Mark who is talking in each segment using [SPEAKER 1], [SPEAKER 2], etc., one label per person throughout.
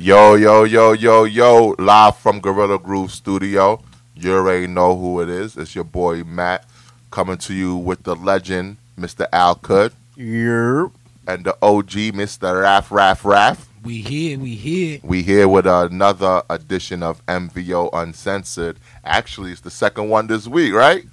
[SPEAKER 1] Yo, yo, yo, yo, yo, live from Gorilla Groove Studio. You already know who it is. It's your boy Matt coming to you with the legend, Mr. Al Kud,
[SPEAKER 2] Yerp.
[SPEAKER 1] and the OG, Mr. Raff Raff Raff.
[SPEAKER 3] We here, we here.
[SPEAKER 1] We here with another edition of MVO Uncensored. Actually, it's the second one this week, right?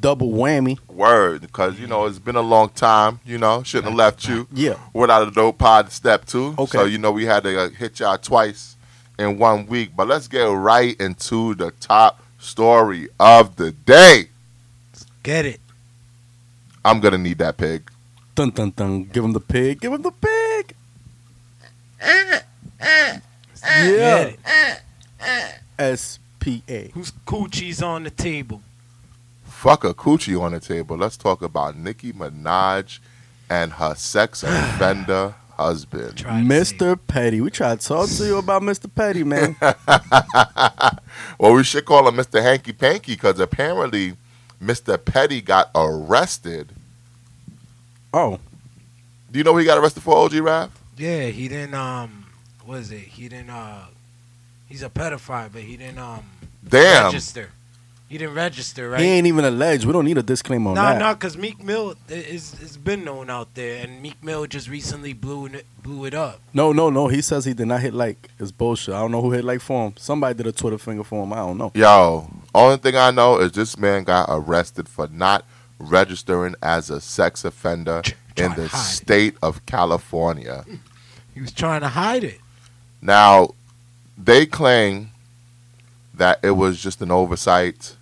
[SPEAKER 2] Double whammy.
[SPEAKER 1] Word, because you know it's been a long time. You know, shouldn't have left you.
[SPEAKER 2] Yeah.
[SPEAKER 1] without a dope pod step two.
[SPEAKER 2] Okay.
[SPEAKER 1] So you know we had to uh, hit y'all twice in one week, but let's get right into the top story of the day.
[SPEAKER 3] Get it.
[SPEAKER 1] I'm gonna need that pig.
[SPEAKER 2] Dun dun dun. Give him the pig. Give him the pig.
[SPEAKER 3] Get
[SPEAKER 2] Yeah.
[SPEAKER 3] it.
[SPEAKER 2] S P A.
[SPEAKER 3] Who's coochie's on the table?
[SPEAKER 1] Fuck a coochie on the table. Let's talk about Nicki Minaj and her sex offender husband.
[SPEAKER 3] Try to say
[SPEAKER 2] Mr. Petty. We tried to talk to you about Mr. Petty, man.
[SPEAKER 1] Well, we should call him Mr. Hanky Panky because apparently Mr. Petty got arrested.
[SPEAKER 2] oh.
[SPEAKER 1] Do you know what he got arrested for, OG Raph?
[SPEAKER 3] it. Yeah, he didn't. Um, what is it? He didn't. Uh, he's a pedophile, but he didn't. Um,
[SPEAKER 1] Damn.
[SPEAKER 3] register. He didn't register, right?
[SPEAKER 2] He ain't even alleged. We don't need a disclaimer on
[SPEAKER 3] No,
[SPEAKER 2] that.
[SPEAKER 3] no, because Meek Mill i- is it's been known out there, and Meek Mill just recently blew it, blew it up.
[SPEAKER 2] No, no, no. He says he did not hit like. It's bullshit. I don't know who hit like for him. Somebody did a Twitter finger for him. I don't know.
[SPEAKER 1] Yo, only thing I know is this man got arrested for not registering as a sex offender
[SPEAKER 3] Ch-
[SPEAKER 1] in
[SPEAKER 3] trying
[SPEAKER 1] the
[SPEAKER 3] to hide it.
[SPEAKER 1] state of California.
[SPEAKER 3] He was trying to hide it.
[SPEAKER 1] Now, they claim that it was just an oversight.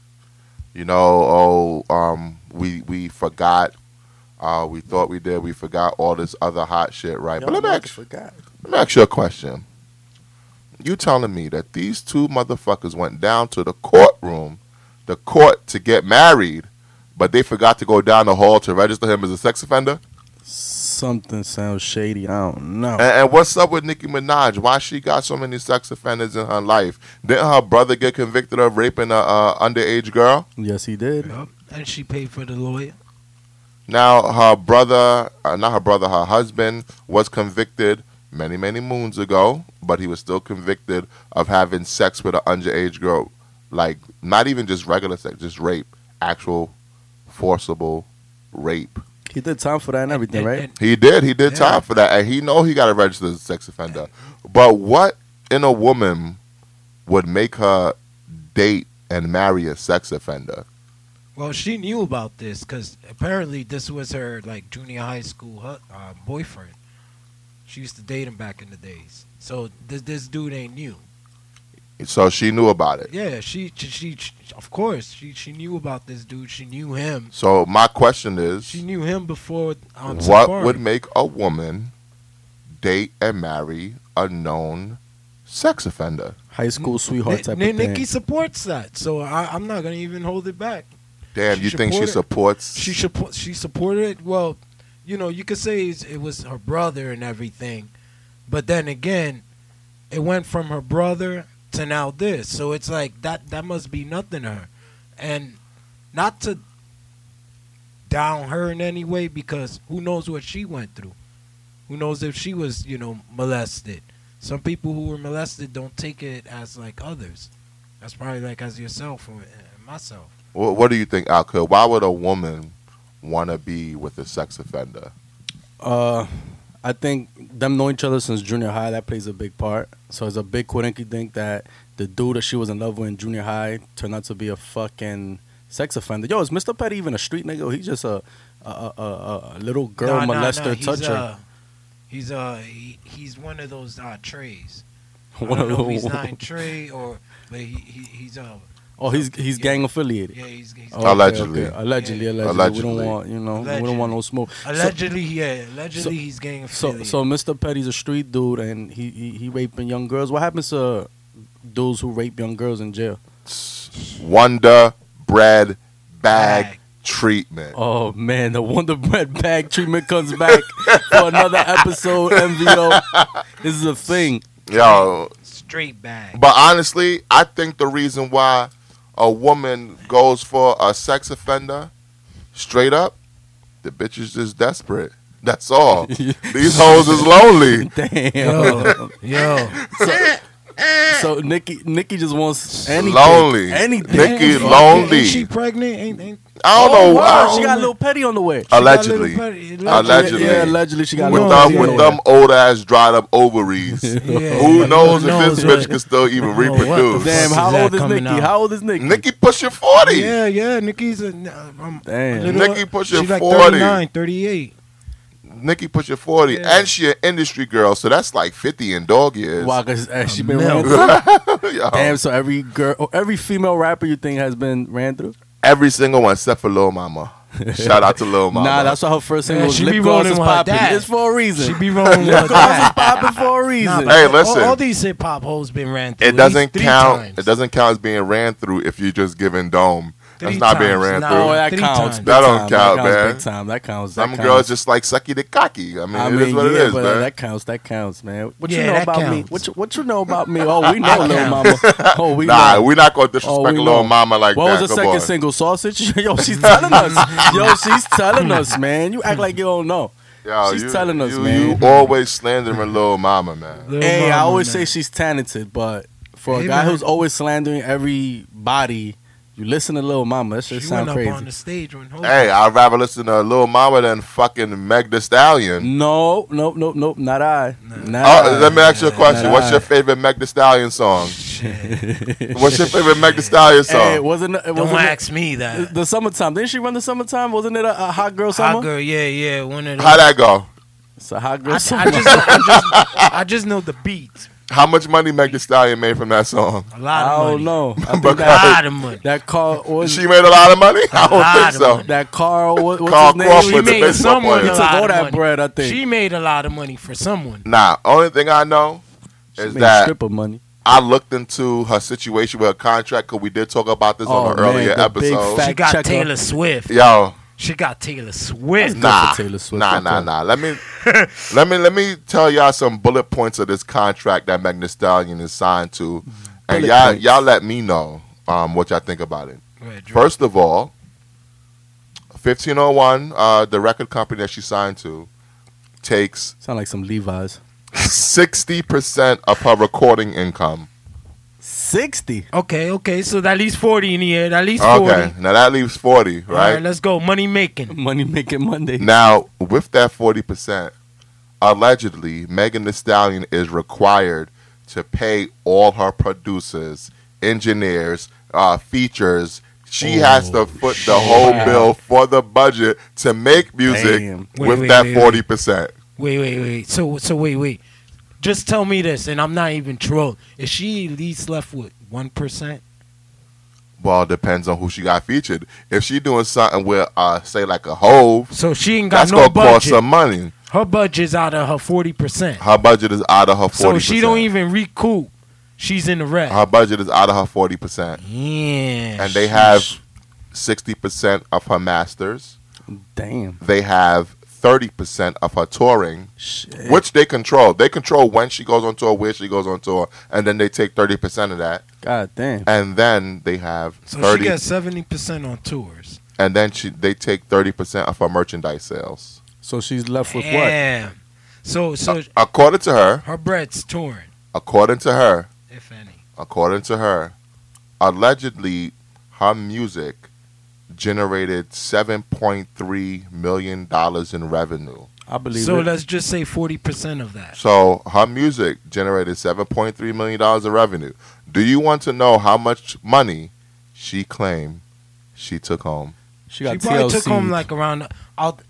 [SPEAKER 1] You know, oh, um, we we forgot. Uh, we thought we did. We forgot all this other hot shit, right? but let me,
[SPEAKER 2] I
[SPEAKER 1] ask,
[SPEAKER 2] forgot.
[SPEAKER 1] let me ask you a question. You telling me that these two motherfuckers went down to the courtroom, the court to get married, but they forgot to go down the hall to register him as a sex offender?
[SPEAKER 2] Something sounds shady. I don't know.
[SPEAKER 1] And, and what's up with Nicki Minaj? Why she got so many sex offenders in her life? Didn't her brother get convicted of raping a uh, underage girl?
[SPEAKER 2] Yes, he did.
[SPEAKER 3] And she paid for the lawyer.
[SPEAKER 1] Now her brother, uh, not her brother, her husband was convicted many many moons ago, but he was still convicted of having sex with an underage girl, like not even just regular sex, just rape, actual forcible rape.
[SPEAKER 2] He did time for that and everything,
[SPEAKER 3] And-
[SPEAKER 2] right?
[SPEAKER 3] and-
[SPEAKER 1] He did. He did
[SPEAKER 3] Yeah.
[SPEAKER 1] time for that, and he know he got to register as a sex offender. But what in a woman would make her date and marry a sex offender?
[SPEAKER 3] well, she knew about this because apparently this was her like junior high school hu- uh, boyfriend. She used to date him back in the days. So this this dude ain't new.
[SPEAKER 1] So she knew about it.
[SPEAKER 3] Yeah, she she, she she- of course she she knew about this dude. She knew him.
[SPEAKER 1] So my question
[SPEAKER 3] She
[SPEAKER 1] is,
[SPEAKER 3] knew him before. Um,
[SPEAKER 1] what
[SPEAKER 3] Safari.
[SPEAKER 1] would make a woman date and marry a known sex offender?
[SPEAKER 2] High school sweetheart
[SPEAKER 3] Ni-
[SPEAKER 2] type
[SPEAKER 3] Ni-
[SPEAKER 2] of thing.
[SPEAKER 3] Nikki supports that, so I, I'm not gonna even hold it back.
[SPEAKER 1] Damn,
[SPEAKER 3] She
[SPEAKER 1] you think she
[SPEAKER 3] supported-
[SPEAKER 1] supports?
[SPEAKER 3] She suppo- she supported it. Well, you know, you could say it's- it was her brother and everything, but then again, it went from her brother to now this. So it's like that that must be nothing to her, and not to down her in any way because who knows what she went through. Who knows if she was, you know, molested. Some people who were molested don't take it as like others. That's probably like as yourself or uh, myself.
[SPEAKER 1] Wh- what do you think, Alka? Why would a woman want to be with a sex offender?
[SPEAKER 2] Uh, I think them knowing each other since junior high that plays a big part. So it's a big coinky think that the dude that she was in love with in junior high turned out to be a fucking sex offender. Yo, is Mr. Petty even a street nigga? Or he's just a a, a, a, a little girl
[SPEAKER 3] Nah, nah, nah,
[SPEAKER 2] molester
[SPEAKER 3] he's,
[SPEAKER 2] toucher.
[SPEAKER 3] uh, he's uh he, he's one of those uh trays. I
[SPEAKER 2] One
[SPEAKER 3] don't
[SPEAKER 2] of
[SPEAKER 3] know if he's
[SPEAKER 2] those-
[SPEAKER 3] not in tray or but he, he he's uh
[SPEAKER 2] oh, he's he's gang affiliated.
[SPEAKER 3] yeah he's, he's
[SPEAKER 2] Oh, okay,
[SPEAKER 1] Allegedly.
[SPEAKER 2] okay. allegedly, allegedly,
[SPEAKER 3] Yeah.
[SPEAKER 2] We
[SPEAKER 1] Allegedly.
[SPEAKER 2] don't want you know we don't
[SPEAKER 3] Allegedly.
[SPEAKER 2] want no smoke. So-
[SPEAKER 3] allegedly yeah allegedly he's getting
[SPEAKER 2] So,
[SPEAKER 3] affiliated.
[SPEAKER 2] so Mr. Petty's a street dude, and he, he he raping young girls. What happens to dudes who rape young girls in jail?
[SPEAKER 1] Wonder bread bag,
[SPEAKER 3] Bag.
[SPEAKER 1] treatment.
[SPEAKER 2] Oh man, the Wonder Bread bag treatment comes back for another episode. MVO, this is a thing.
[SPEAKER 1] Yo,
[SPEAKER 3] straight bag.
[SPEAKER 1] But honestly, I think the reason why a woman goes for a sex offender, straight up, the bitch is just desperate. That's all. These hoes is lonely.
[SPEAKER 2] Damn.
[SPEAKER 3] Yo, yo,
[SPEAKER 2] so Nikki, Nikki just wants anything.
[SPEAKER 1] Lonely.
[SPEAKER 2] Anything.
[SPEAKER 1] Nikki
[SPEAKER 3] Ain't-
[SPEAKER 1] lonely.
[SPEAKER 3] Ain't she pregnant? Ain't, ain't
[SPEAKER 1] I don't know.
[SPEAKER 2] Oh, wow,
[SPEAKER 1] why.
[SPEAKER 2] she got a little petty on the way.
[SPEAKER 1] allegedly,
[SPEAKER 3] She got a little petty.
[SPEAKER 1] allegedly,
[SPEAKER 2] Yeah, allegedly she got a
[SPEAKER 1] with
[SPEAKER 2] little
[SPEAKER 3] No,
[SPEAKER 1] them
[SPEAKER 2] petty on
[SPEAKER 1] with
[SPEAKER 2] the way.
[SPEAKER 1] them old ass dried up ovaries.
[SPEAKER 3] Oh, Yeah,
[SPEAKER 1] Who
[SPEAKER 3] who
[SPEAKER 1] knows if
[SPEAKER 3] knows
[SPEAKER 1] this
[SPEAKER 3] what-
[SPEAKER 1] bitch can still even
[SPEAKER 3] know what the
[SPEAKER 1] reproduce?
[SPEAKER 2] Damn,
[SPEAKER 3] fuck- This
[SPEAKER 2] how old
[SPEAKER 3] is that
[SPEAKER 2] is
[SPEAKER 3] coming
[SPEAKER 2] Nikki?
[SPEAKER 3] out.
[SPEAKER 2] How old is Nikki?
[SPEAKER 1] Nikki pushing forty.
[SPEAKER 3] Yeah, yeah. Nikki's a. I'm
[SPEAKER 2] Damn.
[SPEAKER 3] A little,
[SPEAKER 1] Nikki pushing
[SPEAKER 3] she like
[SPEAKER 1] 40.
[SPEAKER 3] 39, 38.
[SPEAKER 1] Nikki pushing forty,
[SPEAKER 3] Yeah.
[SPEAKER 1] and she an industry girl, so that's like fifty in dog years.
[SPEAKER 2] Why? Cause uh, she been
[SPEAKER 3] Milk.
[SPEAKER 2] ran through.
[SPEAKER 1] Yo.
[SPEAKER 2] Damn. So every girl, or every female rapper you think has been ran through?
[SPEAKER 1] Every single one except for Lil Mama. Shout out to Lil Mama.
[SPEAKER 2] Nah, that's why her first single
[SPEAKER 3] Yeah,
[SPEAKER 2] was
[SPEAKER 3] she
[SPEAKER 2] "Lip
[SPEAKER 3] be
[SPEAKER 2] Gloss
[SPEAKER 3] rolling
[SPEAKER 2] is
[SPEAKER 3] with her
[SPEAKER 2] Poppin'."
[SPEAKER 3] dad.
[SPEAKER 2] It's for a
[SPEAKER 3] She
[SPEAKER 2] reason.
[SPEAKER 3] be rolling
[SPEAKER 2] Lip
[SPEAKER 3] with
[SPEAKER 2] Gloss is
[SPEAKER 3] that.
[SPEAKER 2] popping for a reason.
[SPEAKER 1] Hey,
[SPEAKER 3] all-
[SPEAKER 1] listen.
[SPEAKER 3] All, these hip hop hoes been ran through.
[SPEAKER 1] it
[SPEAKER 3] at least
[SPEAKER 1] doesn't
[SPEAKER 3] three
[SPEAKER 1] count.
[SPEAKER 3] times.
[SPEAKER 1] It doesn't count as being ran through if you're just giving dome. That's
[SPEAKER 3] Three
[SPEAKER 1] not being
[SPEAKER 3] times.
[SPEAKER 1] ran
[SPEAKER 3] Nah,
[SPEAKER 1] through.
[SPEAKER 2] no, that
[SPEAKER 3] Three times.
[SPEAKER 2] counts. big
[SPEAKER 1] That don't
[SPEAKER 2] time.
[SPEAKER 1] count,
[SPEAKER 2] that counts
[SPEAKER 1] man.
[SPEAKER 2] Big time. That counts. That
[SPEAKER 1] Some
[SPEAKER 2] counts.
[SPEAKER 1] girls just like sucky the cocky. I mean,
[SPEAKER 2] I
[SPEAKER 1] it is
[SPEAKER 2] mean,
[SPEAKER 1] what
[SPEAKER 2] yeah,
[SPEAKER 1] it is,
[SPEAKER 2] but
[SPEAKER 1] man.
[SPEAKER 2] uh, that counts. That counts, man. What
[SPEAKER 3] Yeah,
[SPEAKER 2] you know
[SPEAKER 3] that
[SPEAKER 2] about me?
[SPEAKER 3] counts.
[SPEAKER 2] What you, what you know about me? Oh, we know, little
[SPEAKER 3] counts.
[SPEAKER 2] mama. Oh, we
[SPEAKER 1] nah,
[SPEAKER 2] know.
[SPEAKER 1] we're not gonna disrespect
[SPEAKER 2] Oh, we
[SPEAKER 1] Lil
[SPEAKER 2] know.
[SPEAKER 1] Mama like
[SPEAKER 2] what
[SPEAKER 1] that.
[SPEAKER 2] was the
[SPEAKER 1] Come
[SPEAKER 2] second
[SPEAKER 1] on.
[SPEAKER 2] single? Sausage? Yo, she's telling us. Yo, she's telling us, man. You act like you don't know.
[SPEAKER 1] Yo,
[SPEAKER 2] She's
[SPEAKER 1] you-
[SPEAKER 2] telling us,
[SPEAKER 1] you,
[SPEAKER 2] man.
[SPEAKER 1] You always slandering Lil Mama, man.
[SPEAKER 3] Lil
[SPEAKER 2] hey, I
[SPEAKER 3] Mama,
[SPEAKER 2] always say
[SPEAKER 3] man.
[SPEAKER 2] she's talented, but for a
[SPEAKER 3] Hey,
[SPEAKER 2] guy
[SPEAKER 3] man.
[SPEAKER 2] who's always slandering everybody, you listen to Lil Mama. That shit
[SPEAKER 3] she
[SPEAKER 2] sound
[SPEAKER 3] went up on
[SPEAKER 2] crazy.
[SPEAKER 3] the stage when hoes-
[SPEAKER 1] Hey, I'd rather listen to Lil Mama than fucking Meg The Stallion.
[SPEAKER 2] No, nope, nope, nope. Not I. Not
[SPEAKER 1] Oh,
[SPEAKER 2] I.
[SPEAKER 1] let me ask you a question.
[SPEAKER 2] Nah,
[SPEAKER 1] What's
[SPEAKER 2] nah.
[SPEAKER 1] your favorite Meg The Stallion song? What's your favorite Meg The Stallion
[SPEAKER 2] Hey,
[SPEAKER 1] song?
[SPEAKER 2] wasn't it?
[SPEAKER 3] Don't
[SPEAKER 2] Wasn't it
[SPEAKER 3] ask me that.
[SPEAKER 2] the summertime? Didn't she run the summertime? Wasn't it a, a hot girl summer?
[SPEAKER 3] Hot girl, yeah, yeah. One of
[SPEAKER 1] How
[SPEAKER 3] those.
[SPEAKER 1] that go?
[SPEAKER 2] It's a hot
[SPEAKER 3] I,
[SPEAKER 2] girl
[SPEAKER 3] I just,
[SPEAKER 2] summer.
[SPEAKER 3] I just, I just know the beats.
[SPEAKER 1] How much money Meg The Stallion made from that song?
[SPEAKER 3] A
[SPEAKER 2] I
[SPEAKER 3] lot of
[SPEAKER 2] don't
[SPEAKER 3] money.
[SPEAKER 2] know. I think
[SPEAKER 1] Because-
[SPEAKER 3] A
[SPEAKER 2] that,
[SPEAKER 3] lot of money.
[SPEAKER 2] that Carl was
[SPEAKER 1] She made a lot of money. I
[SPEAKER 3] lot
[SPEAKER 1] don't think
[SPEAKER 3] of
[SPEAKER 1] so.
[SPEAKER 3] money.
[SPEAKER 2] that Carl what, what's
[SPEAKER 1] Carl
[SPEAKER 2] his name?
[SPEAKER 1] Crawford,
[SPEAKER 3] She
[SPEAKER 1] the
[SPEAKER 3] made
[SPEAKER 1] baseball
[SPEAKER 3] someone
[SPEAKER 1] player.
[SPEAKER 2] He
[SPEAKER 3] a
[SPEAKER 2] took
[SPEAKER 3] lot
[SPEAKER 2] all
[SPEAKER 3] of
[SPEAKER 2] that
[SPEAKER 3] money.
[SPEAKER 2] bread. I think
[SPEAKER 3] She made a lot of money for someone.
[SPEAKER 1] Nah, only thing I know
[SPEAKER 2] She
[SPEAKER 1] is
[SPEAKER 2] made
[SPEAKER 1] that
[SPEAKER 2] stripper money.
[SPEAKER 1] I looked into her situation with her contract because we did talk about this
[SPEAKER 2] Oh,
[SPEAKER 1] on an
[SPEAKER 2] man,
[SPEAKER 1] earlier
[SPEAKER 2] the big
[SPEAKER 1] episode.
[SPEAKER 2] fat-
[SPEAKER 3] She got
[SPEAKER 2] check her.
[SPEAKER 3] Taylor Swift.
[SPEAKER 1] Yo,
[SPEAKER 3] She got Taylor Swift.
[SPEAKER 2] That's
[SPEAKER 1] nah,
[SPEAKER 2] for Taylor Swift,
[SPEAKER 1] nah,
[SPEAKER 2] okay.
[SPEAKER 1] nah, nah. Let me, let me, let me tell y'all some bullet points of this contract that Magna Stallion is signed to,
[SPEAKER 2] Mm.
[SPEAKER 1] and
[SPEAKER 2] Bullet
[SPEAKER 1] y'all,
[SPEAKER 2] points.
[SPEAKER 1] y'all let me know um, what y'all think about it.
[SPEAKER 3] Right, Drew.
[SPEAKER 1] First of all, 1501, uh, the record company that she signed to, takes
[SPEAKER 2] Sound like some Levi's.
[SPEAKER 1] 60% of her recording income.
[SPEAKER 2] Sixty.
[SPEAKER 3] Okay, okay. So that leaves 40 in here. That leaves 40.
[SPEAKER 1] Okay, now that leaves 40,
[SPEAKER 3] All right,
[SPEAKER 1] right?
[SPEAKER 3] let's go. Money making.
[SPEAKER 2] Money making Monday.
[SPEAKER 1] Now, with that 40%, allegedly, Megan Thee Stallion is required to pay all her producers, engineers, uh, features. She has to foot the whole
[SPEAKER 3] shit.
[SPEAKER 1] bill for the budget to make music
[SPEAKER 2] Damn.
[SPEAKER 1] with
[SPEAKER 3] Wait, wait,
[SPEAKER 1] that
[SPEAKER 3] wait, wait.
[SPEAKER 1] 40%.
[SPEAKER 3] Wait, wait, wait. So, so wait, wait. Just tell me this, and I'm not even trolled. Is she at least left with one percent?
[SPEAKER 1] Well, it depends on who she got featured. If she doing something with, uh, say, like a Hove,
[SPEAKER 3] So she ain't got
[SPEAKER 1] that's
[SPEAKER 3] no
[SPEAKER 1] gonna cost
[SPEAKER 3] budget.
[SPEAKER 1] some money.
[SPEAKER 3] her budget's out of her forty percent.
[SPEAKER 1] Her budget is out of her forty.
[SPEAKER 3] So she don't even recoup. She's in the red.
[SPEAKER 1] Her budget is out of her forty percent,
[SPEAKER 3] yeah.
[SPEAKER 1] and they have sixty percent of her masters.
[SPEAKER 2] Damn.
[SPEAKER 1] They have thirty percent of her touring,
[SPEAKER 2] Shit.
[SPEAKER 3] Eh.
[SPEAKER 1] which they control. They control when she goes on tour, where she goes on tour, and then they take thirty percent of that,
[SPEAKER 2] God damn.
[SPEAKER 1] and then they have
[SPEAKER 3] So
[SPEAKER 1] thirty,
[SPEAKER 3] she gets seventy percent on tours.
[SPEAKER 1] and then she they take thirty percent of her merchandise sales.
[SPEAKER 2] So she's left with what?
[SPEAKER 3] Damn. So,
[SPEAKER 1] Uh,
[SPEAKER 3] so
[SPEAKER 1] According to her,
[SPEAKER 3] her bread's torn,
[SPEAKER 1] according to her,
[SPEAKER 3] if any.
[SPEAKER 1] according to her, allegedly her music generated seven point three million dollars in revenue.
[SPEAKER 2] I believe
[SPEAKER 3] So
[SPEAKER 2] it.
[SPEAKER 3] let's just say forty percent of that.
[SPEAKER 1] So her music generated seven point three million dollars in revenue. Do you want to know how much money she claimed she took home?
[SPEAKER 2] she got
[SPEAKER 3] she probably
[SPEAKER 2] TLC.
[SPEAKER 3] took home like around out.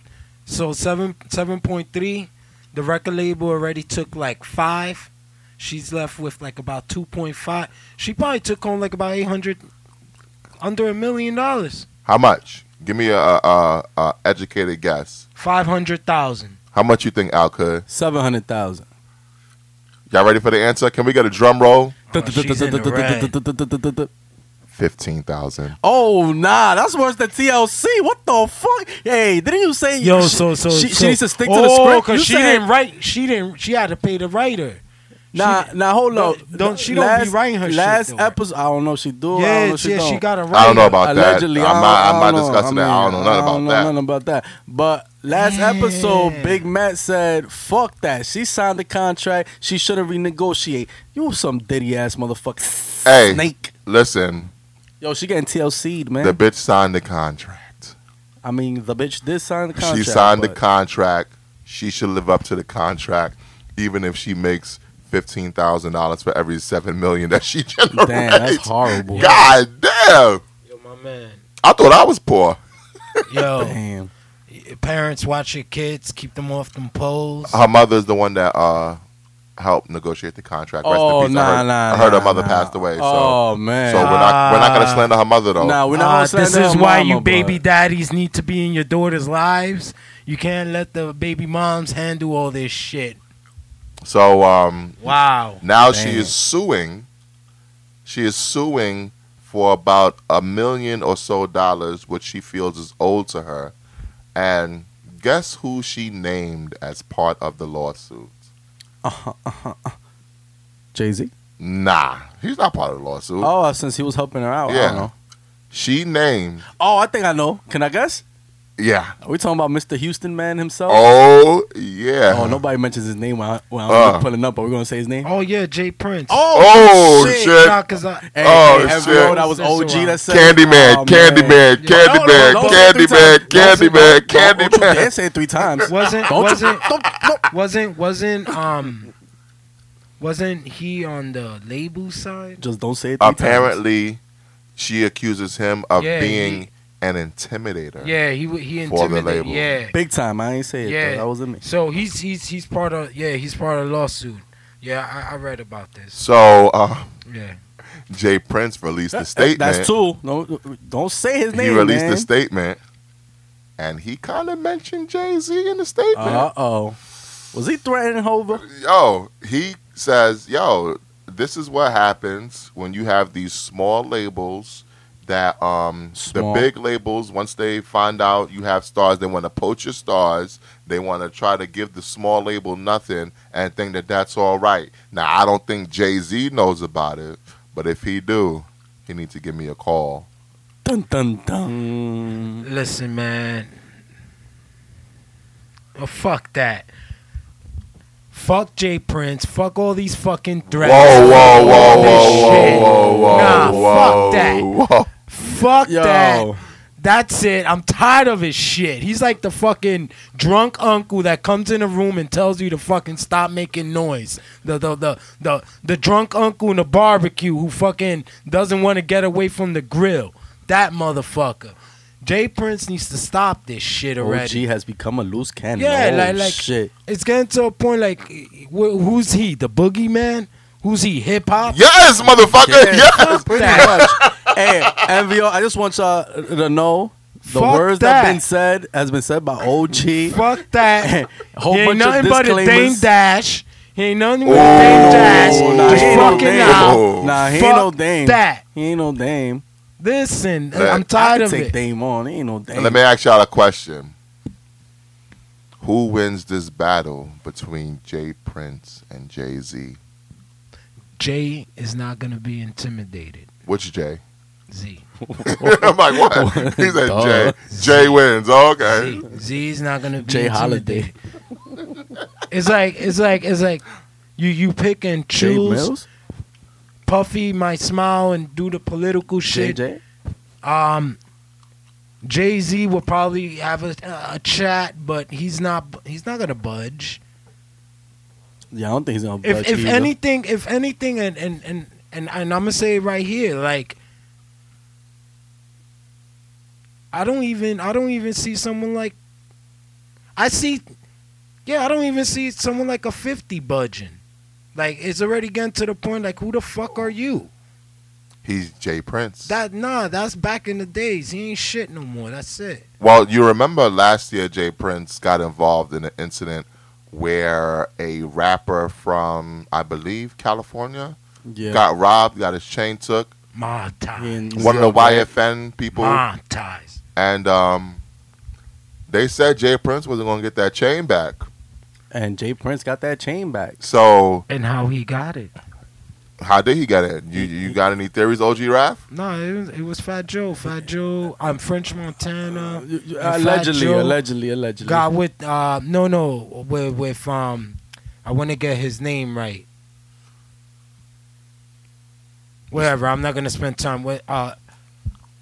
[SPEAKER 3] So seven seven point three. The record label already took like five. She's left with like about two point five. She probably took home like about eight hundred, under a million dollars.
[SPEAKER 1] How much? Give me a, a, a educated guess.
[SPEAKER 3] Five hundred thousand.
[SPEAKER 1] How much you think Al could?
[SPEAKER 2] seven hundred thousand.
[SPEAKER 1] Y'all ready for the answer? Can we get a drum roll?
[SPEAKER 3] Oh, she's in the red.
[SPEAKER 1] Fifteen thousand.
[SPEAKER 2] Oh nah, that's worse than TLC. What the fuck? Hey, didn't you say
[SPEAKER 3] Yo,
[SPEAKER 2] she,
[SPEAKER 3] so so
[SPEAKER 2] she, she
[SPEAKER 3] so-
[SPEAKER 2] needs to stick to the
[SPEAKER 3] Oh,
[SPEAKER 2] script?
[SPEAKER 3] 'cause
[SPEAKER 2] You
[SPEAKER 3] she
[SPEAKER 2] said-
[SPEAKER 3] didn't write. She didn't. She had to pay the writer.
[SPEAKER 2] Nah, nah, hold up.
[SPEAKER 3] Don't- don't- she don't be writing her shit,
[SPEAKER 2] last
[SPEAKER 3] though.
[SPEAKER 2] episode, I don't know. She do. I don't know.
[SPEAKER 3] Yes,
[SPEAKER 2] She
[SPEAKER 3] yeah,
[SPEAKER 2] don't.
[SPEAKER 3] she got a writer.
[SPEAKER 1] I don't know about
[SPEAKER 2] Allegedly,
[SPEAKER 1] that.
[SPEAKER 2] I
[SPEAKER 1] I'm
[SPEAKER 2] don't-
[SPEAKER 1] not,
[SPEAKER 2] I
[SPEAKER 1] I'm
[SPEAKER 2] don't
[SPEAKER 1] not
[SPEAKER 2] know.
[SPEAKER 1] discussing that. I don't know nothing
[SPEAKER 2] I
[SPEAKER 1] about
[SPEAKER 2] don't know
[SPEAKER 1] that.
[SPEAKER 2] Nothing about that. But Last
[SPEAKER 3] Yeah.
[SPEAKER 2] episode, Big Matt said, "Fuck that." She signed the contract. She shouldn't renegotiate. You some ditty ass motherfucker.
[SPEAKER 1] Hey.
[SPEAKER 2] Snake.
[SPEAKER 1] Listen,
[SPEAKER 2] Yo, she getting TLC'd, man.
[SPEAKER 1] the bitch signed the contract.
[SPEAKER 2] I mean, the bitch did sign the contract.
[SPEAKER 1] she signed the
[SPEAKER 2] but-
[SPEAKER 1] contract. She should live up to the contract, even if she makes fifteen thousand dollars for every seven million that she generates.
[SPEAKER 2] Damn, that's horrible.
[SPEAKER 1] God damn!
[SPEAKER 3] Yo, my man.
[SPEAKER 1] I thought I was poor. Oh.
[SPEAKER 3] Yo,
[SPEAKER 2] Damn.
[SPEAKER 3] parents watch your kids, keep them off them poles.
[SPEAKER 1] Her mother's the one that uh helped negotiate the contract. Rest
[SPEAKER 2] Oh,
[SPEAKER 1] in peace. I
[SPEAKER 2] nah,
[SPEAKER 1] heard,
[SPEAKER 2] nah,
[SPEAKER 1] I heard her
[SPEAKER 2] nah,
[SPEAKER 1] mother
[SPEAKER 2] nah.
[SPEAKER 1] passed away. So,
[SPEAKER 2] oh
[SPEAKER 1] so
[SPEAKER 2] man.
[SPEAKER 1] we're not we're not gonna slander her mother though.
[SPEAKER 2] nah, we're not.
[SPEAKER 3] Uh,
[SPEAKER 2] gonna slander
[SPEAKER 3] this is
[SPEAKER 2] her
[SPEAKER 3] why
[SPEAKER 2] mama,
[SPEAKER 3] you
[SPEAKER 2] but-
[SPEAKER 3] baby daddies need to be in your daughters' lives. You can't let the baby moms handle all this shit.
[SPEAKER 1] So um,
[SPEAKER 3] Wow.
[SPEAKER 1] Now she
[SPEAKER 2] Damn.
[SPEAKER 1] is suing. She is suing for about a million or so dollars, which she feels is owed to her. And guess who she named as part of the lawsuit?
[SPEAKER 2] Jay Z.
[SPEAKER 1] Nah, he's not part of the lawsuit.
[SPEAKER 2] Oh, since he was helping her out. I
[SPEAKER 1] Yeah.
[SPEAKER 2] don't know.
[SPEAKER 1] She named,
[SPEAKER 2] Oh, I think I know. Can I guess?
[SPEAKER 1] yeah.
[SPEAKER 2] Are we talking about Mr. Houston man himself?
[SPEAKER 1] Oh yeah.
[SPEAKER 2] Oh, nobody mentions his name when, I, when I'm
[SPEAKER 1] Uh.
[SPEAKER 2] pulling up. Are we gonna say his name?
[SPEAKER 3] Oh yeah, Jay Prince.
[SPEAKER 1] Oh, shit.
[SPEAKER 3] Nah, 'cause I-
[SPEAKER 2] Hey,
[SPEAKER 1] Oh,
[SPEAKER 2] hey,
[SPEAKER 1] shit.
[SPEAKER 2] everyone, that was OG. That said,
[SPEAKER 1] Candyman,
[SPEAKER 2] Oh,
[SPEAKER 1] Candyman,
[SPEAKER 3] Yeah.
[SPEAKER 1] Candyman,
[SPEAKER 2] No, no, don't say it three
[SPEAKER 1] Candyman,
[SPEAKER 2] times. Don't say-
[SPEAKER 1] Candyman,
[SPEAKER 2] don't- don't you dare
[SPEAKER 1] Candyman.
[SPEAKER 2] say it three times.
[SPEAKER 3] wasn't
[SPEAKER 2] Don't you-
[SPEAKER 3] wasn't
[SPEAKER 2] don't- don't-
[SPEAKER 3] wasn't wasn't um wasn't he on the label side?
[SPEAKER 2] Just don't say it three times.
[SPEAKER 1] Apparently, she accuses him of
[SPEAKER 3] Yeah, he-
[SPEAKER 1] being an intimidator.
[SPEAKER 3] Yeah, he wa- he
[SPEAKER 1] For the
[SPEAKER 3] intimidated.
[SPEAKER 1] label.
[SPEAKER 3] Yeah.
[SPEAKER 2] Big time. I ain't say it.
[SPEAKER 3] Yeah.
[SPEAKER 2] though. That wasn't me.
[SPEAKER 3] So he's he's he's part of yeah he's part of the lawsuit. Yeah, I, I read about this.
[SPEAKER 1] So uh,
[SPEAKER 3] Yeah.
[SPEAKER 1] Jay Prince released a
[SPEAKER 2] That-
[SPEAKER 1] statement.
[SPEAKER 2] That's two. No, don't say his name.
[SPEAKER 1] he released
[SPEAKER 2] man.
[SPEAKER 1] a statement, and he kind of mentioned Jay Z in the statement.
[SPEAKER 2] Uh oh. Was he threatening Hova?
[SPEAKER 1] Yo, he says, "Yo, this is what happens when you have these small labels." That um
[SPEAKER 2] Small.
[SPEAKER 1] the big labels once they find out you have stars they want to poach your stars they want to try to give the small label nothing and think that that's all right now I don't think Jay Z knows about it but if he do he needs to give me a call
[SPEAKER 2] Dun dun dun.
[SPEAKER 3] Listen, man. Oh, fuck that. Fuck Jay Prince. Fuck all these fucking threats.
[SPEAKER 1] Whoa, whoa, whoa,
[SPEAKER 3] All this
[SPEAKER 1] whoa,
[SPEAKER 3] shit.
[SPEAKER 1] whoa, whoa,
[SPEAKER 3] Nah,
[SPEAKER 1] whoa,
[SPEAKER 3] fuck that.
[SPEAKER 1] whoa.
[SPEAKER 3] Fuck
[SPEAKER 2] Yo.
[SPEAKER 3] Mm. that. That's it. I'm tired of his shit. He's like the fucking drunk uncle that comes in the room and tells you to fucking stop making noise. The the the the, the drunk uncle in the barbecue who fucking doesn't want to get away from the grill. That motherfucker. Jay Prince needs to stop this shit
[SPEAKER 2] OG
[SPEAKER 3] already.
[SPEAKER 2] has become a loose cannon.
[SPEAKER 3] Yeah,
[SPEAKER 2] Oh,
[SPEAKER 3] like- like-
[SPEAKER 2] shit.
[SPEAKER 3] It's getting to a point like, wh- who's he? The boogeyman? Who's he? Hip hop?
[SPEAKER 1] Yes, motherfucker.
[SPEAKER 2] Yeah.
[SPEAKER 1] Yes.
[SPEAKER 3] Fuck
[SPEAKER 2] Pretty
[SPEAKER 3] that.
[SPEAKER 2] much. hey, MVO, I just want y'all to know the
[SPEAKER 3] Fuck
[SPEAKER 2] words that
[SPEAKER 3] that.
[SPEAKER 2] been said has been said by OG.
[SPEAKER 3] Fuck that.
[SPEAKER 2] Whole
[SPEAKER 3] he ain't
[SPEAKER 2] bunch of
[SPEAKER 3] nothing but a Dame
[SPEAKER 2] disclaimers.
[SPEAKER 3] Dash. He ain't nothing but a Dame Dash.
[SPEAKER 1] Oh,
[SPEAKER 2] nah,
[SPEAKER 3] Just
[SPEAKER 2] he ain't no
[SPEAKER 3] fucking
[SPEAKER 2] Dame.
[SPEAKER 3] out.
[SPEAKER 1] Oh.
[SPEAKER 2] Nah, he
[SPEAKER 3] Fuck
[SPEAKER 2] ain't no dame.
[SPEAKER 3] that.
[SPEAKER 2] He ain't no dame.
[SPEAKER 3] Listen,
[SPEAKER 1] Look,
[SPEAKER 3] I'm
[SPEAKER 2] I
[SPEAKER 3] tired
[SPEAKER 2] could
[SPEAKER 3] of
[SPEAKER 2] take
[SPEAKER 3] it.
[SPEAKER 2] dame on. He ain't no dame.
[SPEAKER 1] Let me ask y'all a question. Who wins this battle between Jay Prince and Jay Z?
[SPEAKER 3] Jay is not gonna be intimidated.
[SPEAKER 1] Which Jay?
[SPEAKER 3] Z.
[SPEAKER 1] I'm like, what? He said
[SPEAKER 2] Duh.
[SPEAKER 1] Jay. Jay wins. Okay.
[SPEAKER 3] Z. Z is not gonna be
[SPEAKER 2] Jay
[SPEAKER 3] intimidated. it's like it's like it's like you you pick and
[SPEAKER 2] Jay
[SPEAKER 3] choose
[SPEAKER 2] Mills?
[SPEAKER 3] Puffy my smile and do the political shit.
[SPEAKER 2] JJ?
[SPEAKER 3] Um, Jay Z will probably have a, a chat, but he's not. He's not gonna budge.
[SPEAKER 2] Yeah, I don't think he's gonna budge
[SPEAKER 3] If if
[SPEAKER 2] either.
[SPEAKER 3] anything, if anything, and and and and, and I'm gonna say it right here, like. I don't even I don't even see someone like I see yeah, I don't even see someone like a 50 budging. Like it's already getting to the point like who the fuck are you?
[SPEAKER 1] He's Jay Prince.
[SPEAKER 3] That nah, that's back in the days. He ain't shit no more. That's it.
[SPEAKER 1] Well, you remember last year, Jay Prince got involved in an incident where a rapper from, I believe, California
[SPEAKER 2] yeah.
[SPEAKER 1] got robbed, got his chain took.
[SPEAKER 3] Montage.
[SPEAKER 2] He ain't-
[SPEAKER 1] One of the
[SPEAKER 2] Yeah, man.
[SPEAKER 1] YFN people,
[SPEAKER 3] Montage.
[SPEAKER 1] and um, they said Jay Prince wasn't going to get that chain back.
[SPEAKER 2] And Jay Prince got that chain back.
[SPEAKER 1] So
[SPEAKER 3] And how he got it.
[SPEAKER 1] How did he get in? You you got any theories, OG Raf?
[SPEAKER 3] No, it was, it was Fat Joe. Fat Joe. I'm French Montana.
[SPEAKER 2] You- you-
[SPEAKER 3] and Fat
[SPEAKER 2] allegedly,
[SPEAKER 3] Joe
[SPEAKER 2] allegedly, allegedly.
[SPEAKER 3] Got with uh no no with with um I want to get his name right. Whatever. I'm not gonna spend time with uh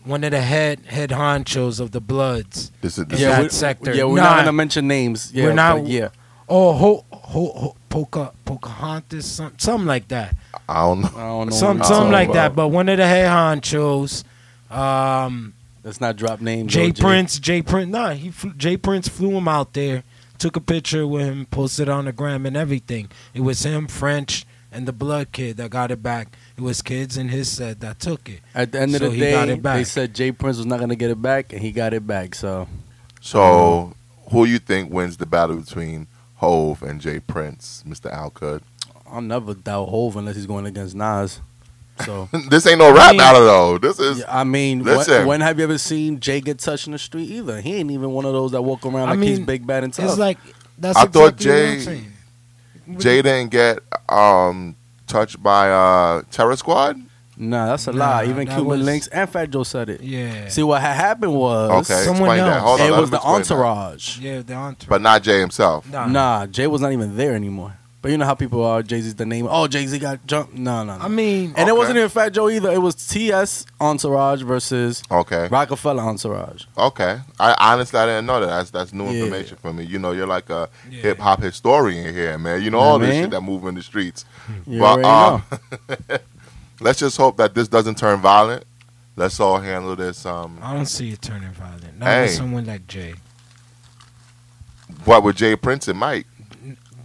[SPEAKER 3] one of the head head honchos of the Bloods.
[SPEAKER 1] This is this
[SPEAKER 2] yeah,
[SPEAKER 3] that
[SPEAKER 2] we-
[SPEAKER 3] sector.
[SPEAKER 2] Yeah, we're
[SPEAKER 3] Nah.
[SPEAKER 2] not gonna mention names. Yeah,
[SPEAKER 3] We're not-
[SPEAKER 2] but Yeah,
[SPEAKER 3] Oh, ho, ho, ho Poca, Pocahontas, some, something like that.
[SPEAKER 1] is, I don't know.
[SPEAKER 2] I don't know.
[SPEAKER 3] Some,
[SPEAKER 1] you're
[SPEAKER 3] something
[SPEAKER 1] talking
[SPEAKER 3] like that.
[SPEAKER 1] about.
[SPEAKER 3] But one of the head honchos, um,
[SPEAKER 2] Let's not drop names.
[SPEAKER 3] Jay
[SPEAKER 2] OG.
[SPEAKER 3] Prince, Jay Prince, nah, he flew, Jay Prince flew him out there, took a picture with him, posted it on the gram and everything. It was him, French, and the Blood Kid that got it back. It was kids in his set that took it.
[SPEAKER 2] At the end of
[SPEAKER 3] So
[SPEAKER 2] the
[SPEAKER 3] he got
[SPEAKER 2] day,
[SPEAKER 3] it back.
[SPEAKER 2] they said Jay Prince was not gonna get it back, and he got it back. So
[SPEAKER 1] So, who you think wins the battle between Hove and Jay Prince, Mr. Alcud?
[SPEAKER 2] I'll never doubt Hove unless he's going against Nas. So
[SPEAKER 1] this ain't no rap
[SPEAKER 3] mean-
[SPEAKER 1] battle though. This is
[SPEAKER 2] yeah, I mean,
[SPEAKER 1] Listen.
[SPEAKER 2] when, when have you ever seen Jay get touched in the street? Either he ain't even one of those that walk around
[SPEAKER 3] I
[SPEAKER 2] like he's
[SPEAKER 3] mean,
[SPEAKER 2] big bad and tough.
[SPEAKER 3] It's like that's
[SPEAKER 1] I
[SPEAKER 3] exactly
[SPEAKER 1] thought
[SPEAKER 3] what I'm
[SPEAKER 1] Jay-
[SPEAKER 3] saying.
[SPEAKER 1] Jay didn't get um touched by uh Terror Squad.
[SPEAKER 2] nah, that's a
[SPEAKER 3] Nah,
[SPEAKER 2] lie. Even
[SPEAKER 3] that
[SPEAKER 2] Cuban
[SPEAKER 3] was-
[SPEAKER 2] Links and Fat Joe said it.
[SPEAKER 3] Yeah.
[SPEAKER 2] See what had happened was
[SPEAKER 1] Okay,
[SPEAKER 3] someone
[SPEAKER 1] explain that.
[SPEAKER 3] else.
[SPEAKER 1] Hold on,
[SPEAKER 2] Uh, it
[SPEAKER 1] let
[SPEAKER 2] was
[SPEAKER 1] him
[SPEAKER 2] the
[SPEAKER 1] explain that.
[SPEAKER 2] entourage.
[SPEAKER 3] yeah, the entourage.
[SPEAKER 1] but not Jay himself.
[SPEAKER 2] Nah, Jay was not even there anymore. But you know how people are. Jay Z's the name. Oh, Jay Z got jumped. No, no, no.
[SPEAKER 3] I mean,
[SPEAKER 2] and it
[SPEAKER 1] Okay.
[SPEAKER 2] wasn't even Fat Joe either. It was T.S. Entourage versus
[SPEAKER 1] Okay,
[SPEAKER 2] Rockefeller Entourage.
[SPEAKER 1] okay. I honestly I didn't know that. That's that's new
[SPEAKER 2] Yeah.
[SPEAKER 1] information for me. You know, you're like a
[SPEAKER 3] Yeah.
[SPEAKER 1] hip hop historian here, man. You know
[SPEAKER 2] Yeah,
[SPEAKER 1] all this
[SPEAKER 2] man.
[SPEAKER 1] shit that move in the streets.
[SPEAKER 2] You already
[SPEAKER 1] But, um,
[SPEAKER 2] know.
[SPEAKER 1] Let's just hope that this doesn't turn violent. Let's all handle this. Um,
[SPEAKER 3] I don't see it turning violent. Not
[SPEAKER 1] Hey.
[SPEAKER 3] with someone like Jay.
[SPEAKER 1] what with Jay Prince and Mike?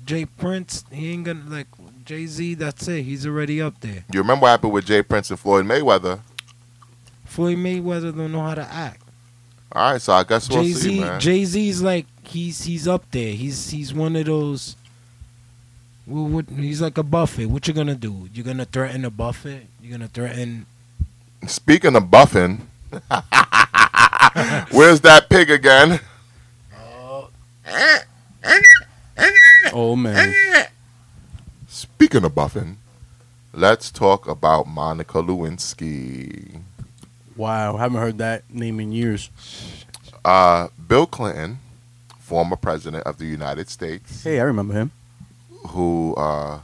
[SPEAKER 3] Jay Prince, he ain't gonna like Jay Z. That's it. He's already up there.
[SPEAKER 1] You remember what happened with Jay Prince and Floyd Mayweather?
[SPEAKER 3] Floyd Mayweather don't know how to act.
[SPEAKER 1] All right, so I guess we'll
[SPEAKER 3] Jay
[SPEAKER 1] see,
[SPEAKER 3] Z,
[SPEAKER 1] man.
[SPEAKER 3] Jay Z's like he's he's up there. He's he's one of those. Well, what, he's like a Buffett. What you gonna do? You're gonna threaten a Buffett? You're gonna threaten?
[SPEAKER 1] Speaking of buffing, where's that pig again?
[SPEAKER 2] oh man,
[SPEAKER 1] Speaking of buffing, let's talk about Monica Lewinsky.
[SPEAKER 2] wow, haven't heard that name in years.
[SPEAKER 1] Uh, Bill Clinton, former president of the United States,
[SPEAKER 2] Hey, I remember him.
[SPEAKER 1] who uh,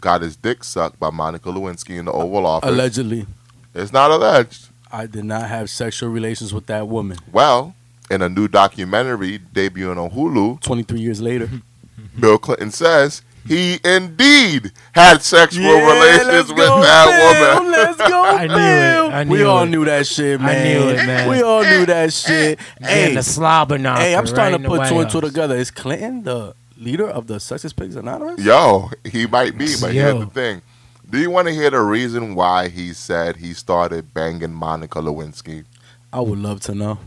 [SPEAKER 1] got his dick sucked by Monica Lewinsky in the Oval Office.
[SPEAKER 2] Allegedly,
[SPEAKER 1] It's not alleged.
[SPEAKER 2] I did not have sexual relations with that woman.
[SPEAKER 1] Well, in a new documentary debuting on Hulu,
[SPEAKER 2] Twenty three years later, Mm-hmm.
[SPEAKER 1] Bill Clinton says he indeed had sexual
[SPEAKER 2] Yeah,
[SPEAKER 1] relations
[SPEAKER 2] let's
[SPEAKER 1] with
[SPEAKER 2] go,
[SPEAKER 1] that
[SPEAKER 2] Bill,
[SPEAKER 1] woman.
[SPEAKER 2] Let's go,
[SPEAKER 3] I knew it,
[SPEAKER 2] Bill.
[SPEAKER 3] I
[SPEAKER 2] we
[SPEAKER 3] knew
[SPEAKER 2] all
[SPEAKER 3] it.
[SPEAKER 2] knew that shit,
[SPEAKER 3] I
[SPEAKER 2] man.
[SPEAKER 3] knew it, man.
[SPEAKER 2] We all knew that shit. hey,
[SPEAKER 3] Hey, a slobber knocker.
[SPEAKER 2] hey, I'm starting to
[SPEAKER 3] right in the
[SPEAKER 2] put two and
[SPEAKER 3] White
[SPEAKER 2] two
[SPEAKER 3] House.
[SPEAKER 2] together. Is Clinton the leader of the Sexist Pigs Anonymous?
[SPEAKER 1] Yo, he might be, but here's
[SPEAKER 3] Yo.
[SPEAKER 1] the thing. Do you want to hear the reason why he said he started banging Monica Lewinsky?
[SPEAKER 2] I would love to know.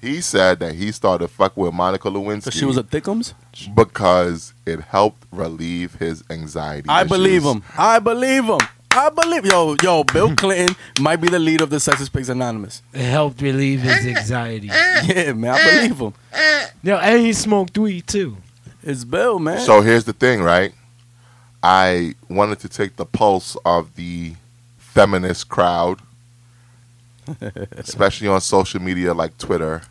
[SPEAKER 1] He said that he started fucking with Monica Lewinsky
[SPEAKER 2] Cause she was a thickums.
[SPEAKER 1] because it helped relieve his anxiety.
[SPEAKER 2] I
[SPEAKER 1] issues.
[SPEAKER 2] believe him. I believe him. I believe yo yo. Bill Clinton might be the leader of the Sexist Pigs Anonymous.
[SPEAKER 3] It helped relieve his anxiety.
[SPEAKER 2] Yeah, man, I believe him.
[SPEAKER 3] Yo, and he smoked weed too.
[SPEAKER 2] It's Bill, man.
[SPEAKER 1] So here's the thing, right? I wanted to take the pulse of the feminist crowd, especially on social media like Twitter,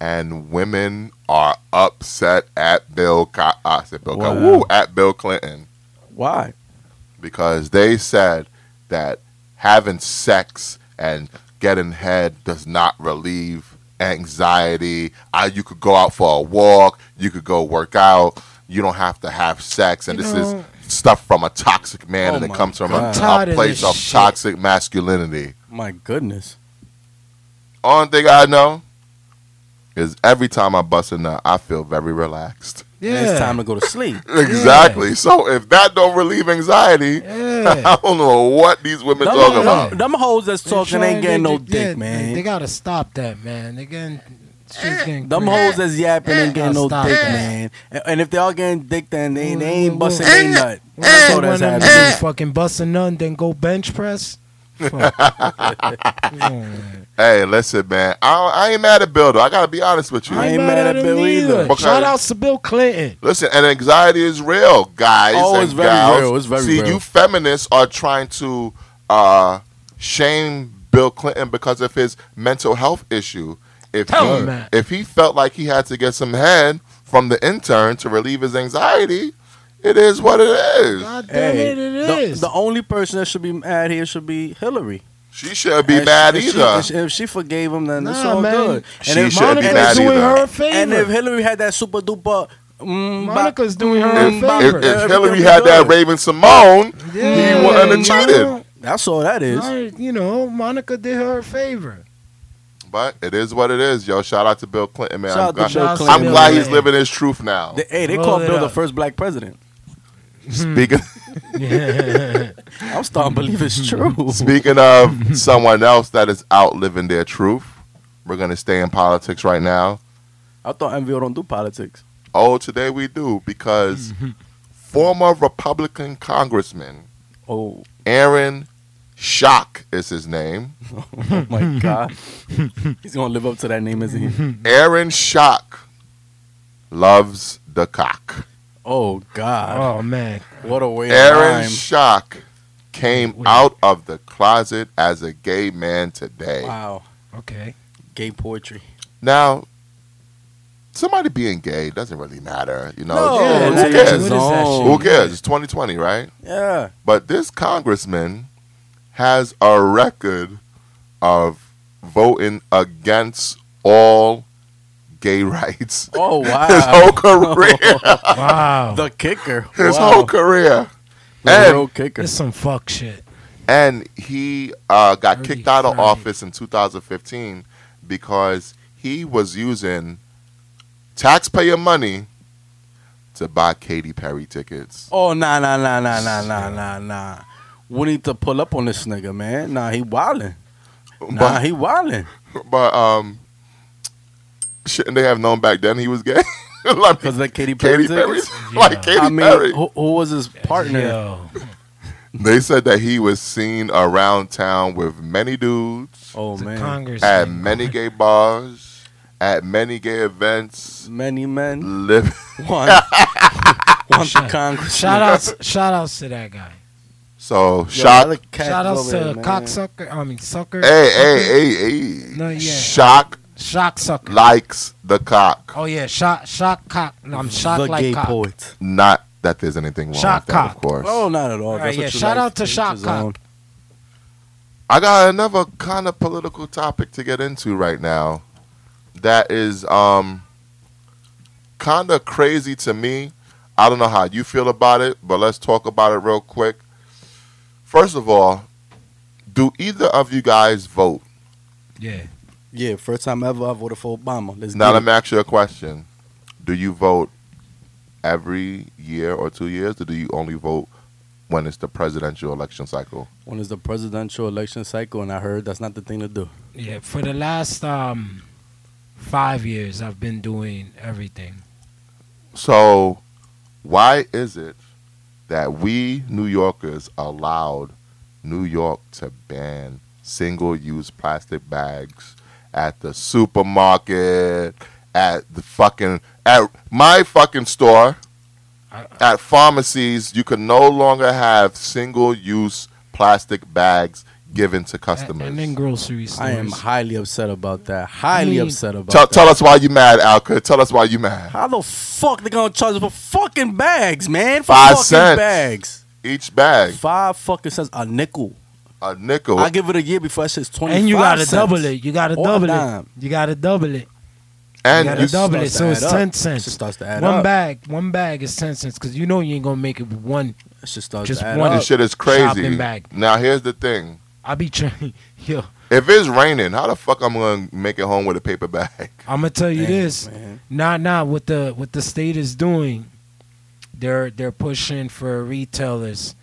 [SPEAKER 1] and women are upset at Bill. Co- uh, I said Bill. Co-
[SPEAKER 2] Wow.
[SPEAKER 1] woo, at Bill Clinton
[SPEAKER 2] why?
[SPEAKER 1] because they said that having sex and getting head does not relieve anxiety. I, you could go out for a walk, you could go work out, you don't have to have sex, and
[SPEAKER 3] You
[SPEAKER 1] this
[SPEAKER 3] know-
[SPEAKER 1] is stuff from a toxic man,
[SPEAKER 2] Oh
[SPEAKER 1] and it
[SPEAKER 2] my
[SPEAKER 1] comes from
[SPEAKER 2] God.
[SPEAKER 1] a,
[SPEAKER 2] I'm
[SPEAKER 3] tired
[SPEAKER 1] a
[SPEAKER 3] of
[SPEAKER 1] place
[SPEAKER 3] this
[SPEAKER 1] of
[SPEAKER 3] shit.
[SPEAKER 1] toxic masculinity.
[SPEAKER 2] My goodness.
[SPEAKER 1] Only thing I know is every time I bust a nut, I feel very relaxed.
[SPEAKER 3] Yeah,
[SPEAKER 2] It's time to go to sleep.
[SPEAKER 1] Exactly. So if that don't relieve anxiety,
[SPEAKER 3] Yeah.
[SPEAKER 1] I don't know what these women talking
[SPEAKER 2] them,
[SPEAKER 1] about.
[SPEAKER 2] them hoes that's
[SPEAKER 3] They
[SPEAKER 2] talking
[SPEAKER 3] trying-
[SPEAKER 2] ain't getting
[SPEAKER 3] they-
[SPEAKER 2] no
[SPEAKER 3] they-
[SPEAKER 2] dick,
[SPEAKER 3] yeah,
[SPEAKER 2] man.
[SPEAKER 3] They gotta stop that, man. They getting, shit's getting
[SPEAKER 2] them
[SPEAKER 3] crazy.
[SPEAKER 2] hoes that's yapping ain't getting no
[SPEAKER 3] Stop
[SPEAKER 2] dick,
[SPEAKER 3] that.
[SPEAKER 2] man. And, and if they all getting dick, then they, they
[SPEAKER 3] Whoa,
[SPEAKER 2] ain't
[SPEAKER 3] whoa,
[SPEAKER 2] busting
[SPEAKER 3] whoa.
[SPEAKER 2] ain't nut.
[SPEAKER 3] When I
[SPEAKER 2] That's
[SPEAKER 3] say
[SPEAKER 2] all that's
[SPEAKER 3] one of them
[SPEAKER 2] happening.
[SPEAKER 3] dudes fucking busting none, then go bench press. Fuck. Come on, man.
[SPEAKER 1] Hey, listen, man. I, I ain't mad at Bill though. I gotta be honest with you.
[SPEAKER 2] I ain't mad at Bill either.
[SPEAKER 1] Because-
[SPEAKER 3] Shout out to Bill Clinton.
[SPEAKER 1] Listen, and anxiety is real, guys.
[SPEAKER 2] Oh,
[SPEAKER 1] and
[SPEAKER 2] it's very
[SPEAKER 1] gals.
[SPEAKER 2] real. It's very
[SPEAKER 1] See,
[SPEAKER 2] real.
[SPEAKER 1] you feminists are trying to uh, shame Bill Clinton because of his mental health issue. If
[SPEAKER 3] Tell
[SPEAKER 1] he,
[SPEAKER 3] him that.
[SPEAKER 1] if he felt like he had to get some head from the intern to relieve his anxiety, it is what it is.
[SPEAKER 3] God damn
[SPEAKER 2] Hey,
[SPEAKER 3] it, it is.
[SPEAKER 2] the, the only person that should be mad here should be Hillary.
[SPEAKER 1] She shouldn't be
[SPEAKER 2] And she-
[SPEAKER 1] mad
[SPEAKER 2] if she-
[SPEAKER 1] either.
[SPEAKER 2] if she- if she forgave him, then it's
[SPEAKER 3] Nah,
[SPEAKER 2] all
[SPEAKER 3] man.
[SPEAKER 2] good.
[SPEAKER 1] She
[SPEAKER 2] if
[SPEAKER 1] shouldn't be
[SPEAKER 2] Monica-
[SPEAKER 1] mad
[SPEAKER 3] Monica's doing
[SPEAKER 1] either.
[SPEAKER 3] her a favor.
[SPEAKER 2] And if Hillary had that super duper, mm,
[SPEAKER 3] Monica's doing her a
[SPEAKER 1] if, if,
[SPEAKER 3] favor.
[SPEAKER 1] if
[SPEAKER 2] Yeah,
[SPEAKER 1] Hillary
[SPEAKER 2] everything
[SPEAKER 1] had that
[SPEAKER 2] good.
[SPEAKER 1] Raven Simone, he wouldn't have
[SPEAKER 3] Yeah,
[SPEAKER 1] cheated.
[SPEAKER 3] Monica-
[SPEAKER 2] that's all that is.
[SPEAKER 3] Mon- You know, Monica did her a favor.
[SPEAKER 1] But it is what it is, yo. Shout out to Bill Clinton, man.
[SPEAKER 2] Shout
[SPEAKER 1] I'm
[SPEAKER 2] out to
[SPEAKER 1] glad,
[SPEAKER 2] Bill
[SPEAKER 1] I'm
[SPEAKER 2] Clinton.
[SPEAKER 1] glad he's
[SPEAKER 3] Yeah.
[SPEAKER 1] living his truth now.
[SPEAKER 2] They- hey, they
[SPEAKER 3] Roll
[SPEAKER 2] called
[SPEAKER 3] it
[SPEAKER 2] Bill the
[SPEAKER 3] up.
[SPEAKER 2] first black president.
[SPEAKER 1] Speaking.
[SPEAKER 2] I'm starting to believe it's true.
[SPEAKER 1] Speaking of someone else that is out living their truth, we're gonna stay in politics right now.
[SPEAKER 2] I thought MVO don't do politics.
[SPEAKER 1] Oh, today we do because former Republican Congressman
[SPEAKER 2] Oh,
[SPEAKER 1] Aaron Shock is his name.
[SPEAKER 2] oh my God. He's going to live up to that name, isn't he?
[SPEAKER 1] Aaron Shock loves the cock.
[SPEAKER 2] Oh, God.
[SPEAKER 3] oh man,
[SPEAKER 2] What a way of
[SPEAKER 1] Aaron
[SPEAKER 2] time.
[SPEAKER 1] Shock came out of the closet as a gay man today.
[SPEAKER 2] Wow.
[SPEAKER 3] okay.
[SPEAKER 2] Gay poetry.
[SPEAKER 1] Now, somebody being gay doesn't really matter, you know.
[SPEAKER 2] No,
[SPEAKER 3] yeah,
[SPEAKER 1] who
[SPEAKER 3] like,
[SPEAKER 1] cares?
[SPEAKER 3] what is that shit?
[SPEAKER 1] Who cares? It's 2020, right?
[SPEAKER 2] Yeah.
[SPEAKER 1] But this congressman has a record of voting against all gay rights.
[SPEAKER 2] Oh, wow.
[SPEAKER 1] His whole career.
[SPEAKER 3] Wow,
[SPEAKER 2] the kicker.
[SPEAKER 1] His
[SPEAKER 2] Wow.
[SPEAKER 1] whole career.
[SPEAKER 2] The
[SPEAKER 1] And,
[SPEAKER 2] real kicker.
[SPEAKER 3] it's some fuck shit.
[SPEAKER 1] and he uh, got kicked out of
[SPEAKER 3] Thirty-five.
[SPEAKER 1] office in 2015 because he was using taxpayer money to buy Katy Perry tickets.
[SPEAKER 2] Oh, nah, nah, nah, nah, nah, nah, nah, nah. We need to pull up on this nigga, man. Nah, he wildin'. Nah,
[SPEAKER 1] But,
[SPEAKER 2] he wildin'.
[SPEAKER 1] but um, shouldn't they have known back then he was gay? Like,
[SPEAKER 2] Because like Katy Perry.
[SPEAKER 1] Katy Perry,
[SPEAKER 2] tickets?
[SPEAKER 1] like Katy
[SPEAKER 2] I mean, oh.
[SPEAKER 1] Perry.
[SPEAKER 2] who, who was his partner?
[SPEAKER 3] Yo.
[SPEAKER 1] They said that he was seen around town with many dudes
[SPEAKER 2] Oh
[SPEAKER 3] It's a
[SPEAKER 2] man,
[SPEAKER 3] Congress.
[SPEAKER 1] at many gay bars, at many gay events.
[SPEAKER 2] many men
[SPEAKER 1] Live.
[SPEAKER 2] want want the Congress.
[SPEAKER 3] Shout outs, shout outs to that guy.
[SPEAKER 1] So
[SPEAKER 2] Yo,
[SPEAKER 1] shock.
[SPEAKER 2] other cats
[SPEAKER 3] shout outs
[SPEAKER 2] over
[SPEAKER 3] to
[SPEAKER 2] there, man.
[SPEAKER 3] cocksucker. I mean sucker.
[SPEAKER 1] Hey, hey, hey, hey.
[SPEAKER 3] No, yeah.
[SPEAKER 1] Shock
[SPEAKER 3] Shock sucker.
[SPEAKER 1] likes the cock.
[SPEAKER 3] Oh yeah, shock, shock cock. No, I'm shocked
[SPEAKER 2] the
[SPEAKER 3] like
[SPEAKER 2] gay
[SPEAKER 3] cock.
[SPEAKER 2] poet.
[SPEAKER 1] Not that there's anything wrong
[SPEAKER 3] Shock
[SPEAKER 1] with that, of
[SPEAKER 3] cock.
[SPEAKER 1] course.
[SPEAKER 2] Oh, not at all.
[SPEAKER 3] All right,
[SPEAKER 2] That's
[SPEAKER 3] yeah,
[SPEAKER 2] what you
[SPEAKER 3] shout
[SPEAKER 2] like.
[SPEAKER 3] out to
[SPEAKER 2] Each
[SPEAKER 3] Shock
[SPEAKER 2] his
[SPEAKER 3] Cock.
[SPEAKER 2] own.
[SPEAKER 1] I got another kind of political topic to get into right now that is um kind of crazy to me. I don't know how you feel about it, but let's talk about it real quick. First of all, do either of you guys vote?
[SPEAKER 3] Yeah.
[SPEAKER 2] Yeah, first time ever I voted for Obama. Let's
[SPEAKER 1] Now
[SPEAKER 2] do
[SPEAKER 1] let
[SPEAKER 2] it.
[SPEAKER 1] me ask you a question. Do you vote every year or two years, or do you only vote when it's the presidential election cycle?
[SPEAKER 2] When is the presidential election cycle? And I heard that's not the thing to do.
[SPEAKER 3] Yeah, for the last um five years, I've been doing everything.
[SPEAKER 1] So, why is it that we New Yorkers allowed New York to ban single use plastic bags at the supermarket, at the fucking, at my fucking store,
[SPEAKER 3] I-
[SPEAKER 1] at pharmacies? You can no longer have single use plastic bags given to
[SPEAKER 3] And,
[SPEAKER 1] customers.
[SPEAKER 3] and in grocery stores.
[SPEAKER 2] I am highly upset about that. Highly
[SPEAKER 3] Mm.
[SPEAKER 2] upset about
[SPEAKER 1] tell,
[SPEAKER 2] that.
[SPEAKER 1] tell us why you mad, Alka. Tell us why you mad.
[SPEAKER 2] How the fuck they gonna charge us for fucking bags, man? For
[SPEAKER 1] Five
[SPEAKER 2] fucking
[SPEAKER 1] cents.
[SPEAKER 2] bags.
[SPEAKER 1] Each bag,
[SPEAKER 2] Five fucking cents a nickel.
[SPEAKER 1] a nickel.
[SPEAKER 2] I give it a year before that shit's twenty.
[SPEAKER 3] And you gotta double it. You gotta
[SPEAKER 2] Or a
[SPEAKER 3] double it.
[SPEAKER 2] dime.
[SPEAKER 3] You gotta double it.
[SPEAKER 1] and
[SPEAKER 3] you
[SPEAKER 1] you-
[SPEAKER 3] gotta double it.
[SPEAKER 2] starts to
[SPEAKER 3] So it's
[SPEAKER 2] add up.
[SPEAKER 3] ten
[SPEAKER 2] It
[SPEAKER 3] cents.
[SPEAKER 2] starts to add
[SPEAKER 3] One
[SPEAKER 2] up.
[SPEAKER 3] bag, one bag is ten cents because you know you ain't gonna make it with one.
[SPEAKER 2] It should start
[SPEAKER 3] Just
[SPEAKER 2] to add
[SPEAKER 3] one
[SPEAKER 2] up.
[SPEAKER 1] This shit is crazy.
[SPEAKER 3] Shopping bag.
[SPEAKER 1] Now here's the thing:
[SPEAKER 3] I'll be trying. Yo,
[SPEAKER 1] if it's raining, how the fuck I'm gonna make it home with a paper bag?
[SPEAKER 3] I'm gonna tell you
[SPEAKER 2] Damn,
[SPEAKER 3] this.
[SPEAKER 2] man.
[SPEAKER 3] Nah, nah. What the what the state is doing, they're they're pushing for retailers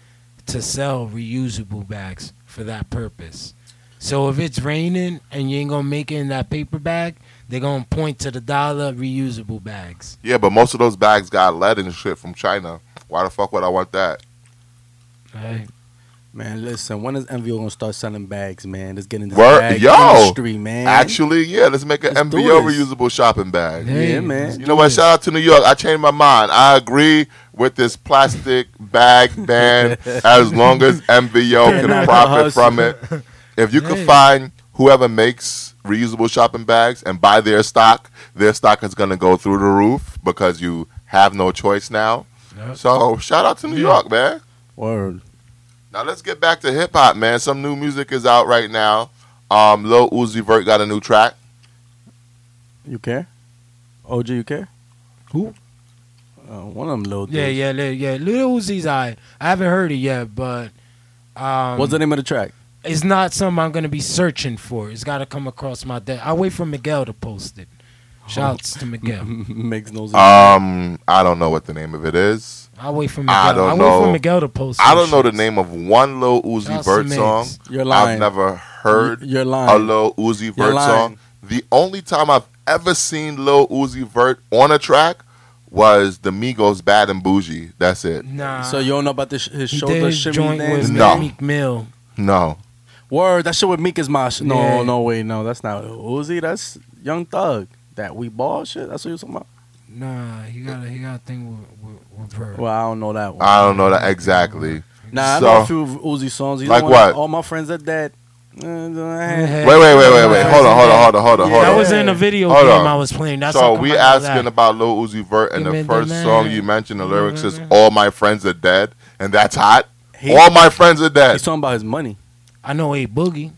[SPEAKER 3] to sell reusable bags for that purpose. So if it's raining and you ain't gonna make it in that paper bag, they're gonna point to the dollar reusable bags.
[SPEAKER 1] Yeah, but most of those bags got lead and shit from China. Why the fuck would I want that?
[SPEAKER 3] Right?
[SPEAKER 2] Man, listen, when is MVO gonna start selling bags, man? Let's get into the
[SPEAKER 1] Word-
[SPEAKER 2] bag
[SPEAKER 1] yo!
[SPEAKER 2] industry, man.
[SPEAKER 1] Actually, yeah, let's make an
[SPEAKER 2] Let's do
[SPEAKER 1] MBO
[SPEAKER 2] this.
[SPEAKER 1] reusable shopping bag.
[SPEAKER 2] Yeah, man.
[SPEAKER 1] You know what? Shout out to New York. I changed my mind. I agree with this plastic bag ban as long as MVO
[SPEAKER 2] Not
[SPEAKER 1] can
[SPEAKER 2] the
[SPEAKER 1] profit
[SPEAKER 2] hustle.
[SPEAKER 1] from it. If you
[SPEAKER 3] Hey.
[SPEAKER 1] can find whoever makes reusable shopping bags and buy their stock, their stock is going to go through the roof because you have no choice now.
[SPEAKER 3] Yep.
[SPEAKER 1] So shout out to New
[SPEAKER 3] Yeah.
[SPEAKER 1] York, man.
[SPEAKER 2] Word.
[SPEAKER 1] Now let's get back to hip hop, man. Some new music is out right now. Um, Lil Uzi Vert got a new track.
[SPEAKER 2] You care? OG, you care?
[SPEAKER 3] Who?
[SPEAKER 2] Uh, one of them little dudes.
[SPEAKER 3] Yeah, yeah, li- yeah. Lil Uzi's I I haven't heard it yet, but um,
[SPEAKER 2] What's the name of the track?
[SPEAKER 3] it's not something I'm gonna be searching for. It's gotta come across my desk. I wait for Miguel to post it.
[SPEAKER 1] Oh.
[SPEAKER 3] Shouts to Miguel.
[SPEAKER 2] Makes no sense.
[SPEAKER 1] Um, I don't know what the name of it is.
[SPEAKER 3] I wait for Miguel.
[SPEAKER 1] I
[SPEAKER 3] I,
[SPEAKER 1] don't
[SPEAKER 3] wait
[SPEAKER 1] know.
[SPEAKER 3] for Miguel to post.
[SPEAKER 1] I
[SPEAKER 3] some
[SPEAKER 1] don't know the
[SPEAKER 3] shits.
[SPEAKER 1] name of one Lil Uzi
[SPEAKER 3] Shouts
[SPEAKER 1] Vert
[SPEAKER 3] to Migs.
[SPEAKER 1] song.
[SPEAKER 2] You're lying.
[SPEAKER 1] I've never heard
[SPEAKER 2] You're lying.
[SPEAKER 1] a Lil Uzi
[SPEAKER 2] You're
[SPEAKER 1] Vert
[SPEAKER 2] lying.
[SPEAKER 1] song. The only time I've ever seen Lil Uzi Vert on a track was the Migos Bad and Bougie. That's it.
[SPEAKER 3] Nah.
[SPEAKER 2] So you don't know about the sh- his
[SPEAKER 3] he did
[SPEAKER 2] shoulder
[SPEAKER 3] his
[SPEAKER 2] shimmy
[SPEAKER 3] joint
[SPEAKER 2] dance?
[SPEAKER 3] with
[SPEAKER 1] No.
[SPEAKER 3] Meek Mill.
[SPEAKER 1] No.
[SPEAKER 2] Word, that shit with Meek is my sh- No,
[SPEAKER 3] Yeah.
[SPEAKER 2] no, wait, no, that's not Uzi. That's Young Thug. That we ball shit. That's what you're talking about.
[SPEAKER 3] Nah, he got a he got a thing with with, with her.
[SPEAKER 2] Well, I don't know that one.
[SPEAKER 1] I don't know that exactly.
[SPEAKER 2] nah,
[SPEAKER 1] Uh, so-
[SPEAKER 2] I know a few Uzi songs. He's
[SPEAKER 1] Like
[SPEAKER 2] the one that uh,
[SPEAKER 1] what?
[SPEAKER 2] All my friends are dead.
[SPEAKER 1] Wait, wait, wait, wait, wait. Hold on, hold on, hold on, hold on,
[SPEAKER 2] Yeah,
[SPEAKER 1] hold
[SPEAKER 3] that
[SPEAKER 1] on.
[SPEAKER 3] was in a video
[SPEAKER 1] Hold
[SPEAKER 3] game
[SPEAKER 1] on.
[SPEAKER 3] I was playing. That's how
[SPEAKER 1] so
[SPEAKER 3] come
[SPEAKER 1] we
[SPEAKER 3] I know
[SPEAKER 1] asking
[SPEAKER 3] that.
[SPEAKER 1] about Lil Uzi Vert, and
[SPEAKER 3] Give me
[SPEAKER 1] the
[SPEAKER 3] the
[SPEAKER 1] first
[SPEAKER 3] man.
[SPEAKER 1] song you mentioned, the
[SPEAKER 3] Give me
[SPEAKER 1] lyrics
[SPEAKER 3] the
[SPEAKER 1] is
[SPEAKER 3] man.
[SPEAKER 1] "All my friends are dead," and that's hot.
[SPEAKER 2] He-
[SPEAKER 1] All my friends are dead.
[SPEAKER 2] He's talking about his money.
[SPEAKER 3] I know a boogie.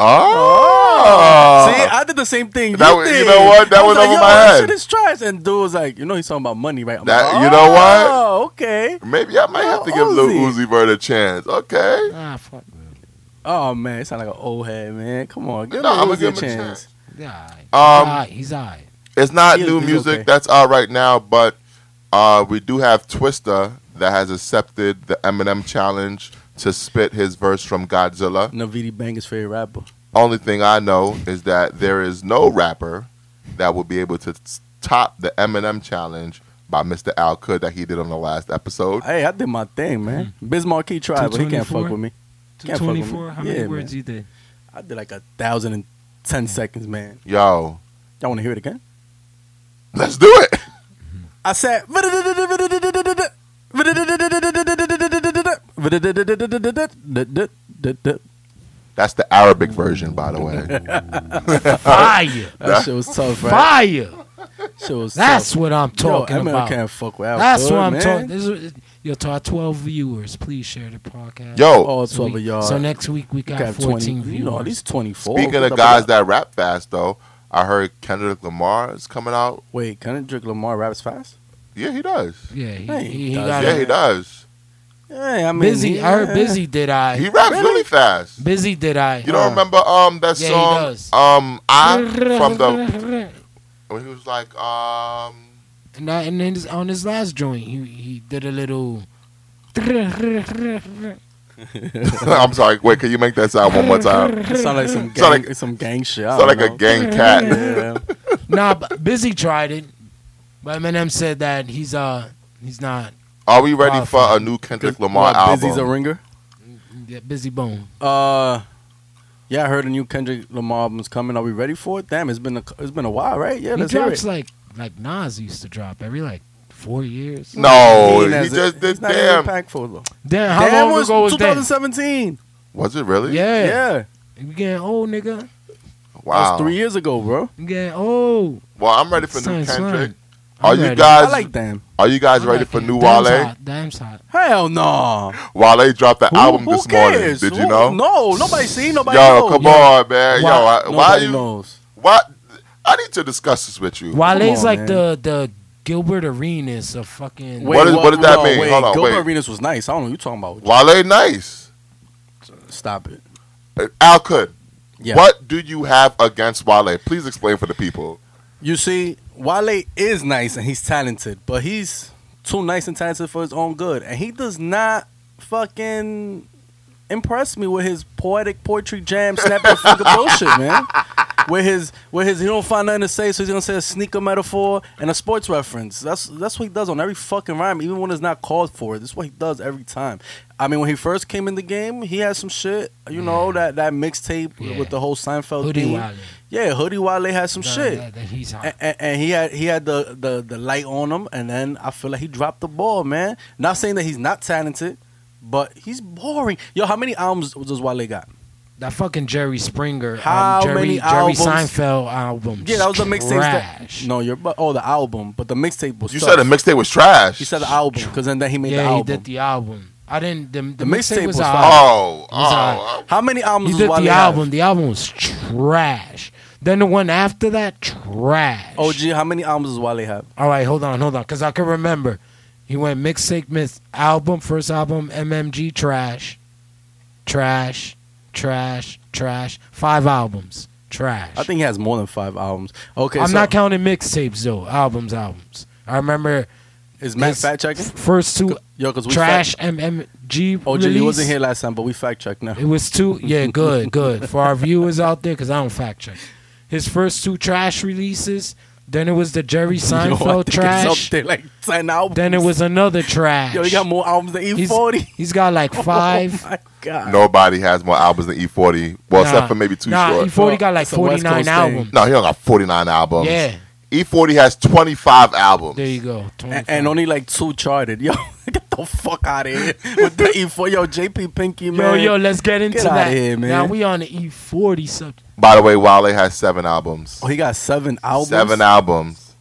[SPEAKER 1] Oh,
[SPEAKER 2] See, I did the same thing.
[SPEAKER 1] That
[SPEAKER 2] you,
[SPEAKER 1] was- you
[SPEAKER 2] did.
[SPEAKER 1] know what? That
[SPEAKER 2] I was like,
[SPEAKER 1] went over
[SPEAKER 2] yo,
[SPEAKER 1] my
[SPEAKER 2] that
[SPEAKER 1] head.
[SPEAKER 2] Shit is trash. And dude was like, you know, he's talking about money, right? I'm
[SPEAKER 1] That-
[SPEAKER 2] like,
[SPEAKER 1] you know what?
[SPEAKER 2] Oh, okay.
[SPEAKER 1] Maybe I might have to give Lil
[SPEAKER 2] Oh, Uzi.
[SPEAKER 1] Uzi Vert a chance. Okay.
[SPEAKER 3] Ah, fuck.
[SPEAKER 2] Oh man, it sound like an old head, man. Come on, give
[SPEAKER 1] No,
[SPEAKER 2] him
[SPEAKER 1] I'ma
[SPEAKER 2] Uzi
[SPEAKER 1] give
[SPEAKER 2] a
[SPEAKER 1] him a
[SPEAKER 2] chance.
[SPEAKER 3] Yeah, he's
[SPEAKER 2] Uh,
[SPEAKER 1] Um,
[SPEAKER 3] alright. He's alright.
[SPEAKER 1] It's not
[SPEAKER 2] He is-
[SPEAKER 1] new
[SPEAKER 2] he's
[SPEAKER 1] music
[SPEAKER 2] okay.
[SPEAKER 1] that's out right now, but uh, we do have Twista that has accepted the Eminem challenge to spit his verse from Godzilla.
[SPEAKER 2] Navidi Bang is favorite rapper.
[SPEAKER 1] Only thing I know is that there is no rapper that will be able to s- top the Eminem challenge by Mr. Al Kud that he did on the last episode.
[SPEAKER 2] Hey, I did my thing, man.
[SPEAKER 3] Mm.
[SPEAKER 2] Biz Markie tried, but he can't
[SPEAKER 3] 224?
[SPEAKER 2] fuck with me. Can't fuck with me.
[SPEAKER 4] 224? How many
[SPEAKER 2] Yeah,
[SPEAKER 4] words
[SPEAKER 2] man.
[SPEAKER 4] you did?
[SPEAKER 2] I did like a thousand and ten
[SPEAKER 3] Mm.
[SPEAKER 2] seconds, man.
[SPEAKER 1] Yo,
[SPEAKER 2] Y'all want to hear it again?
[SPEAKER 1] let's do it.
[SPEAKER 2] I said. That
[SPEAKER 1] That's the Arabic version, by the way. Uh,
[SPEAKER 3] Fire,
[SPEAKER 2] shit was tough, right?
[SPEAKER 3] fire.
[SPEAKER 2] Shit was
[SPEAKER 3] That's
[SPEAKER 2] tough.
[SPEAKER 3] what I'm talking
[SPEAKER 2] Yo, Eminem
[SPEAKER 3] about.
[SPEAKER 2] can't fuck with Al
[SPEAKER 3] That's
[SPEAKER 2] Good,
[SPEAKER 3] what I'm
[SPEAKER 2] man.
[SPEAKER 3] talking. This is, yo, to our 12 viewers, please share the podcast.
[SPEAKER 1] Yo,
[SPEAKER 2] All
[SPEAKER 3] So
[SPEAKER 2] twelve
[SPEAKER 3] we-
[SPEAKER 2] of y'all.
[SPEAKER 3] So next week we got,
[SPEAKER 2] You got
[SPEAKER 3] 14
[SPEAKER 2] 20,
[SPEAKER 3] viewers.
[SPEAKER 2] You know, at least twenty four.
[SPEAKER 1] speaking of guys that rap fast, though, I heard Kendrick Lamar is coming out.
[SPEAKER 2] wait, Kendrick Lamar raps fast.
[SPEAKER 1] Yeah, he does.
[SPEAKER 3] yeah, he,
[SPEAKER 2] Hey,
[SPEAKER 3] he, he
[SPEAKER 2] does
[SPEAKER 3] got
[SPEAKER 2] it.
[SPEAKER 1] Yeah, he
[SPEAKER 3] it.
[SPEAKER 1] does.
[SPEAKER 2] Yeah, I mean,
[SPEAKER 3] busy. I heard
[SPEAKER 2] yeah.
[SPEAKER 3] busy did I.
[SPEAKER 1] He raps really, fast.
[SPEAKER 3] busy did I.
[SPEAKER 1] You don't remember um that
[SPEAKER 3] Yeah, he
[SPEAKER 1] song
[SPEAKER 3] does.
[SPEAKER 1] um I from the when he was like um
[SPEAKER 3] And, I, and then his- on his last joint, he he did a little.
[SPEAKER 1] I'm sorry wait can you make that sound one more time
[SPEAKER 2] It sound like some gang,
[SPEAKER 1] Sound like-
[SPEAKER 2] some gang shit. I
[SPEAKER 1] sound like
[SPEAKER 2] don't
[SPEAKER 1] a
[SPEAKER 2] know.
[SPEAKER 1] gang cat
[SPEAKER 2] Yeah.
[SPEAKER 3] nah, but busy tried it, but Eminem said that he's uh he's not
[SPEAKER 1] are we ready
[SPEAKER 3] Wow.
[SPEAKER 1] for a new Kendrick Lamar
[SPEAKER 2] What, Busy's a
[SPEAKER 1] album
[SPEAKER 2] ringer.
[SPEAKER 3] yeah, busy bone.
[SPEAKER 2] Uh, yeah, I heard a new Kendrick Lamar album's coming. Are we ready for it? Damn, it's been a it's been a while, right? Yeah,
[SPEAKER 3] he
[SPEAKER 2] let's hear
[SPEAKER 3] drops
[SPEAKER 2] it.
[SPEAKER 3] like like Nas used to drop every like four years.
[SPEAKER 1] no
[SPEAKER 2] Dean
[SPEAKER 1] Oh, he
[SPEAKER 2] has it.
[SPEAKER 1] just did
[SPEAKER 2] It's not even
[SPEAKER 1] damn
[SPEAKER 2] impactful though.
[SPEAKER 3] Damn, how
[SPEAKER 2] Damn
[SPEAKER 3] long
[SPEAKER 2] was
[SPEAKER 3] ago was that?
[SPEAKER 2] 2017.
[SPEAKER 1] was it really
[SPEAKER 3] Yeah.
[SPEAKER 2] Yeah,
[SPEAKER 3] You getting old, nigga.
[SPEAKER 2] that
[SPEAKER 1] wow
[SPEAKER 2] was three years ago, bro.
[SPEAKER 3] You getting old.
[SPEAKER 1] well I'm ready for new
[SPEAKER 3] Son, son.
[SPEAKER 1] Kendrick
[SPEAKER 3] I'm
[SPEAKER 1] are you
[SPEAKER 3] ready.
[SPEAKER 2] I
[SPEAKER 1] guys
[SPEAKER 2] like damn.
[SPEAKER 1] are you guys
[SPEAKER 3] I'm
[SPEAKER 1] ready
[SPEAKER 3] like,
[SPEAKER 1] for new
[SPEAKER 3] Damn's
[SPEAKER 1] Wale
[SPEAKER 3] hot. Damn's hot.
[SPEAKER 2] Hell no.
[SPEAKER 1] Wale dropped the
[SPEAKER 2] Who-
[SPEAKER 1] album
[SPEAKER 2] who
[SPEAKER 1] this morning
[SPEAKER 2] cares?
[SPEAKER 1] did you
[SPEAKER 2] Who-
[SPEAKER 1] know
[SPEAKER 2] No, nobody seen. Nobody.
[SPEAKER 1] yo
[SPEAKER 2] knows.
[SPEAKER 1] come
[SPEAKER 2] Yo,
[SPEAKER 1] on man yo I- why
[SPEAKER 2] nobody
[SPEAKER 1] you
[SPEAKER 2] knows.
[SPEAKER 1] why I need to discuss this with you
[SPEAKER 3] Wale's
[SPEAKER 2] on,
[SPEAKER 3] like
[SPEAKER 2] man.
[SPEAKER 3] the the Gilbert Arenas of fucking.
[SPEAKER 1] Wait. What is- what does that mean?
[SPEAKER 2] Wait,
[SPEAKER 1] Hold on,
[SPEAKER 2] Gilbert
[SPEAKER 1] wait.
[SPEAKER 2] Arenas was nice. I don't know what you talking about.
[SPEAKER 1] Wale nice.
[SPEAKER 2] Stop it.
[SPEAKER 1] Uh, Al Kud,
[SPEAKER 2] Yeah.
[SPEAKER 1] what do you have against Wale? Please explain for the people.
[SPEAKER 2] You see, Wale is nice and he's talented, but he's too nice and talented for his own good, and he does not fucking impress me with his poetic poetry jam, snap your finger bullshit, man. with his with his he don't find nothing to say, so he's gonna say a sneaker metaphor and a sports reference. That's that's what he does on every fucking rhyme, even when it's not called for. That's what he does every time. I mean, when he first came in the game, he had some shit, you know, that that mixtape
[SPEAKER 3] Yeah.
[SPEAKER 2] with the whole Seinfeld
[SPEAKER 3] Hoodie
[SPEAKER 2] theme.
[SPEAKER 3] Wale.
[SPEAKER 2] Yeah, Hoodie Wale had some
[SPEAKER 3] The-
[SPEAKER 2] shit.
[SPEAKER 3] the- the- he's hot.
[SPEAKER 2] and, and, and he had he had the, the the light on him, and then I feel like he dropped the ball, man. Not saying that he's not talented, but he's boring. Yo, how many albums does Wale got?
[SPEAKER 3] That fucking Jerry Springer,
[SPEAKER 2] How
[SPEAKER 3] um, Jerry,
[SPEAKER 2] many
[SPEAKER 3] Jerry
[SPEAKER 2] albums-
[SPEAKER 3] Seinfeld album.
[SPEAKER 2] Yeah, that was the mixtape.
[SPEAKER 3] Trash.
[SPEAKER 2] That, no, your but oh the album, but the mixtape was.
[SPEAKER 1] You
[SPEAKER 2] trash.
[SPEAKER 1] said the mixtape was trash. Oh,
[SPEAKER 2] He said the album because then, then he made the
[SPEAKER 3] yeah, he
[SPEAKER 2] album.
[SPEAKER 3] did the album. I didn't. The, the,
[SPEAKER 2] mixtape
[SPEAKER 3] mixtape was,
[SPEAKER 2] was
[SPEAKER 3] all
[SPEAKER 2] fire.
[SPEAKER 3] right.
[SPEAKER 1] Oh, oh,
[SPEAKER 3] all
[SPEAKER 1] oh.
[SPEAKER 2] how many albums?
[SPEAKER 3] He
[SPEAKER 2] does
[SPEAKER 3] did
[SPEAKER 2] Wale
[SPEAKER 3] the
[SPEAKER 2] have?
[SPEAKER 3] album. The album was trash. Then the one after that, trash.
[SPEAKER 2] OG, how many albums does Wale have?
[SPEAKER 3] All right, hold on, hold on, because I can remember. He went mixtape, mix album, first album, MMG, trash, trash, trash, trash. Five albums, trash.
[SPEAKER 2] I think he has more than five albums. Okay,
[SPEAKER 3] I'm
[SPEAKER 2] so
[SPEAKER 3] not counting mixtapes though. Albums, albums. I remember
[SPEAKER 2] is Matt
[SPEAKER 3] this
[SPEAKER 2] fact checking?
[SPEAKER 3] f- first two
[SPEAKER 2] Yo, because we
[SPEAKER 3] trash MMG.
[SPEAKER 2] Fact- OG,
[SPEAKER 3] release.
[SPEAKER 2] you wasn't here last time, but we fact checked now.
[SPEAKER 3] It was two. Yeah, good, good for our viewers out there because I don't fact check. His first two trash releses. Then it was the Jerry
[SPEAKER 2] Yo, I
[SPEAKER 3] Seinfeld
[SPEAKER 2] think it's
[SPEAKER 3] trash.
[SPEAKER 2] up there, like ten albums.
[SPEAKER 3] Then it was another trash.
[SPEAKER 2] Yo, he got more albums than E
[SPEAKER 3] He's-
[SPEAKER 2] Forty.
[SPEAKER 3] he's got like five.
[SPEAKER 2] Oh my God.
[SPEAKER 1] Nobody has more albums than E40. Well,
[SPEAKER 3] Nah.
[SPEAKER 1] except for maybe Too
[SPEAKER 3] nah,
[SPEAKER 1] Short.
[SPEAKER 2] E
[SPEAKER 3] E40 got like
[SPEAKER 2] It's a West
[SPEAKER 3] 49
[SPEAKER 2] Coast
[SPEAKER 3] albums.
[SPEAKER 1] no, he don't got 49 albums.
[SPEAKER 3] Yeah,
[SPEAKER 1] E40 has 25 albums.
[SPEAKER 3] there you go. 25.
[SPEAKER 2] And, and only like two charted. Yo, get the fuck out of here with the E40. Yo, JP Pinky,
[SPEAKER 3] yo,
[SPEAKER 2] man.
[SPEAKER 3] yo, let's get into
[SPEAKER 2] outta
[SPEAKER 3] that.
[SPEAKER 2] here, man.
[SPEAKER 3] Now we on the E E40 subject.
[SPEAKER 1] By the way, Wale has seven albums.
[SPEAKER 2] Oh, he got seven albums.
[SPEAKER 1] Seven albums.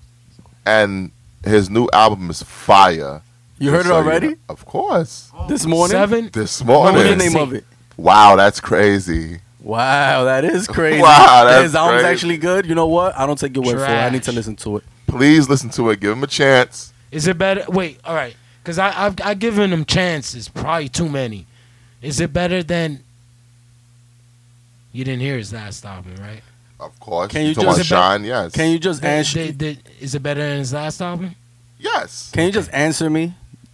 [SPEAKER 1] And his new album is fire.
[SPEAKER 2] You heard it
[SPEAKER 1] So,
[SPEAKER 2] already?
[SPEAKER 1] know- of course.
[SPEAKER 2] This morning?
[SPEAKER 3] Seven.
[SPEAKER 1] This
[SPEAKER 2] What was
[SPEAKER 1] morning.
[SPEAKER 2] the name of it?
[SPEAKER 1] Wow, that's crazy.
[SPEAKER 2] Wow, that is crazy.
[SPEAKER 1] Wow, that's
[SPEAKER 2] His album's
[SPEAKER 1] crazy.
[SPEAKER 2] actually good. You know what? I don't take your word for it. I
[SPEAKER 3] Trash.
[SPEAKER 2] need to listen to it.
[SPEAKER 1] Please listen to it. Give him a chance.
[SPEAKER 3] Is it better? Wait, all right, because I I've, I've given him chances, probably too many. Is it better than? You didn't hear his last album, right?
[SPEAKER 1] Of course.
[SPEAKER 2] Can you
[SPEAKER 1] talking about
[SPEAKER 2] just-
[SPEAKER 1] Shine? Yes.
[SPEAKER 2] Can you just answer?
[SPEAKER 3] They- they- is it better than his last album?
[SPEAKER 1] Yes.
[SPEAKER 2] Can you just answer me?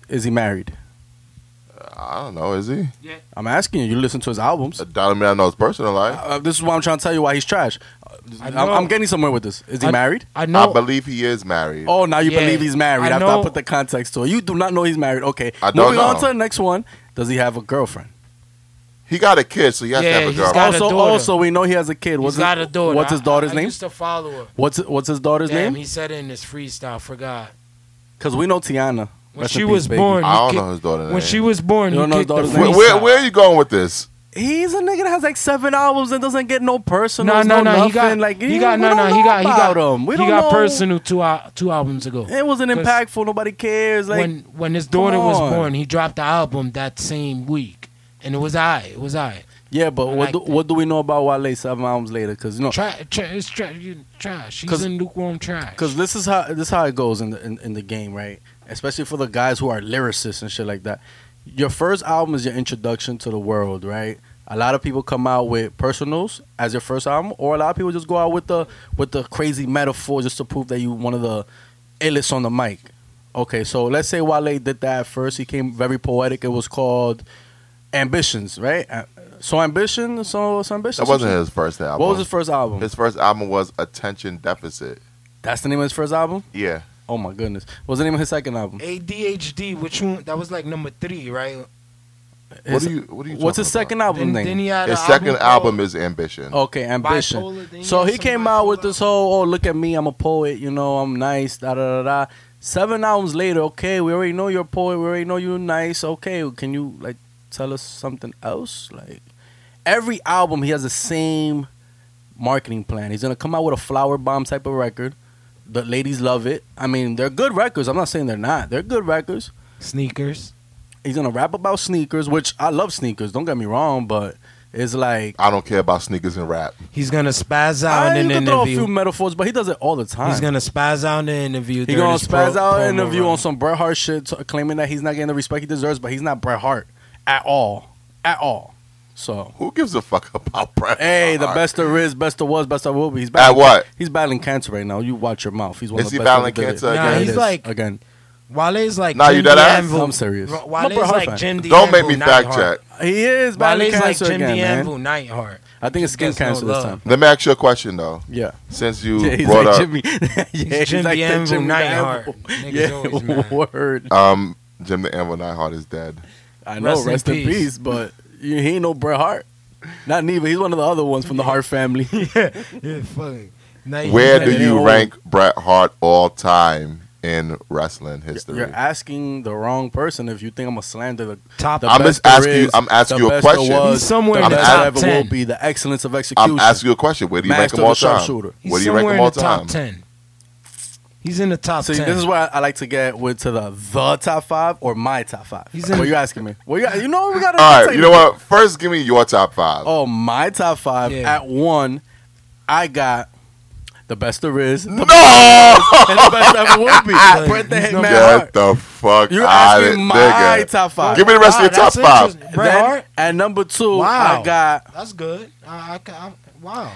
[SPEAKER 2] Is he married?
[SPEAKER 1] Uh, I don't know. Is he?
[SPEAKER 2] I'm asking you. You listen to his albums.
[SPEAKER 1] That don't mean I know his personal life.
[SPEAKER 2] Uh, this is why I'm trying to tell you why he's trash. Uh,
[SPEAKER 3] I
[SPEAKER 2] I'm,
[SPEAKER 3] know.
[SPEAKER 2] I'm getting somewhere with this. Is he
[SPEAKER 3] I-
[SPEAKER 2] married?
[SPEAKER 3] I know.
[SPEAKER 1] I believe he is married.
[SPEAKER 2] Oh, now you
[SPEAKER 3] Yeah.
[SPEAKER 2] believe he's married
[SPEAKER 3] I
[SPEAKER 2] after I
[SPEAKER 3] know-
[SPEAKER 2] put the context to it. You do not know he's married. Okay.
[SPEAKER 1] I don't
[SPEAKER 2] Moving on
[SPEAKER 1] know.
[SPEAKER 2] to the next one. Does he have a girlfriend?
[SPEAKER 1] He got a kid, so he has
[SPEAKER 3] Yeah,
[SPEAKER 1] to have a
[SPEAKER 3] he's
[SPEAKER 1] girl.
[SPEAKER 3] got- a
[SPEAKER 2] also,
[SPEAKER 3] daughter.
[SPEAKER 2] also, we know he has a kid. What's his,
[SPEAKER 3] He's got a daughter.
[SPEAKER 2] What's his
[SPEAKER 3] I-
[SPEAKER 2] daughter's
[SPEAKER 3] I,
[SPEAKER 2] name?
[SPEAKER 3] used to follow her.
[SPEAKER 2] What's what's his daughter's
[SPEAKER 3] Damn,
[SPEAKER 2] name?
[SPEAKER 3] he said it in his freestyle. Forgot.
[SPEAKER 2] Because we know Tiana.
[SPEAKER 3] When
[SPEAKER 2] Rest
[SPEAKER 3] she
[SPEAKER 2] in peace,
[SPEAKER 3] was
[SPEAKER 2] baby.
[SPEAKER 3] born,
[SPEAKER 1] I
[SPEAKER 3] he
[SPEAKER 1] don't
[SPEAKER 3] kicked-
[SPEAKER 1] know his daughter name.
[SPEAKER 3] when she was born,
[SPEAKER 2] You
[SPEAKER 3] he
[SPEAKER 2] don't know his
[SPEAKER 3] kicked the
[SPEAKER 2] daughter's
[SPEAKER 1] where,
[SPEAKER 2] name?
[SPEAKER 1] where,
[SPEAKER 3] freestyle.
[SPEAKER 1] where are you going with this?
[SPEAKER 2] He's a nigga that has like seven albums and doesn't get no personal.
[SPEAKER 3] No, no, no. He got,
[SPEAKER 2] like
[SPEAKER 3] he got, no, no. He got, he got, he got personal two al- two albums ago.
[SPEAKER 2] It wasn't
[SPEAKER 3] 'Cause
[SPEAKER 2] impactful. Nobody cares. Like
[SPEAKER 3] when when his daughter was
[SPEAKER 2] on.
[SPEAKER 3] born, he dropped the album that same week, and it was I. It was I.
[SPEAKER 2] yeah, but
[SPEAKER 3] I
[SPEAKER 2] what
[SPEAKER 3] like
[SPEAKER 2] do,
[SPEAKER 3] that.
[SPEAKER 2] what do we know about Wale seven albums later? Because
[SPEAKER 1] Oh.
[SPEAKER 2] you know,
[SPEAKER 3] Tra- tra- it's tra- you- trash. He's
[SPEAKER 2] 'Cause-
[SPEAKER 3] in lukewarm trash.
[SPEAKER 2] Because this is how this is how it goes in the in, in the game, right? Especially for the guys who are lyricists and shit like that. Your first album is your introduction to the world, right? A lot of people come out with personals as your first album, or a lot of people just go out with the with the crazy metaphor just to prove that you one of the illest on the mic. Okay, so let's say Wale did that at first. He came very poetic. It was called Ambitions, right? Uh, So ambition, so, so ambition.
[SPEAKER 1] That wasn't his first album.
[SPEAKER 2] What was his first album?
[SPEAKER 1] His first album was Attention Deficit.
[SPEAKER 2] That's the name of his first album.
[SPEAKER 1] Yeah.
[SPEAKER 2] Oh my goodness! What was the name of his second album?
[SPEAKER 3] ADHD, which one? That was like number three, right?
[SPEAKER 1] What
[SPEAKER 2] His-
[SPEAKER 1] do you? What are you?
[SPEAKER 2] What's his
[SPEAKER 1] talking about?
[SPEAKER 2] second album name?
[SPEAKER 3] he had
[SPEAKER 1] His second album is Ambition.
[SPEAKER 2] okay, ambition.
[SPEAKER 3] Bipolar, then he
[SPEAKER 2] So
[SPEAKER 3] had
[SPEAKER 2] he
[SPEAKER 3] some
[SPEAKER 2] came out with
[SPEAKER 3] bipolar.
[SPEAKER 2] this whole, oh look at me, I'm a poet, you know, I'm nice, da da da da. Seven albums later, okay, we already know you're a poet, we already know you're nice. Okay, can you like tell us something else? Like every album, he has the same marketing plan. He's gonna come out with a flower bomb type of record. The ladies love it. I mean, they're good records. I'm not saying they're not. They're good records.
[SPEAKER 3] sneakers.
[SPEAKER 2] He's gonna rap about sneakers, which I love sneakers. Don't get me wrong, but it's like
[SPEAKER 1] I don't care about sneakers and rap.
[SPEAKER 3] He's gonna spaz
[SPEAKER 2] I,
[SPEAKER 3] out
[SPEAKER 2] Ah, you
[SPEAKER 3] in an
[SPEAKER 2] can throw a few
[SPEAKER 3] interview.
[SPEAKER 2] metaphors, but he does it all the time.
[SPEAKER 3] He's gonna spaz out in an interview.
[SPEAKER 2] He
[SPEAKER 3] during
[SPEAKER 2] gonna
[SPEAKER 3] his pro-
[SPEAKER 2] spaz out
[SPEAKER 3] promo
[SPEAKER 2] an interview
[SPEAKER 3] run.
[SPEAKER 2] on some Bret Hart shit, t- claiming that he's not getting the respect he deserves, but he's not Bret Hart at all, at all. So
[SPEAKER 1] Who gives a fuck about Bret?
[SPEAKER 2] hey, the
[SPEAKER 1] Hart?
[SPEAKER 2] best there is, best there was, best there will be. He's
[SPEAKER 1] At
[SPEAKER 2] battling,
[SPEAKER 1] what?
[SPEAKER 2] He's battling cancer right now. You watch your mouth. He's one
[SPEAKER 1] Is
[SPEAKER 2] of
[SPEAKER 1] he
[SPEAKER 2] the best.
[SPEAKER 1] battling
[SPEAKER 2] that did it.
[SPEAKER 1] cancer
[SPEAKER 3] Nah, again? he's
[SPEAKER 2] Yes,
[SPEAKER 3] like-
[SPEAKER 2] again.
[SPEAKER 3] Wale's like
[SPEAKER 1] Nah, you
[SPEAKER 3] Jim
[SPEAKER 1] dead ass?
[SPEAKER 3] D'Anvil.
[SPEAKER 2] I'm serious.
[SPEAKER 3] Ro-
[SPEAKER 2] I'm a
[SPEAKER 3] Wale's
[SPEAKER 2] Bret Hart
[SPEAKER 3] like
[SPEAKER 2] fan.
[SPEAKER 3] Jim
[SPEAKER 1] Don't make me
[SPEAKER 3] D'Anvil,
[SPEAKER 1] fact
[SPEAKER 3] Nightheart.
[SPEAKER 1] check.
[SPEAKER 2] He is battling
[SPEAKER 3] Wale's like
[SPEAKER 2] cancer
[SPEAKER 3] Jim
[SPEAKER 2] again, man.
[SPEAKER 3] D'Anvil, Nightheart.
[SPEAKER 2] I think it's skin
[SPEAKER 3] gets no
[SPEAKER 2] cancer this
[SPEAKER 3] love.
[SPEAKER 2] time.
[SPEAKER 1] Let me ask you a question though.
[SPEAKER 2] Yeah.
[SPEAKER 1] Since you
[SPEAKER 2] yeah, he's
[SPEAKER 1] brought
[SPEAKER 2] like
[SPEAKER 1] up
[SPEAKER 2] Jimmy. yeah, he's
[SPEAKER 3] Jim
[SPEAKER 2] like
[SPEAKER 3] the
[SPEAKER 2] the
[SPEAKER 3] Anvil
[SPEAKER 2] Jim
[SPEAKER 3] Neidhart.
[SPEAKER 2] Anvil.
[SPEAKER 3] Niggas always
[SPEAKER 2] Yeah,
[SPEAKER 3] mad.
[SPEAKER 2] word.
[SPEAKER 1] um, Jim the Anvil Nightheart is dead.
[SPEAKER 2] I know.
[SPEAKER 3] Rest
[SPEAKER 2] Rest,
[SPEAKER 3] in
[SPEAKER 2] in, peace.
[SPEAKER 3] peace.
[SPEAKER 2] but he ain't no Bret Hart. Not neither. He's one of the other ones from the Hart family.
[SPEAKER 3] yeah, fucking.
[SPEAKER 1] Where
[SPEAKER 2] Yeah,
[SPEAKER 1] do
[SPEAKER 2] they
[SPEAKER 1] you
[SPEAKER 2] old.
[SPEAKER 1] rank Bret Hart all time in wrestling history?
[SPEAKER 2] You're asking the wrong person if you think I'm gonna slander the
[SPEAKER 3] Top-
[SPEAKER 2] the
[SPEAKER 1] I'm
[SPEAKER 2] best
[SPEAKER 1] just asking
[SPEAKER 2] there
[SPEAKER 1] you-
[SPEAKER 2] is,
[SPEAKER 1] I'm asking
[SPEAKER 2] the
[SPEAKER 1] you a
[SPEAKER 2] best there
[SPEAKER 1] question.
[SPEAKER 2] was,
[SPEAKER 3] He's somewhere
[SPEAKER 2] the
[SPEAKER 1] in the
[SPEAKER 2] best
[SPEAKER 1] top
[SPEAKER 2] there ever
[SPEAKER 3] 10.
[SPEAKER 2] will be the excellence of execution.
[SPEAKER 1] I'm asking you a question. Where do you
[SPEAKER 2] Master
[SPEAKER 1] rank him all
[SPEAKER 2] of the
[SPEAKER 1] time?
[SPEAKER 2] sharpshooter.
[SPEAKER 1] Where do you rank him all time?
[SPEAKER 3] Top ten. He's in the top
[SPEAKER 2] See,
[SPEAKER 3] ten.
[SPEAKER 2] this is why I like to get with to the the top five or my top five.
[SPEAKER 3] He's in-
[SPEAKER 2] what you asking me? Well, you, you know what we gotta.
[SPEAKER 1] All right,
[SPEAKER 2] take-
[SPEAKER 1] you know what? First, give me your top five.
[SPEAKER 2] Oh, my top five
[SPEAKER 3] Yeah.
[SPEAKER 2] at one. I got the best there is. The
[SPEAKER 1] no!
[SPEAKER 2] and the best ever will be.
[SPEAKER 3] Like,
[SPEAKER 2] Bret the
[SPEAKER 3] he's
[SPEAKER 2] Hitman
[SPEAKER 3] number-
[SPEAKER 2] Hart.
[SPEAKER 1] Get the fuck
[SPEAKER 2] You're
[SPEAKER 1] out of
[SPEAKER 2] asking my
[SPEAKER 1] nigga.
[SPEAKER 2] top five.
[SPEAKER 1] Give me the rest
[SPEAKER 3] Wow,
[SPEAKER 1] of your top
[SPEAKER 3] that's
[SPEAKER 1] five.
[SPEAKER 3] interesting. Bret
[SPEAKER 2] Then
[SPEAKER 3] Hart.
[SPEAKER 2] At number two,
[SPEAKER 3] Wow.
[SPEAKER 2] I got
[SPEAKER 3] That's good. I, I, I, wow.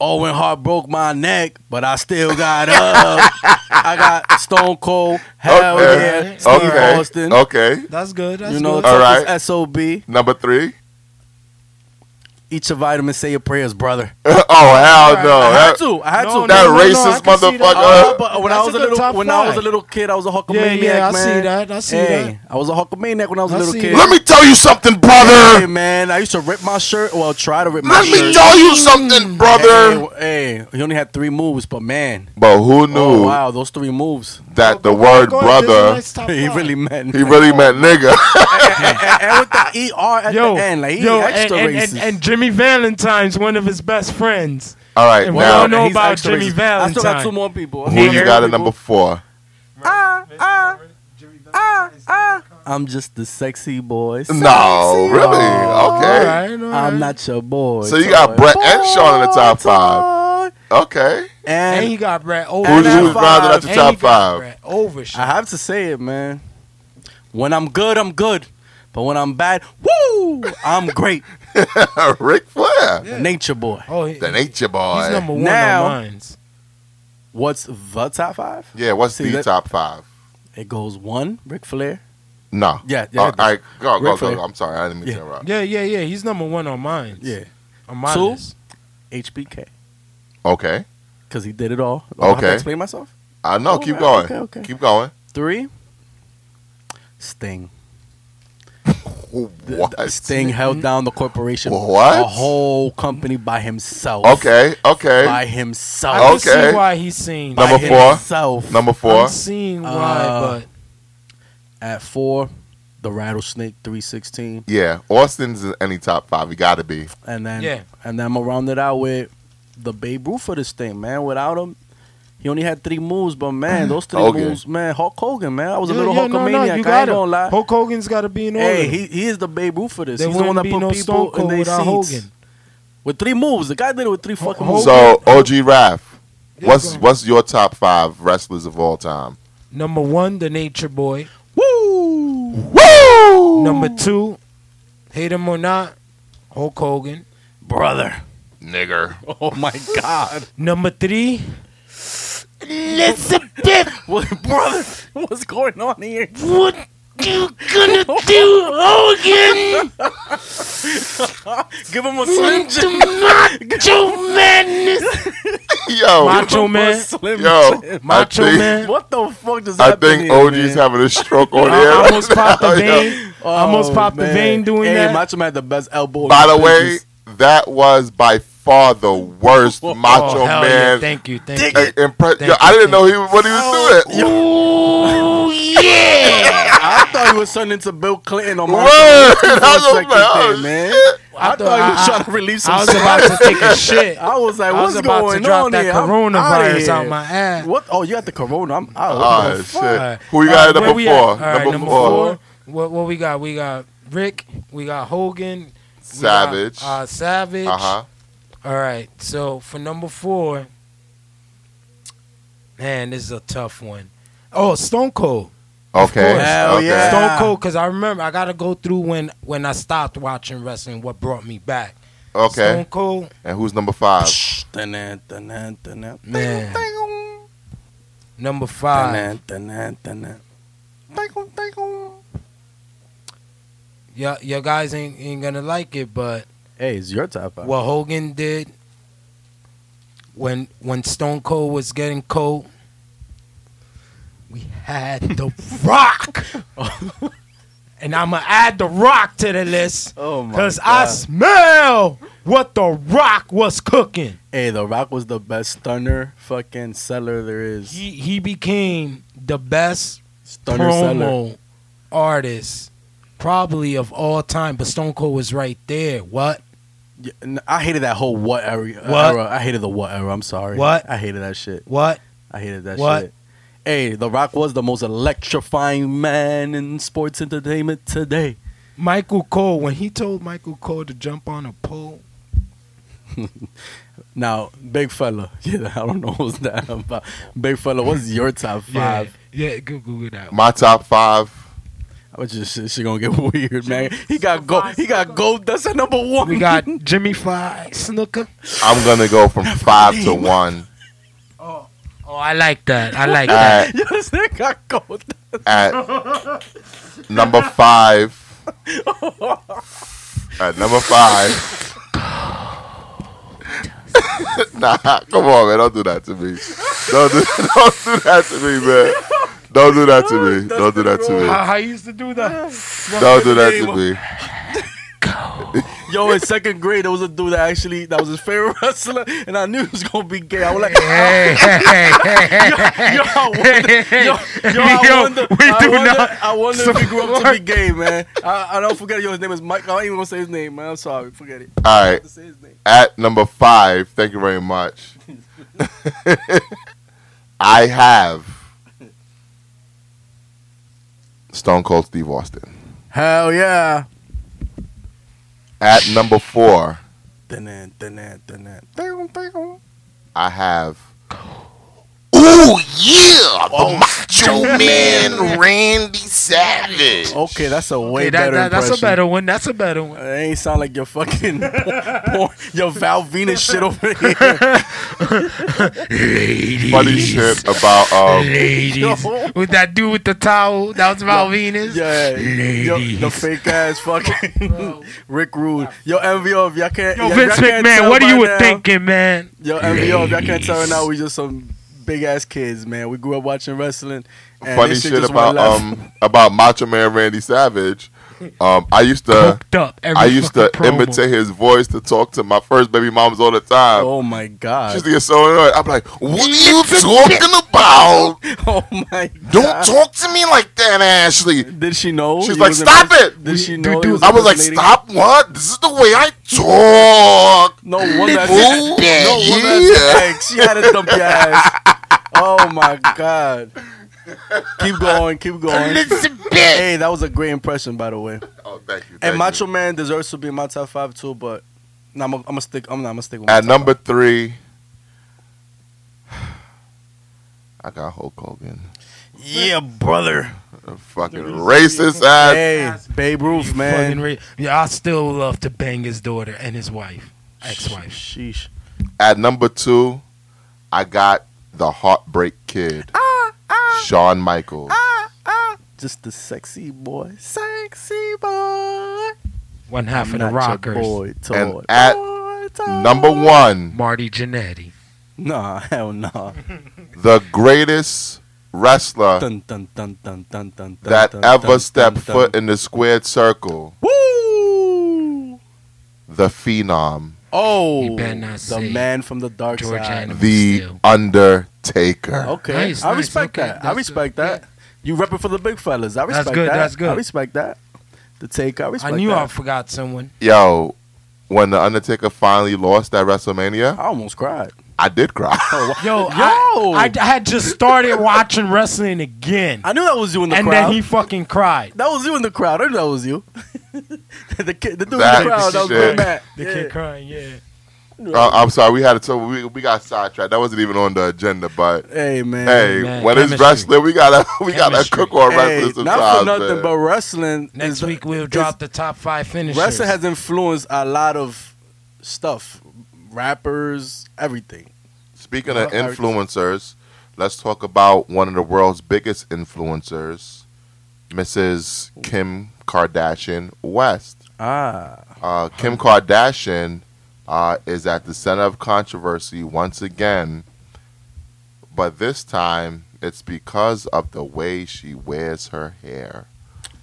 [SPEAKER 2] Owen Hart broke my neck, but I still got up. I got Stone Cold, hell
[SPEAKER 1] Okay.
[SPEAKER 2] yeah, Steve
[SPEAKER 1] okay.
[SPEAKER 2] Austin.
[SPEAKER 1] Okay.
[SPEAKER 3] That's good. That's
[SPEAKER 2] you know,
[SPEAKER 3] good.
[SPEAKER 1] All
[SPEAKER 2] toughest
[SPEAKER 1] right.
[SPEAKER 2] SOB.
[SPEAKER 1] Number three.
[SPEAKER 2] Eat your vitamins, say your prayers, brother.
[SPEAKER 1] oh hell no!
[SPEAKER 2] I
[SPEAKER 1] Oh, That,
[SPEAKER 2] had to. I had
[SPEAKER 3] No,
[SPEAKER 2] to.
[SPEAKER 1] that
[SPEAKER 3] no, no, I
[SPEAKER 1] racist
[SPEAKER 3] can see that.
[SPEAKER 2] Uh,
[SPEAKER 1] motherfucker.
[SPEAKER 2] but when
[SPEAKER 3] That's
[SPEAKER 2] I was
[SPEAKER 3] a
[SPEAKER 2] a
[SPEAKER 3] good
[SPEAKER 2] little
[SPEAKER 3] top
[SPEAKER 2] when I was a
[SPEAKER 3] five.
[SPEAKER 2] little kid, I was a
[SPEAKER 3] yeah,
[SPEAKER 2] Hulkamaniac,
[SPEAKER 3] yeah,
[SPEAKER 2] man.
[SPEAKER 3] I see that. I see
[SPEAKER 2] hey,
[SPEAKER 3] that.
[SPEAKER 2] I was a Hulkamaniac when I was a
[SPEAKER 3] I
[SPEAKER 2] little
[SPEAKER 3] see
[SPEAKER 2] kid.
[SPEAKER 3] that.
[SPEAKER 1] Let me tell you something,
[SPEAKER 2] Hey,
[SPEAKER 1] brother.
[SPEAKER 2] man, I used to rip my shirt. Well, try to rip my
[SPEAKER 1] Let
[SPEAKER 2] shirt.
[SPEAKER 1] me tell you something, brother.
[SPEAKER 2] Hey, hey, he only had three moves, but man,
[SPEAKER 1] But who knew
[SPEAKER 2] oh wow, those three moves.
[SPEAKER 1] that the word
[SPEAKER 3] Go ahead, this is a
[SPEAKER 1] brother
[SPEAKER 3] nice top
[SPEAKER 2] He
[SPEAKER 3] five.
[SPEAKER 2] really meant.
[SPEAKER 1] he really meant nigga?
[SPEAKER 2] and, and- and with the ER at
[SPEAKER 3] Yo,
[SPEAKER 2] the end, like he
[SPEAKER 3] yo,
[SPEAKER 2] extra
[SPEAKER 3] and,
[SPEAKER 2] racist.
[SPEAKER 3] and, and, and Jimmy Valentine's one of his best friends.
[SPEAKER 1] All right,
[SPEAKER 3] And we
[SPEAKER 1] now
[SPEAKER 3] don't know
[SPEAKER 2] he's
[SPEAKER 3] about
[SPEAKER 2] extra
[SPEAKER 3] Jimmy
[SPEAKER 2] I still got
[SPEAKER 3] Valentine.
[SPEAKER 2] two more people.
[SPEAKER 1] who you got at number four?
[SPEAKER 2] Ah, ah, ah, ah. I'm just the sexy oh, boy.
[SPEAKER 1] No, really? Okay.
[SPEAKER 3] Alright, alright.
[SPEAKER 2] I'm not your boy.
[SPEAKER 1] So you got Brett and Sean in the top
[SPEAKER 2] five.
[SPEAKER 1] Okay.
[SPEAKER 2] And,
[SPEAKER 3] And he got Brett over.
[SPEAKER 1] Who's,
[SPEAKER 2] at
[SPEAKER 1] who's rounded out the
[SPEAKER 2] five,
[SPEAKER 1] top five?
[SPEAKER 3] Brett over.
[SPEAKER 2] I
[SPEAKER 3] Shaq.
[SPEAKER 2] have to say it, man. When I'm good, I'm good. But when I'm bad, woo, I'm great.
[SPEAKER 1] Ric Flair.
[SPEAKER 2] Nature boy.
[SPEAKER 3] Oh, he-
[SPEAKER 1] The Nature Boy.
[SPEAKER 3] He's number one
[SPEAKER 2] Now-
[SPEAKER 3] on mines.
[SPEAKER 2] What's the top five?
[SPEAKER 1] yeah, what's
[SPEAKER 2] See
[SPEAKER 1] the
[SPEAKER 2] that-
[SPEAKER 1] top five?
[SPEAKER 2] It goes one, Ric Flair.
[SPEAKER 1] No.
[SPEAKER 2] Yeah, yeah.
[SPEAKER 1] all right, all right, go, go,
[SPEAKER 2] Ric
[SPEAKER 1] go,
[SPEAKER 2] Flair.
[SPEAKER 1] go. I'm sorry, I didn't mean
[SPEAKER 2] Yeah.
[SPEAKER 1] to interrupt.
[SPEAKER 3] Yeah, yeah, yeah. He's number one on mines.
[SPEAKER 2] Yeah.
[SPEAKER 3] on my
[SPEAKER 2] Two?
[SPEAKER 3] list.
[SPEAKER 2] HBK.
[SPEAKER 1] Okay.
[SPEAKER 2] Because he did it all. Do I have to
[SPEAKER 1] Okay.
[SPEAKER 2] explain myself.
[SPEAKER 1] I know.
[SPEAKER 2] Oh,
[SPEAKER 1] keep
[SPEAKER 2] right,
[SPEAKER 1] going.
[SPEAKER 2] okay, okay.
[SPEAKER 1] Keep going.
[SPEAKER 2] Three, Sting.
[SPEAKER 1] What?
[SPEAKER 2] Sting held down the corporation.
[SPEAKER 1] What?
[SPEAKER 2] A whole company by himself.
[SPEAKER 1] Okay. Okay.
[SPEAKER 2] By
[SPEAKER 3] I
[SPEAKER 2] himself.
[SPEAKER 1] Oh, Okay.
[SPEAKER 3] can see why he's seen.
[SPEAKER 2] By
[SPEAKER 1] Number four.
[SPEAKER 2] Himself.
[SPEAKER 1] Number
[SPEAKER 3] I'm
[SPEAKER 1] four.
[SPEAKER 3] seeing why,
[SPEAKER 2] Uh,
[SPEAKER 3] but
[SPEAKER 2] At four, the Rattlesnake 316.
[SPEAKER 1] Yeah, Austin's in any top five. He got to be.
[SPEAKER 2] And then
[SPEAKER 3] Yeah.
[SPEAKER 2] and then I'm gonna round it out with the Babe Ruth of this thing, man. Without him, he only had three moves, but man, those three
[SPEAKER 1] Hogan.
[SPEAKER 2] moves, man, Hulk Hogan, man. I was a little
[SPEAKER 3] yeah, yeah, no,
[SPEAKER 2] Hulkamaniac.
[SPEAKER 3] no, you
[SPEAKER 2] I ain't
[SPEAKER 3] gotta-
[SPEAKER 2] gonna lie.
[SPEAKER 3] Hulk Hogan's got to be in order.
[SPEAKER 2] hey, he, he is the Babe Ruth for this.
[SPEAKER 3] there
[SPEAKER 2] He's the
[SPEAKER 3] wouldn't
[SPEAKER 2] one that
[SPEAKER 3] be
[SPEAKER 2] put
[SPEAKER 3] no Stone
[SPEAKER 2] people in
[SPEAKER 3] Cold
[SPEAKER 2] their
[SPEAKER 3] without
[SPEAKER 2] seats
[SPEAKER 3] Hogan.
[SPEAKER 2] with three moves. The guy did it with three fucking
[SPEAKER 3] Hogan.
[SPEAKER 2] moves.
[SPEAKER 1] So OG Raph, what's
[SPEAKER 3] Oh, go.
[SPEAKER 1] what's your top five wrestlers of all time?
[SPEAKER 3] Number one, the Nature Boy.
[SPEAKER 2] Woo!
[SPEAKER 1] Woo!
[SPEAKER 3] Number two, hate him or not, Hulk Hogan.
[SPEAKER 2] Brother.
[SPEAKER 1] nigger.
[SPEAKER 2] Oh my God.
[SPEAKER 3] Number three,
[SPEAKER 2] what, brother, what's going on here? Give him a slim Jim.
[SPEAKER 1] Yo,
[SPEAKER 3] Macho
[SPEAKER 2] Give him a
[SPEAKER 3] Man.
[SPEAKER 2] Slim
[SPEAKER 1] yo,
[SPEAKER 2] Jim.
[SPEAKER 3] Macho
[SPEAKER 1] I think,
[SPEAKER 3] Man.
[SPEAKER 2] What the fuck does
[SPEAKER 1] I
[SPEAKER 2] that
[SPEAKER 1] think
[SPEAKER 2] OG's
[SPEAKER 1] OG's having a stroke on
[SPEAKER 3] I
[SPEAKER 1] air.
[SPEAKER 3] almost popped the
[SPEAKER 1] Yo.
[SPEAKER 3] vein. Almost popped the vein doing
[SPEAKER 2] hey,
[SPEAKER 3] that.
[SPEAKER 2] Macho Oh, Man had the best elbow. in
[SPEAKER 1] By the
[SPEAKER 3] Oh,
[SPEAKER 2] his
[SPEAKER 1] way,
[SPEAKER 2] business.
[SPEAKER 1] that was by far the worst
[SPEAKER 2] Oh,
[SPEAKER 1] Macho
[SPEAKER 3] oh, hell Yeah.
[SPEAKER 1] Man.
[SPEAKER 3] Thank you, thank
[SPEAKER 2] Dick.
[SPEAKER 3] you.
[SPEAKER 1] uh, impre-
[SPEAKER 3] Thank
[SPEAKER 1] Yo,
[SPEAKER 3] you,
[SPEAKER 1] I didn't
[SPEAKER 3] thank
[SPEAKER 1] know he was- what he
[SPEAKER 2] Oh,
[SPEAKER 1] was doing.
[SPEAKER 2] I thought he was turning into Bill Clinton on my
[SPEAKER 1] Word! I was like, oh,
[SPEAKER 2] man.
[SPEAKER 1] shit.
[SPEAKER 2] I,
[SPEAKER 3] I
[SPEAKER 2] thought he was
[SPEAKER 3] thought-
[SPEAKER 2] trying to release some
[SPEAKER 3] I was
[SPEAKER 2] shit.
[SPEAKER 3] about to take a shit.
[SPEAKER 2] I was like,
[SPEAKER 3] I was
[SPEAKER 2] what's
[SPEAKER 3] about
[SPEAKER 2] going
[SPEAKER 3] to drop
[SPEAKER 2] on
[SPEAKER 3] that
[SPEAKER 2] here? I'm outta
[SPEAKER 3] coronavirus
[SPEAKER 2] here.
[SPEAKER 3] out my ass.
[SPEAKER 2] What? Oh, you got the corona. I'm out. What the
[SPEAKER 1] Oh, shit.
[SPEAKER 2] fuck?
[SPEAKER 1] Who you got at number
[SPEAKER 3] where
[SPEAKER 1] four?
[SPEAKER 3] we at? All right,
[SPEAKER 1] number, four.
[SPEAKER 3] What what we got? We got Rick. We got Hogan. we
[SPEAKER 1] Savage.
[SPEAKER 3] Got, uh, Savage.
[SPEAKER 1] Uh
[SPEAKER 2] Uh-huh.
[SPEAKER 1] huh.
[SPEAKER 3] All right. So for number four, man, this is a tough one. Oh, Stone Cold.
[SPEAKER 1] Okay.
[SPEAKER 3] course.
[SPEAKER 2] Hell
[SPEAKER 1] okay.
[SPEAKER 2] yeah.
[SPEAKER 3] Stone Cold. Because I remember I got to go through when when I stopped watching wrestling. What brought me back? Stone
[SPEAKER 1] Okay.
[SPEAKER 3] Cold.
[SPEAKER 1] And who's number five?
[SPEAKER 2] Dun-dun, dun-dun, dun-dun.
[SPEAKER 3] Man.
[SPEAKER 2] Dun-dun,
[SPEAKER 3] Number five.
[SPEAKER 2] dun-dun, dun-dun, dun-dun.
[SPEAKER 1] Ding-a-ding-a-ding.
[SPEAKER 3] Y'all, y'all guys ain't, ain't gonna like it, but
[SPEAKER 2] Hey, it's your top five.
[SPEAKER 3] what Hogan did when when Stone Cold was getting cold. We had the Rock, and I'm gonna add the Rock to the list
[SPEAKER 2] oh my
[SPEAKER 3] because
[SPEAKER 2] god!
[SPEAKER 3] I smell what the Rock was cooking.
[SPEAKER 2] hey, The Rock was the best stunner fucking seller there is.
[SPEAKER 3] He he became the best
[SPEAKER 2] Stunner seller.
[SPEAKER 3] promo artist probably of all time, but Stone Cold was right there. What?
[SPEAKER 2] Yeah, n- I hated that whole what era. uh,
[SPEAKER 3] What?
[SPEAKER 2] era. I hated the what era. I'm sorry.
[SPEAKER 3] What?
[SPEAKER 2] I hated that shit.
[SPEAKER 3] What?
[SPEAKER 2] I hated that
[SPEAKER 3] What?
[SPEAKER 2] shit. Hey, The Rock was the most electrifying man in sports entertainment today.
[SPEAKER 3] Michael Cole, when he told Michael Cole to jump on a pole,
[SPEAKER 2] Now, big fella. Yeah, I don't know what's that about. Big fella, what's your top
[SPEAKER 5] Yeah,
[SPEAKER 2] five?
[SPEAKER 5] yeah, go Google that.
[SPEAKER 1] My top five.
[SPEAKER 2] I was just she, she gonna get weird, man. He got gold. He got gold. That's a number one.
[SPEAKER 3] we got Jimmy Fly Snooker.
[SPEAKER 1] I'm gonna go from five to one.
[SPEAKER 3] Oh, I like that. I like that.
[SPEAKER 1] At
[SPEAKER 2] yes, they got gold.
[SPEAKER 1] at number five. At number five. nah, come on, man. Don't do that to me. Don't do, don't do that to me, man. Don't do that to me. Don't do that to me.
[SPEAKER 3] I used to do that.
[SPEAKER 1] Don't do that to me.
[SPEAKER 2] Yo, in second grade, there was a dude that actually that was his favorite wrestler, and I knew he was gonna be gay. I was like,
[SPEAKER 3] Hey, hey, hey, hey, hey.
[SPEAKER 2] yo, I wonder, yo, yo, I
[SPEAKER 3] Yo,
[SPEAKER 2] wonder,
[SPEAKER 3] we
[SPEAKER 2] I
[SPEAKER 3] do
[SPEAKER 2] wonder,
[SPEAKER 3] not
[SPEAKER 2] I wonder if he grew up to be
[SPEAKER 3] support-
[SPEAKER 2] gay, man. I, I don't forget. Yo, his name is Mike. I ain't even gonna say his name, man. I'm sorry, forget it.
[SPEAKER 1] All right.
[SPEAKER 2] Just say his name.
[SPEAKER 1] at number five, thank you very much. I have Stone Cold Steve Austin.
[SPEAKER 2] Hell yeah.
[SPEAKER 1] At number four,
[SPEAKER 2] Dun-dun, dun-dun, dun-dun.
[SPEAKER 1] I have. Ooh yeah, the Macho Man Randy Savage.
[SPEAKER 2] Okay, that's a way
[SPEAKER 3] Hey, that,
[SPEAKER 2] better.
[SPEAKER 3] that, that's a
[SPEAKER 2] impression.
[SPEAKER 3] better one. That's a better one.
[SPEAKER 2] It ain't sound like your fucking porn, your Val Venus shit over here.
[SPEAKER 1] Funny shit about um,
[SPEAKER 3] Ladies.
[SPEAKER 2] Yo.
[SPEAKER 3] With that dude with the towel. That was Val Venus.
[SPEAKER 2] Yeah, yo, the fake ass fucking Rick Rude. Yo, MVO, if y'all can't.
[SPEAKER 3] Yo,
[SPEAKER 2] if
[SPEAKER 3] Vince
[SPEAKER 2] y'all can't
[SPEAKER 3] McMahon,
[SPEAKER 2] tell
[SPEAKER 3] what are
[SPEAKER 2] by
[SPEAKER 3] you
[SPEAKER 2] now-
[SPEAKER 3] thinking, man?
[SPEAKER 2] Yo, MVO, if y'all can't tell right now, we just some big ass kids, man. We grew up watching wrestling. And
[SPEAKER 1] funny
[SPEAKER 2] this
[SPEAKER 1] shit,
[SPEAKER 2] just went
[SPEAKER 1] about
[SPEAKER 2] left.
[SPEAKER 1] um about Macho Man Randy Savage. Um, I used to.
[SPEAKER 3] Hooked up every
[SPEAKER 1] I used to
[SPEAKER 3] fucking promo.
[SPEAKER 1] imitate his voice to talk to my first baby moms all the time.
[SPEAKER 2] Oh my
[SPEAKER 1] She
[SPEAKER 2] god.
[SPEAKER 1] used to get so annoyed. I'm like, what are you talking about?
[SPEAKER 2] Oh my god.
[SPEAKER 1] Don't talk to me like that, Ashley.
[SPEAKER 2] Did she know?
[SPEAKER 1] She's
[SPEAKER 2] you
[SPEAKER 1] like,
[SPEAKER 2] was
[SPEAKER 1] "Stop
[SPEAKER 2] impress-
[SPEAKER 1] it!"
[SPEAKER 2] Did she
[SPEAKER 3] Dude,
[SPEAKER 2] know?
[SPEAKER 3] dude,
[SPEAKER 2] you was
[SPEAKER 1] I was like,
[SPEAKER 2] impersonating-
[SPEAKER 1] stop what? This is the way I talk.
[SPEAKER 2] No wonder. I said-
[SPEAKER 1] Ooh,
[SPEAKER 2] No wonder. I said,
[SPEAKER 1] yeah.
[SPEAKER 2] Like, she had to dump your ass. Oh my god. Keep going. Keep going. Hey, that was a great impression, by the way.
[SPEAKER 1] Oh, thank you.
[SPEAKER 2] And
[SPEAKER 1] thank
[SPEAKER 2] Macho
[SPEAKER 1] you.
[SPEAKER 2] Man deserves to be in my top five too, but nah, I'm gonna stick. I'm not gonna stick with. my
[SPEAKER 1] At
[SPEAKER 2] top
[SPEAKER 1] number
[SPEAKER 2] five.
[SPEAKER 1] three, I got Hulk Hogan.
[SPEAKER 2] yeah, brother.
[SPEAKER 1] A fucking racist ass.
[SPEAKER 2] Hey, Babe Ruth,
[SPEAKER 3] Fucking
[SPEAKER 2] man.
[SPEAKER 3] re- yeah, I still love to bang his daughter and his wife, ex-wife.
[SPEAKER 2] Sheesh.
[SPEAKER 1] At number two, I got the Heartbreak Kid,
[SPEAKER 2] Ah,
[SPEAKER 1] Shawn Michaels.
[SPEAKER 2] Just the sexy boy, sexy boy.
[SPEAKER 3] One half of the
[SPEAKER 2] Not your
[SPEAKER 3] Rockers,
[SPEAKER 2] boy, toy,
[SPEAKER 1] And at
[SPEAKER 2] boy, toy.
[SPEAKER 1] Number one,
[SPEAKER 3] Marty Jannetty.
[SPEAKER 2] Nah, hell nah.
[SPEAKER 1] the greatest wrestler
[SPEAKER 2] Dun, dun, dun, dun, dun, dun,
[SPEAKER 1] that
[SPEAKER 2] dun,
[SPEAKER 1] ever
[SPEAKER 2] dun,
[SPEAKER 1] stepped
[SPEAKER 2] dun,
[SPEAKER 1] foot
[SPEAKER 2] dun.
[SPEAKER 1] in the squared circle,
[SPEAKER 2] Woo!
[SPEAKER 1] the Phenom,
[SPEAKER 2] Oh,
[SPEAKER 3] You better not
[SPEAKER 2] the
[SPEAKER 3] say
[SPEAKER 2] man from the dark
[SPEAKER 3] George
[SPEAKER 2] side.
[SPEAKER 3] Animal
[SPEAKER 1] the
[SPEAKER 3] Steel.
[SPEAKER 1] Undertaker.
[SPEAKER 2] Okay,
[SPEAKER 3] Nice,
[SPEAKER 2] I
[SPEAKER 3] nice,
[SPEAKER 2] respect
[SPEAKER 3] okay,
[SPEAKER 2] that. I
[SPEAKER 3] that's
[SPEAKER 2] respect
[SPEAKER 3] good,
[SPEAKER 2] that. You repping for the big fellas. I
[SPEAKER 3] That's
[SPEAKER 2] respect
[SPEAKER 3] good,
[SPEAKER 2] that.
[SPEAKER 3] that's good.
[SPEAKER 2] I respect that. The take. I
[SPEAKER 3] I
[SPEAKER 2] respect.
[SPEAKER 3] knew I
[SPEAKER 2] that.
[SPEAKER 3] forgot someone.
[SPEAKER 1] Yo, when the Undertaker finally lost at WrestleMania,
[SPEAKER 2] I almost cried. Oh,
[SPEAKER 1] I did cry.
[SPEAKER 3] Yo,
[SPEAKER 2] Yo!
[SPEAKER 3] I, I, I had just started watching wrestling again,
[SPEAKER 2] I knew that was you in the
[SPEAKER 3] and
[SPEAKER 2] crowd.
[SPEAKER 3] then he fucking cried.
[SPEAKER 2] That was you in the crowd. I knew that was you. the kid, the dude
[SPEAKER 1] That
[SPEAKER 2] in the crowd. That was
[SPEAKER 1] shit.
[SPEAKER 2] Big Matt.
[SPEAKER 3] The
[SPEAKER 2] Yeah.
[SPEAKER 3] kid crying, yeah.
[SPEAKER 1] Uh, I'm sorry, we had it. So we, we got sidetracked. That wasn't even on the agenda, but.
[SPEAKER 2] Hey man.
[SPEAKER 1] Hey,
[SPEAKER 3] man,
[SPEAKER 1] when it's
[SPEAKER 3] chemistry.
[SPEAKER 1] wrestling, we gotta we gotta
[SPEAKER 3] Chemistry.
[SPEAKER 1] cook on
[SPEAKER 2] Hey,
[SPEAKER 1] wrestling
[SPEAKER 2] not for
[SPEAKER 1] sometimes.
[SPEAKER 2] nothing,
[SPEAKER 1] man.
[SPEAKER 2] but wrestling.
[SPEAKER 3] Next
[SPEAKER 2] is the-
[SPEAKER 3] week we'll drop the top five finishers.
[SPEAKER 2] Wrestling has influenced a lot of stuff, rappers, everything.
[SPEAKER 1] Speaking of
[SPEAKER 2] Uh, I-
[SPEAKER 1] influencers, let's talk about one of the world's biggest influencers, Mrs. Kim Kardashian West.
[SPEAKER 2] Ah,
[SPEAKER 1] Uh, Kim Kardashian uh, is at the center of controversy once again, but this time it's because of the way she wears her hair.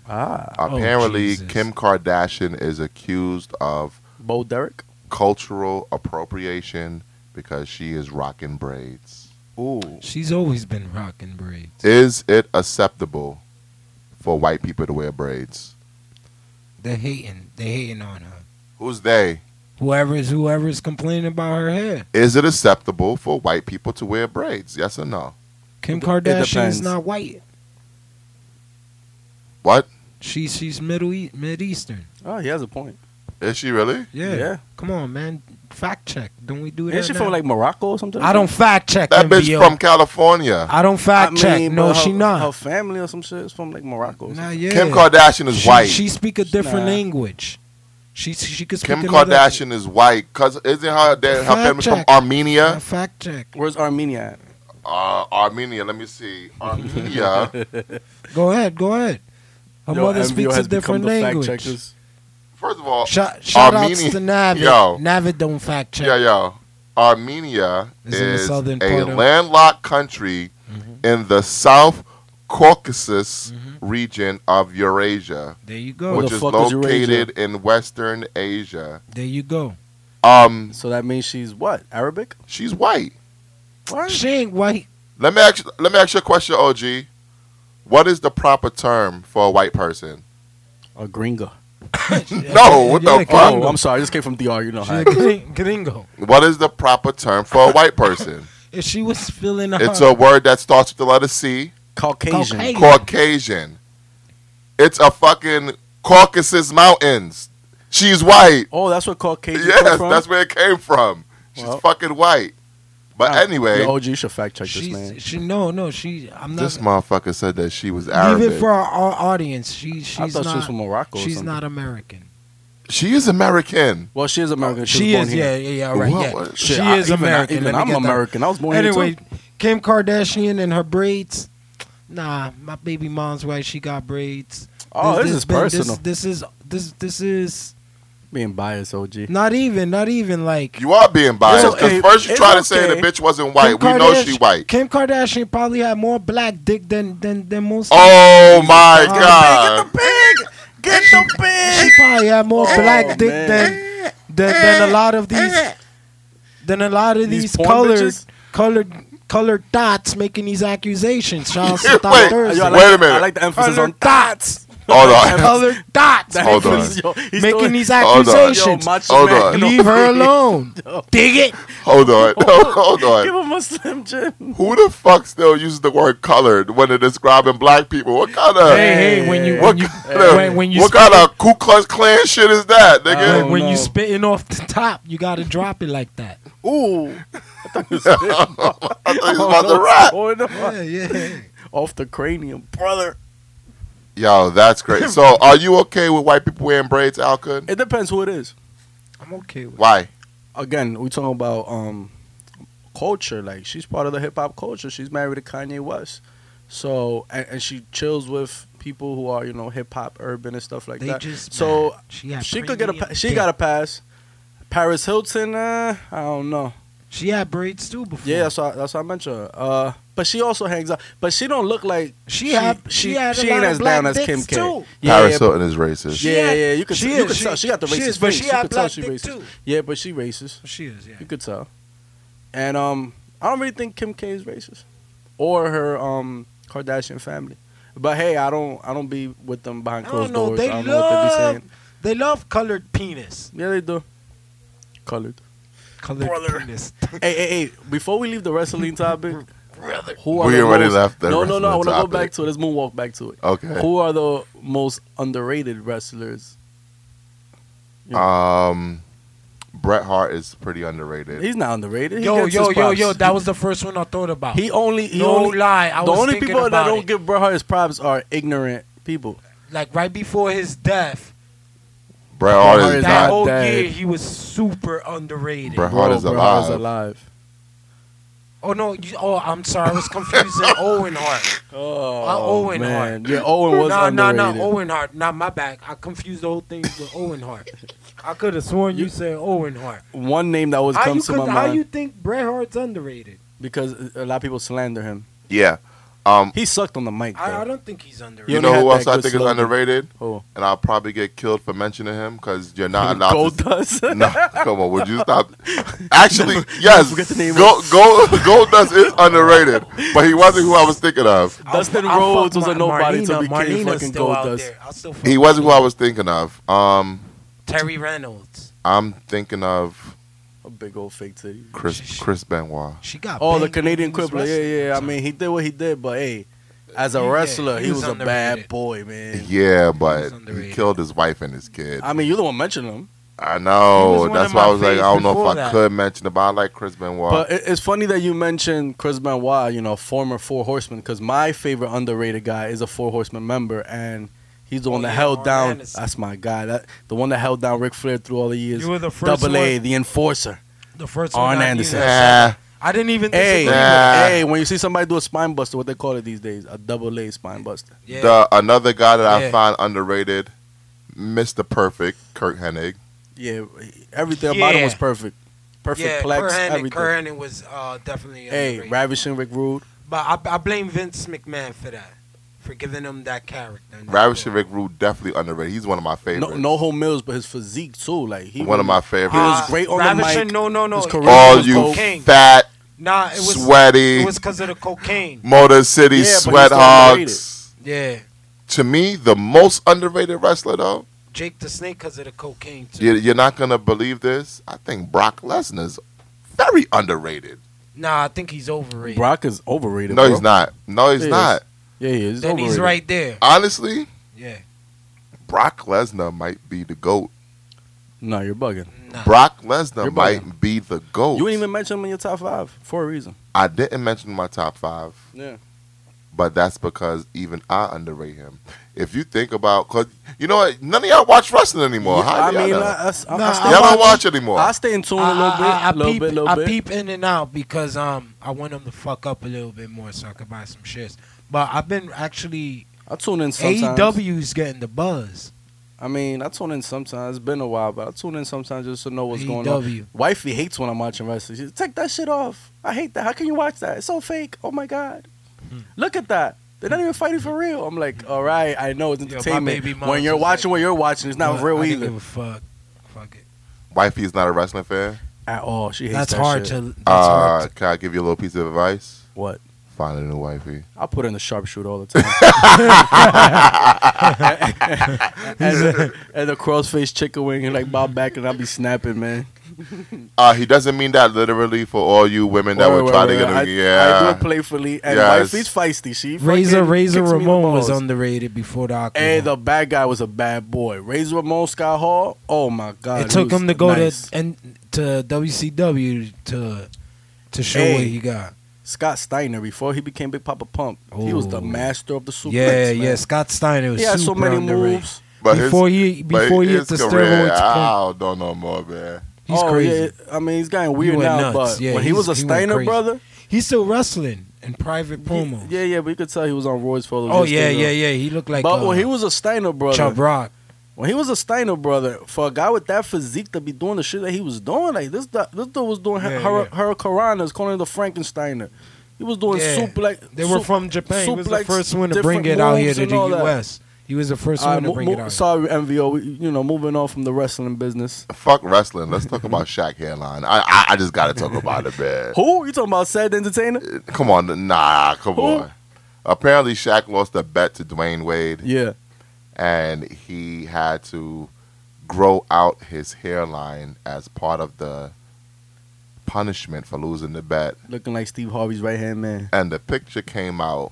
[SPEAKER 2] ah.
[SPEAKER 1] Apparently,
[SPEAKER 3] Oh, Jesus.
[SPEAKER 1] Kim Kardashian is accused of
[SPEAKER 2] Bo Derek.
[SPEAKER 1] cultural appropriation because she is rocking braids.
[SPEAKER 2] Ooh.
[SPEAKER 3] She's always been rocking braids.
[SPEAKER 1] Is it acceptable for white people to wear braids?
[SPEAKER 3] They're hating. They're hating on her.
[SPEAKER 1] Who's they?
[SPEAKER 3] Whoever's whoever's complaining about her hair.
[SPEAKER 1] Is it acceptable for white people to wear braids? Yes or no?
[SPEAKER 3] Kim
[SPEAKER 2] It de- it
[SPEAKER 3] Kardashian
[SPEAKER 2] depends.
[SPEAKER 3] is not white.
[SPEAKER 1] What?
[SPEAKER 3] She she's middle E- mid eastern.
[SPEAKER 2] Oh, he has a point.
[SPEAKER 1] Is she really?
[SPEAKER 3] Yeah.
[SPEAKER 2] Yeah.
[SPEAKER 3] Come on, man. Fact check. Don't we do that?
[SPEAKER 2] Isn't she
[SPEAKER 3] now?
[SPEAKER 2] from like Morocco or something?
[SPEAKER 3] I don't fact check.
[SPEAKER 1] That bitch
[SPEAKER 3] NBO.
[SPEAKER 1] from California.
[SPEAKER 3] I don't
[SPEAKER 2] I
[SPEAKER 3] fact
[SPEAKER 2] mean,
[SPEAKER 3] check. No,
[SPEAKER 2] but her,
[SPEAKER 3] she not.
[SPEAKER 2] Her family or some shit is from like Morocco. or
[SPEAKER 3] Nah,
[SPEAKER 2] something.
[SPEAKER 3] yeah.
[SPEAKER 1] Kim Kardashian is
[SPEAKER 3] she,
[SPEAKER 1] white.
[SPEAKER 3] She speak a different
[SPEAKER 2] Nah.
[SPEAKER 3] language. She she could speak
[SPEAKER 1] Kim
[SPEAKER 3] another-
[SPEAKER 1] Kardashian is white. Cause isn't her dad, her
[SPEAKER 3] Fact
[SPEAKER 1] family from
[SPEAKER 3] check. Uh,
[SPEAKER 1] Armenia?
[SPEAKER 3] fact check.
[SPEAKER 2] Where's Armenia at?
[SPEAKER 1] Uh, Armenia. Let me see. Armenia.
[SPEAKER 3] Go ahead. Go ahead. Her
[SPEAKER 2] Yo,
[SPEAKER 3] mother
[SPEAKER 2] MVO
[SPEAKER 3] speaks a
[SPEAKER 2] has become
[SPEAKER 3] different
[SPEAKER 2] the fact
[SPEAKER 3] language.
[SPEAKER 2] checkers.
[SPEAKER 1] First of all,
[SPEAKER 3] Shout, shout outs
[SPEAKER 1] Armenia-
[SPEAKER 3] to Navid.
[SPEAKER 1] Oh, Yo.
[SPEAKER 3] Navid don't fact check.
[SPEAKER 1] Yeah, yeah. Armenia
[SPEAKER 3] It's in the
[SPEAKER 1] is
[SPEAKER 3] southern
[SPEAKER 1] a
[SPEAKER 3] part of-
[SPEAKER 1] landlocked country
[SPEAKER 3] Mm-hmm,
[SPEAKER 1] in the South Caucasus region of Eurasia,
[SPEAKER 3] There you
[SPEAKER 2] Where
[SPEAKER 3] go.
[SPEAKER 1] which
[SPEAKER 2] the
[SPEAKER 1] is
[SPEAKER 2] fuck is Eurasia?
[SPEAKER 1] located in Western Asia.
[SPEAKER 3] There you go.
[SPEAKER 1] Um,
[SPEAKER 2] So that means she's what? Arabic?
[SPEAKER 1] she's white.
[SPEAKER 2] What?
[SPEAKER 3] She ain't white.
[SPEAKER 1] Let me ask. Let me ask you a question, OG. What is the proper term for a white person?
[SPEAKER 2] A gringo.
[SPEAKER 1] No, what the
[SPEAKER 3] yeah,
[SPEAKER 1] fuck?
[SPEAKER 2] Oh, I'm sorry. I just came from DR. You know
[SPEAKER 3] She
[SPEAKER 2] how.
[SPEAKER 3] a gring- gringo.
[SPEAKER 1] What is the proper term for a white person?
[SPEAKER 3] If she was feeling her,
[SPEAKER 1] it's a word that starts with the letter C.
[SPEAKER 2] Caucasian.
[SPEAKER 3] Caucasian.
[SPEAKER 1] Caucasian. It's a fucking Caucasus Mountains. She's white.
[SPEAKER 2] Oh, that's where Caucasian
[SPEAKER 1] Yes,
[SPEAKER 2] come from?
[SPEAKER 1] that's where it came from. She's
[SPEAKER 2] Well.
[SPEAKER 1] fucking white. But
[SPEAKER 2] Ah,
[SPEAKER 1] anyway,
[SPEAKER 2] Yo, OG, you should fact check this man.
[SPEAKER 3] she's, she no no she. I'm not.
[SPEAKER 1] this motherfucker said that she was
[SPEAKER 3] leave
[SPEAKER 1] Arabic.
[SPEAKER 3] it for our, our audience. She
[SPEAKER 2] I
[SPEAKER 3] she's
[SPEAKER 2] thought
[SPEAKER 3] not.
[SPEAKER 2] she was from Morocco. or
[SPEAKER 3] she's
[SPEAKER 2] something.
[SPEAKER 3] not American.
[SPEAKER 1] she is American.
[SPEAKER 2] Well, she is American. She,
[SPEAKER 3] She
[SPEAKER 2] was
[SPEAKER 3] is.
[SPEAKER 2] born
[SPEAKER 3] Yeah
[SPEAKER 2] here.
[SPEAKER 3] yeah yeah. Right.
[SPEAKER 1] What-
[SPEAKER 3] yeah.
[SPEAKER 1] what-
[SPEAKER 3] She
[SPEAKER 2] Shit, I-
[SPEAKER 3] is
[SPEAKER 2] even I-
[SPEAKER 3] American.
[SPEAKER 2] even
[SPEAKER 3] Let me
[SPEAKER 2] I'm
[SPEAKER 3] get that.
[SPEAKER 2] American. I was born here,
[SPEAKER 3] Anyway,
[SPEAKER 2] too.
[SPEAKER 3] Kim Kardashian and her braids. Nah, my baby mom's white. She got braids.
[SPEAKER 2] Oh, this, is
[SPEAKER 3] been-
[SPEAKER 2] personal.
[SPEAKER 3] This, this is this this is
[SPEAKER 2] Being biased, OG.
[SPEAKER 3] not even not even like
[SPEAKER 1] You are being biased
[SPEAKER 2] It's
[SPEAKER 1] because
[SPEAKER 2] okay.
[SPEAKER 1] first you
[SPEAKER 2] It's
[SPEAKER 1] try to say the
[SPEAKER 2] okay.
[SPEAKER 1] bitch wasn't white.
[SPEAKER 3] Kim
[SPEAKER 1] we know
[SPEAKER 3] Kardash-
[SPEAKER 1] she white.
[SPEAKER 3] Kim Kardashian probably had more black dick than than than most.
[SPEAKER 1] Oh my
[SPEAKER 3] Get the
[SPEAKER 1] god!
[SPEAKER 2] pig! Get the
[SPEAKER 3] She
[SPEAKER 2] pig!
[SPEAKER 3] probably had more
[SPEAKER 2] Oh,
[SPEAKER 3] black dick
[SPEAKER 2] man.
[SPEAKER 3] than, than than a lot of these than a lot of
[SPEAKER 2] These
[SPEAKER 3] these,
[SPEAKER 2] porn
[SPEAKER 3] colored
[SPEAKER 2] bitches?
[SPEAKER 3] colored colored dots making these accusations. Shout out to Thought
[SPEAKER 1] Wait,
[SPEAKER 3] Thursday.
[SPEAKER 2] Yo, I
[SPEAKER 1] Wait a
[SPEAKER 2] the-
[SPEAKER 1] minute.
[SPEAKER 2] I like the emphasis
[SPEAKER 3] colored
[SPEAKER 2] on
[SPEAKER 3] dots.
[SPEAKER 1] Hold on.
[SPEAKER 3] Colored dots.
[SPEAKER 2] the
[SPEAKER 1] Hold on.
[SPEAKER 2] emphasis, yo, he's
[SPEAKER 3] Making
[SPEAKER 2] doing-
[SPEAKER 3] these
[SPEAKER 1] Hold on.
[SPEAKER 2] Yo,
[SPEAKER 3] accusations.
[SPEAKER 2] Macho
[SPEAKER 1] Hold
[SPEAKER 2] Man,
[SPEAKER 1] on.
[SPEAKER 2] get
[SPEAKER 3] Leave
[SPEAKER 2] off
[SPEAKER 3] her
[SPEAKER 2] me.
[SPEAKER 3] alone. Dig it.
[SPEAKER 1] Hold on. Hold
[SPEAKER 2] Give
[SPEAKER 1] on.
[SPEAKER 2] him a Slim Jim.
[SPEAKER 1] Who the fuck still uses the word colored when they're describing black people? What kind of
[SPEAKER 3] Hey, hey, when you
[SPEAKER 1] what
[SPEAKER 3] when you
[SPEAKER 1] kind of,
[SPEAKER 3] when, when you Uh-huh.
[SPEAKER 1] what kind of Ku Klux Klan shit is that, nigga?
[SPEAKER 3] when, when
[SPEAKER 2] no.
[SPEAKER 3] you spitting off the top, you gotta drop it like that.
[SPEAKER 2] Ooh.
[SPEAKER 1] I thought you
[SPEAKER 2] Oh,
[SPEAKER 1] was about to rap.
[SPEAKER 2] Going on.
[SPEAKER 3] yeah.
[SPEAKER 2] Off the cranium, brother.
[SPEAKER 1] Yo, that's great. So, are you okay with white people wearing braids, Alcon?
[SPEAKER 2] It depends who it is.
[SPEAKER 3] I'm okay with.
[SPEAKER 1] Why?
[SPEAKER 2] Again, we talking about um culture. Like she's part of the hip hop culture. She's married to Kanye West. So and, and she chills with people who are you know hip hop, urban, and stuff like
[SPEAKER 3] They
[SPEAKER 2] that.
[SPEAKER 3] just
[SPEAKER 2] so
[SPEAKER 3] mad. she, had
[SPEAKER 2] she could get a
[SPEAKER 3] premium
[SPEAKER 2] pa- she
[SPEAKER 3] dick.
[SPEAKER 2] got a pass. Paris Hilton, uh, I don't know.
[SPEAKER 3] she had braids too before.
[SPEAKER 2] Yeah, that's what, that's what I mentioned. her. Uh, but she also hangs out. But she don't look like
[SPEAKER 3] she, had she, had a lot
[SPEAKER 2] ain't
[SPEAKER 3] of
[SPEAKER 2] as
[SPEAKER 3] black
[SPEAKER 2] down as
[SPEAKER 3] dicks
[SPEAKER 2] Kim K.
[SPEAKER 3] too.
[SPEAKER 2] Yeah,
[SPEAKER 1] Paris
[SPEAKER 2] yeah,
[SPEAKER 1] Hilton is racist.
[SPEAKER 2] yeah,
[SPEAKER 3] had-
[SPEAKER 2] yeah, you could
[SPEAKER 3] she
[SPEAKER 2] tell, you
[SPEAKER 3] is,
[SPEAKER 2] could
[SPEAKER 3] she-
[SPEAKER 2] tell she got the
[SPEAKER 3] she
[SPEAKER 2] racist
[SPEAKER 3] is,
[SPEAKER 2] face.
[SPEAKER 3] but she
[SPEAKER 2] you
[SPEAKER 3] had
[SPEAKER 2] could tell
[SPEAKER 3] black
[SPEAKER 2] she
[SPEAKER 3] dick,
[SPEAKER 2] racist.
[SPEAKER 3] too.
[SPEAKER 2] Yeah, but she racist.
[SPEAKER 3] She is. Yeah.
[SPEAKER 2] You could tell. And um, I don't really think Kim K is racist, or her um Kardashian family. But hey, I don't I don't be with them behind
[SPEAKER 3] I don't
[SPEAKER 2] closed
[SPEAKER 3] know,
[SPEAKER 2] doors.
[SPEAKER 3] they
[SPEAKER 2] I don't know what they be
[SPEAKER 3] love-
[SPEAKER 2] saying.
[SPEAKER 3] They love colored penis.
[SPEAKER 2] Yeah, they do. Colored.
[SPEAKER 3] Colored
[SPEAKER 2] Brother.
[SPEAKER 3] penis.
[SPEAKER 2] hey, hey, hey! Before we leave the wrestling topic, who
[SPEAKER 1] We
[SPEAKER 2] the
[SPEAKER 1] already
[SPEAKER 2] most-
[SPEAKER 1] left that
[SPEAKER 2] No, no, no! I want
[SPEAKER 1] wrestling
[SPEAKER 2] to go
[SPEAKER 1] topic.
[SPEAKER 2] back to it. Let's moonwalk back to it.
[SPEAKER 1] Okay.
[SPEAKER 2] Who are the most underrated wrestlers?
[SPEAKER 1] Um, Bret Hart is pretty underrated.
[SPEAKER 2] He's not underrated. He
[SPEAKER 3] yo
[SPEAKER 2] gets
[SPEAKER 3] yo
[SPEAKER 2] his
[SPEAKER 3] yo
[SPEAKER 2] props.
[SPEAKER 3] yo, that was the first one I thought about.
[SPEAKER 2] he only he
[SPEAKER 3] no
[SPEAKER 2] only
[SPEAKER 3] lie, I
[SPEAKER 2] the
[SPEAKER 3] was
[SPEAKER 2] only
[SPEAKER 3] thinking
[SPEAKER 2] people that
[SPEAKER 3] about
[SPEAKER 2] don't
[SPEAKER 3] it.
[SPEAKER 2] give Bret Hart his props are ignorant people.
[SPEAKER 3] like right before his death.
[SPEAKER 1] Bret Hart
[SPEAKER 2] Bret Hart
[SPEAKER 1] is
[SPEAKER 2] is
[SPEAKER 3] That
[SPEAKER 2] not
[SPEAKER 1] not.
[SPEAKER 3] whole
[SPEAKER 2] dead.
[SPEAKER 3] year he was super underrated.
[SPEAKER 1] Oh, Bret Hart is
[SPEAKER 2] Bro, Bret Hart
[SPEAKER 1] alive.
[SPEAKER 2] alive.
[SPEAKER 3] Oh no! You, oh, I'm sorry. I was confusing Owen Hart.
[SPEAKER 2] Oh,
[SPEAKER 3] Uh, Owen Hart.
[SPEAKER 2] Yeah, Owen was
[SPEAKER 3] no, no,
[SPEAKER 2] underrated.
[SPEAKER 3] no. Owen Hart. Not my back. I confused the whole thing with Owen Hart. I could have sworn you said Owen Hart.
[SPEAKER 2] One name that always
[SPEAKER 3] How you,
[SPEAKER 2] comes to my
[SPEAKER 3] could, how
[SPEAKER 2] mind
[SPEAKER 3] you think Bret Hart's underrated?
[SPEAKER 2] because a lot of people slander him.
[SPEAKER 1] Yeah. Um,
[SPEAKER 2] He sucked on the mic.
[SPEAKER 3] I, I
[SPEAKER 2] Though. Oh.
[SPEAKER 3] don't think he's
[SPEAKER 1] you
[SPEAKER 2] only
[SPEAKER 3] underrated.
[SPEAKER 1] know
[SPEAKER 2] had
[SPEAKER 1] who
[SPEAKER 2] that
[SPEAKER 1] else I
[SPEAKER 2] good
[SPEAKER 1] think is
[SPEAKER 2] slogan.
[SPEAKER 1] underrated?
[SPEAKER 2] Who?
[SPEAKER 1] And I'll probably get killed for mentioning him because you're not allowed
[SPEAKER 2] Gold
[SPEAKER 1] to.
[SPEAKER 2] Dust.
[SPEAKER 1] No, come on, would you stop? Actually, yes.
[SPEAKER 2] forget the name of-
[SPEAKER 1] Gold, Gold, Goldust is underrated, but he wasn't who I was thinking of.
[SPEAKER 2] Dustin
[SPEAKER 3] I'll- I'll
[SPEAKER 2] Rhodes
[SPEAKER 3] fuck
[SPEAKER 2] was a
[SPEAKER 3] Mar-
[SPEAKER 2] nobody
[SPEAKER 3] Marlena.
[SPEAKER 2] till he became
[SPEAKER 3] Marlena's
[SPEAKER 2] fucking
[SPEAKER 3] still out
[SPEAKER 2] Goldust.
[SPEAKER 3] there. I'll still fuck
[SPEAKER 1] He wasn't who I was thinking of. Um,
[SPEAKER 3] Terry Reynolds.
[SPEAKER 1] I'm thinking of
[SPEAKER 2] A big old fake titty.
[SPEAKER 1] Chris Chris Benoit.
[SPEAKER 3] She got.
[SPEAKER 2] Oh, the
[SPEAKER 3] banged when
[SPEAKER 2] Canadian
[SPEAKER 3] he was
[SPEAKER 2] Quibbler. Yeah, yeah. I
[SPEAKER 3] wrestling.
[SPEAKER 2] mean, he did what he did, but hey, as a
[SPEAKER 3] He did.
[SPEAKER 2] wrestler,
[SPEAKER 3] He
[SPEAKER 2] he
[SPEAKER 3] was
[SPEAKER 2] was a bad
[SPEAKER 3] underrated.
[SPEAKER 2] boy, man.
[SPEAKER 1] Yeah,
[SPEAKER 3] He's
[SPEAKER 1] but he
[SPEAKER 3] underrated.
[SPEAKER 1] killed his wife and his kid.
[SPEAKER 2] I mean, you're the one mentioning him.
[SPEAKER 1] I
[SPEAKER 3] He was
[SPEAKER 1] know.
[SPEAKER 3] one
[SPEAKER 1] That's
[SPEAKER 3] of
[SPEAKER 1] why I
[SPEAKER 3] my
[SPEAKER 1] was like, I
[SPEAKER 3] faves
[SPEAKER 1] don't know if
[SPEAKER 3] before
[SPEAKER 1] I
[SPEAKER 3] that.
[SPEAKER 1] could mention it, but I like Chris Benoit.
[SPEAKER 2] But it, it's funny that you mentioned Chris Benoit, you know, former Four Horsemen, because my favorite underrated guy is a Four Horsemen member, and he's the
[SPEAKER 3] Oh,
[SPEAKER 2] one that
[SPEAKER 3] yeah,
[SPEAKER 2] held
[SPEAKER 3] Arn
[SPEAKER 2] down.
[SPEAKER 3] Anderson.
[SPEAKER 2] That's my guy. That the one that held down Ric Flair through all the years.
[SPEAKER 3] You were the first
[SPEAKER 2] Double A,
[SPEAKER 3] one-
[SPEAKER 2] the enforcer.
[SPEAKER 3] the first
[SPEAKER 2] Arn
[SPEAKER 3] one I
[SPEAKER 2] Anderson.
[SPEAKER 3] knew.
[SPEAKER 1] yeah,
[SPEAKER 3] I didn't even.
[SPEAKER 2] Hey,
[SPEAKER 3] disagree with
[SPEAKER 1] Yeah.
[SPEAKER 2] hey! When you see somebody do a spine buster, what they call it these days? A double A spine buster.
[SPEAKER 3] Yeah.
[SPEAKER 1] the another guy that I
[SPEAKER 3] Yeah.
[SPEAKER 1] find underrated, Mr. Perfect, Kurt Hennig.
[SPEAKER 2] Yeah, everything about him was
[SPEAKER 3] Yeah.
[SPEAKER 2] perfect. Perfect
[SPEAKER 3] yeah,
[SPEAKER 2] plex,
[SPEAKER 3] Kurt Hennig,
[SPEAKER 2] everything.
[SPEAKER 3] Kurt Hennig was uh, definitely
[SPEAKER 2] hey,
[SPEAKER 3] underrated.
[SPEAKER 2] ravishing Rick Rude.
[SPEAKER 3] But I, I blame Vince McMahon for that, for giving him that character. and that
[SPEAKER 1] Ravishing
[SPEAKER 3] role.
[SPEAKER 1] Rick Rude definitely underrated. He's one of my favorites.
[SPEAKER 2] No, no whole Mills, but his physique too. Like he
[SPEAKER 1] one of my
[SPEAKER 2] He
[SPEAKER 1] favorites.
[SPEAKER 2] was great on the
[SPEAKER 3] Ravishing,
[SPEAKER 2] mic.
[SPEAKER 3] Uh, No, no, no.
[SPEAKER 2] His
[SPEAKER 3] It
[SPEAKER 2] career
[SPEAKER 1] All
[SPEAKER 3] was
[SPEAKER 1] you
[SPEAKER 3] cocaine.
[SPEAKER 1] fat,
[SPEAKER 3] nah, it was
[SPEAKER 1] sweaty,
[SPEAKER 3] It was because of the cocaine.
[SPEAKER 1] Motor City
[SPEAKER 2] Yeah, but he's
[SPEAKER 1] sweat
[SPEAKER 2] still
[SPEAKER 1] hogs.
[SPEAKER 3] Yeah,
[SPEAKER 1] To me, the most underrated wrestler, though,
[SPEAKER 3] Jake the Snake because of the cocaine too.
[SPEAKER 1] you- you're not going to believe this. I think Brock Lesnar's very underrated.
[SPEAKER 3] Nah, I think he's overrated.
[SPEAKER 2] Brock is overrated.
[SPEAKER 1] No,
[SPEAKER 2] bro.
[SPEAKER 1] he's not. No, he's
[SPEAKER 2] He is.
[SPEAKER 1] not.
[SPEAKER 2] Yeah, he is.
[SPEAKER 3] then he's
[SPEAKER 2] overrated.
[SPEAKER 3] right there.
[SPEAKER 1] Honestly,
[SPEAKER 3] Yeah.
[SPEAKER 1] Brock Lesnar might be the GOAT.
[SPEAKER 2] No, you're bugging.
[SPEAKER 3] Nah.
[SPEAKER 1] Brock
[SPEAKER 2] You're
[SPEAKER 1] Lesnar
[SPEAKER 2] bugging.
[SPEAKER 1] might be the GOAT.
[SPEAKER 2] You didn't even mention him in your top five for a reason.
[SPEAKER 1] I didn't mention my top five,
[SPEAKER 2] Yeah.
[SPEAKER 1] but that's because even I underrate him. If you think about, cause you know what, none of y'all watch wrestling anymore. How
[SPEAKER 2] I
[SPEAKER 1] do y'all
[SPEAKER 2] mean, I,
[SPEAKER 1] know?
[SPEAKER 2] I, I,
[SPEAKER 3] Nah,
[SPEAKER 2] I stay
[SPEAKER 1] y'all don't
[SPEAKER 2] watching-
[SPEAKER 1] watch anymore.
[SPEAKER 2] I stay in tune a
[SPEAKER 3] I-
[SPEAKER 2] little
[SPEAKER 3] I-
[SPEAKER 2] bit,
[SPEAKER 3] I, I
[SPEAKER 2] little
[SPEAKER 3] peep,
[SPEAKER 2] bit, little
[SPEAKER 3] I
[SPEAKER 2] bit.
[SPEAKER 3] peep in and out because um I want him to fuck up a little bit more so I could buy some shits. But I've been actually
[SPEAKER 2] I tune in sometimes.
[SPEAKER 3] AEW's getting the buzz.
[SPEAKER 2] I mean, I tune in sometimes. It's been a while, but I tune in sometimes just to know what's going on.
[SPEAKER 3] AEW.
[SPEAKER 2] Wifey hates when I'm watching wrestling. She's take that shit off. I hate that. How can you watch that? It's so fake. Oh my god,
[SPEAKER 3] Hmm.
[SPEAKER 2] look at that. They're not even fighting for real. I'm like, all right, I know it's
[SPEAKER 3] Yo, my
[SPEAKER 2] entertainment.
[SPEAKER 3] baby mom's
[SPEAKER 2] when you're
[SPEAKER 3] just
[SPEAKER 2] watching
[SPEAKER 3] like-
[SPEAKER 2] what you're watching, it's not
[SPEAKER 3] But
[SPEAKER 2] real
[SPEAKER 3] I didn't
[SPEAKER 2] either
[SPEAKER 3] Give a fuck. Fuck it.
[SPEAKER 1] Wifey is not a wrestling fan.
[SPEAKER 2] at all. She hates
[SPEAKER 3] That's
[SPEAKER 2] that
[SPEAKER 3] hard
[SPEAKER 2] shit.
[SPEAKER 3] to. That's hard
[SPEAKER 1] Uh,
[SPEAKER 3] to
[SPEAKER 1] can I give you a little piece of advice?
[SPEAKER 2] What?
[SPEAKER 1] Find a new wifey.
[SPEAKER 2] I put her in the sharpshooter all the time. and, the, and the crossface chicken wing and like Bob back and I'll be snapping, man.
[SPEAKER 1] Uh, he doesn't mean that literally for all you women that
[SPEAKER 2] Wait,
[SPEAKER 1] would
[SPEAKER 2] wait,
[SPEAKER 1] try
[SPEAKER 2] wait,
[SPEAKER 1] to get
[SPEAKER 2] wait. I,
[SPEAKER 1] him. Yeah.
[SPEAKER 2] I do it playfully. And
[SPEAKER 1] Yes.
[SPEAKER 2] wifey's feisty. She
[SPEAKER 3] Razor
[SPEAKER 2] fucking
[SPEAKER 3] Razor
[SPEAKER 2] kicks me in the
[SPEAKER 3] Ramon was
[SPEAKER 2] balls.
[SPEAKER 3] underrated before the Aqua.
[SPEAKER 2] Hey, the bad guy was a bad boy. Razor Ramon Scott Hall. Oh my god.
[SPEAKER 3] it took
[SPEAKER 2] he was
[SPEAKER 3] him to go
[SPEAKER 2] nice.
[SPEAKER 3] to and to WCW to to show
[SPEAKER 2] Hey.
[SPEAKER 3] what he got.
[SPEAKER 2] Scott Steiner before he became Big Papa Pump. He was the
[SPEAKER 3] Ooh.
[SPEAKER 2] master of the suplex.
[SPEAKER 3] yeah,
[SPEAKER 2] man.
[SPEAKER 3] yeah. Scott Steiner was
[SPEAKER 2] He had
[SPEAKER 3] super
[SPEAKER 2] so many
[SPEAKER 3] underrated.
[SPEAKER 2] moves.
[SPEAKER 1] but
[SPEAKER 3] before
[SPEAKER 1] his,
[SPEAKER 3] he
[SPEAKER 1] but
[SPEAKER 3] before he
[SPEAKER 1] his
[SPEAKER 3] hit the
[SPEAKER 1] career,
[SPEAKER 3] steroids, point,
[SPEAKER 1] I don't know more, man.
[SPEAKER 3] he's
[SPEAKER 2] oh,
[SPEAKER 3] crazy.
[SPEAKER 2] Yeah. I mean, he's getting weird
[SPEAKER 3] went
[SPEAKER 2] now,
[SPEAKER 3] nuts.
[SPEAKER 2] but
[SPEAKER 3] Yeah,
[SPEAKER 2] when he was a
[SPEAKER 3] he's- he went
[SPEAKER 2] Steiner
[SPEAKER 3] crazy.
[SPEAKER 2] brother,
[SPEAKER 3] He's still wrestling in private promos.
[SPEAKER 2] yeah, yeah, but you could tell he was on Roy's Fellows.
[SPEAKER 3] oh yeah, yeah, yeah. He looked like
[SPEAKER 2] but
[SPEAKER 3] uh,
[SPEAKER 2] when he was a Steiner brother,
[SPEAKER 3] Chubb Rock.
[SPEAKER 2] when he was a Steiner brother, for a guy with that physique to be doing the shit that he was doing, like this, du- this dude was doing
[SPEAKER 3] Yeah,
[SPEAKER 2] her,
[SPEAKER 3] yeah.
[SPEAKER 2] her Karanas, calling it the Frankensteiner. He was doing
[SPEAKER 3] Yeah.
[SPEAKER 2] suplex.
[SPEAKER 3] They were
[SPEAKER 2] su-
[SPEAKER 3] from Japan. He was the
[SPEAKER 2] suplex,
[SPEAKER 3] first one to
[SPEAKER 2] different
[SPEAKER 3] bring it out here
[SPEAKER 2] moves
[SPEAKER 3] to
[SPEAKER 2] and
[SPEAKER 3] the
[SPEAKER 2] all that.
[SPEAKER 3] U.S. He was the first
[SPEAKER 2] All right,
[SPEAKER 3] one to
[SPEAKER 2] mo-
[SPEAKER 3] bring
[SPEAKER 2] mo-
[SPEAKER 3] it out. here.
[SPEAKER 2] sorry, MVO. we- You know, moving on from the wrestling business.
[SPEAKER 1] Fuck wrestling. Let's talk about Shaq hairline. I I, I just gotta talk about it, man.
[SPEAKER 2] Who you talking about? Sad entertainer?
[SPEAKER 1] Come on, nah, come
[SPEAKER 2] Who?
[SPEAKER 1] on. Apparently, Shaq lost a bet to Dwayne Wade,
[SPEAKER 2] Yeah,
[SPEAKER 1] and he had to grow out his hairline as part of the punishment for losing the bet.
[SPEAKER 2] looking like Steve Harvey's right hand man
[SPEAKER 1] And the picture came out,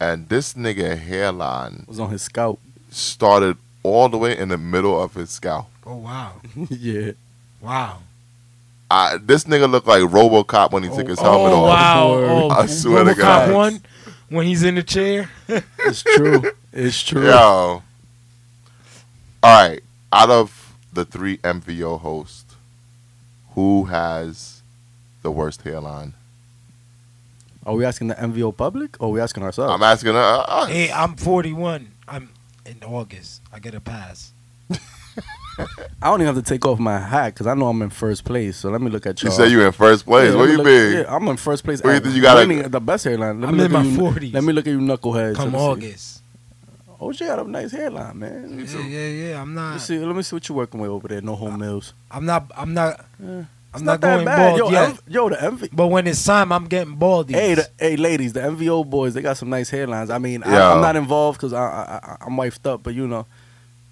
[SPEAKER 1] and this nigga hairline
[SPEAKER 2] was on his scalp.
[SPEAKER 1] started all the way in the middle of his scalp.
[SPEAKER 3] Oh wow,
[SPEAKER 2] yeah.
[SPEAKER 3] wow.
[SPEAKER 1] I, this nigga looked like RoboCop when he took his helmet
[SPEAKER 3] oh,
[SPEAKER 1] off.
[SPEAKER 3] wow! Oh,
[SPEAKER 1] I swear to
[SPEAKER 3] RoboCop
[SPEAKER 1] God.
[SPEAKER 3] one when he's in the chair.
[SPEAKER 2] It's true. It's true.
[SPEAKER 1] Yo. All right. Out of the three MVO hosts, who has the worst hairline?
[SPEAKER 2] Are we asking the MVO public or are we asking ourselves?
[SPEAKER 1] I'm asking her. Uh, uh,
[SPEAKER 3] Hey, I'm 41. I'm in August. I get a pass.
[SPEAKER 2] I don't even have to take off my hat because I know I'm in first place. So let me look at
[SPEAKER 1] you
[SPEAKER 2] y'all.
[SPEAKER 1] say you in first place.
[SPEAKER 2] Yeah,
[SPEAKER 1] what
[SPEAKER 2] let
[SPEAKER 1] you
[SPEAKER 2] me
[SPEAKER 1] mean?
[SPEAKER 2] look- Yeah, I'm in first place.
[SPEAKER 1] What you
[SPEAKER 2] at-
[SPEAKER 1] think you got, like-
[SPEAKER 2] winning at the best hairline. Let
[SPEAKER 3] I'm
[SPEAKER 2] me
[SPEAKER 3] in
[SPEAKER 2] look
[SPEAKER 3] my
[SPEAKER 2] at you-
[SPEAKER 3] 40s.
[SPEAKER 2] Let me look at you knuckleheads.
[SPEAKER 3] Come
[SPEAKER 2] Let me see.
[SPEAKER 3] August.
[SPEAKER 2] Oh, you got a nice hairline, man.
[SPEAKER 3] Yeah, yeah, yeah. I'm
[SPEAKER 2] Let me
[SPEAKER 3] not.
[SPEAKER 2] see. Let me see what you're working with over there. No home meals.
[SPEAKER 3] I'm not. I'm not.
[SPEAKER 2] Yeah.
[SPEAKER 3] I'm not,
[SPEAKER 2] Eh, that
[SPEAKER 3] going
[SPEAKER 2] bad.
[SPEAKER 3] bald
[SPEAKER 2] yo,
[SPEAKER 3] yet.
[SPEAKER 2] M- yo, the MV.
[SPEAKER 3] but when it's time, I'm getting baldy.
[SPEAKER 2] Hey, the, hey, ladies, the MVO boys, they got some nice hairlines. I mean,
[SPEAKER 1] Yo.
[SPEAKER 2] I, I'm not involved because I, I, I, I'm wifed up, but you know,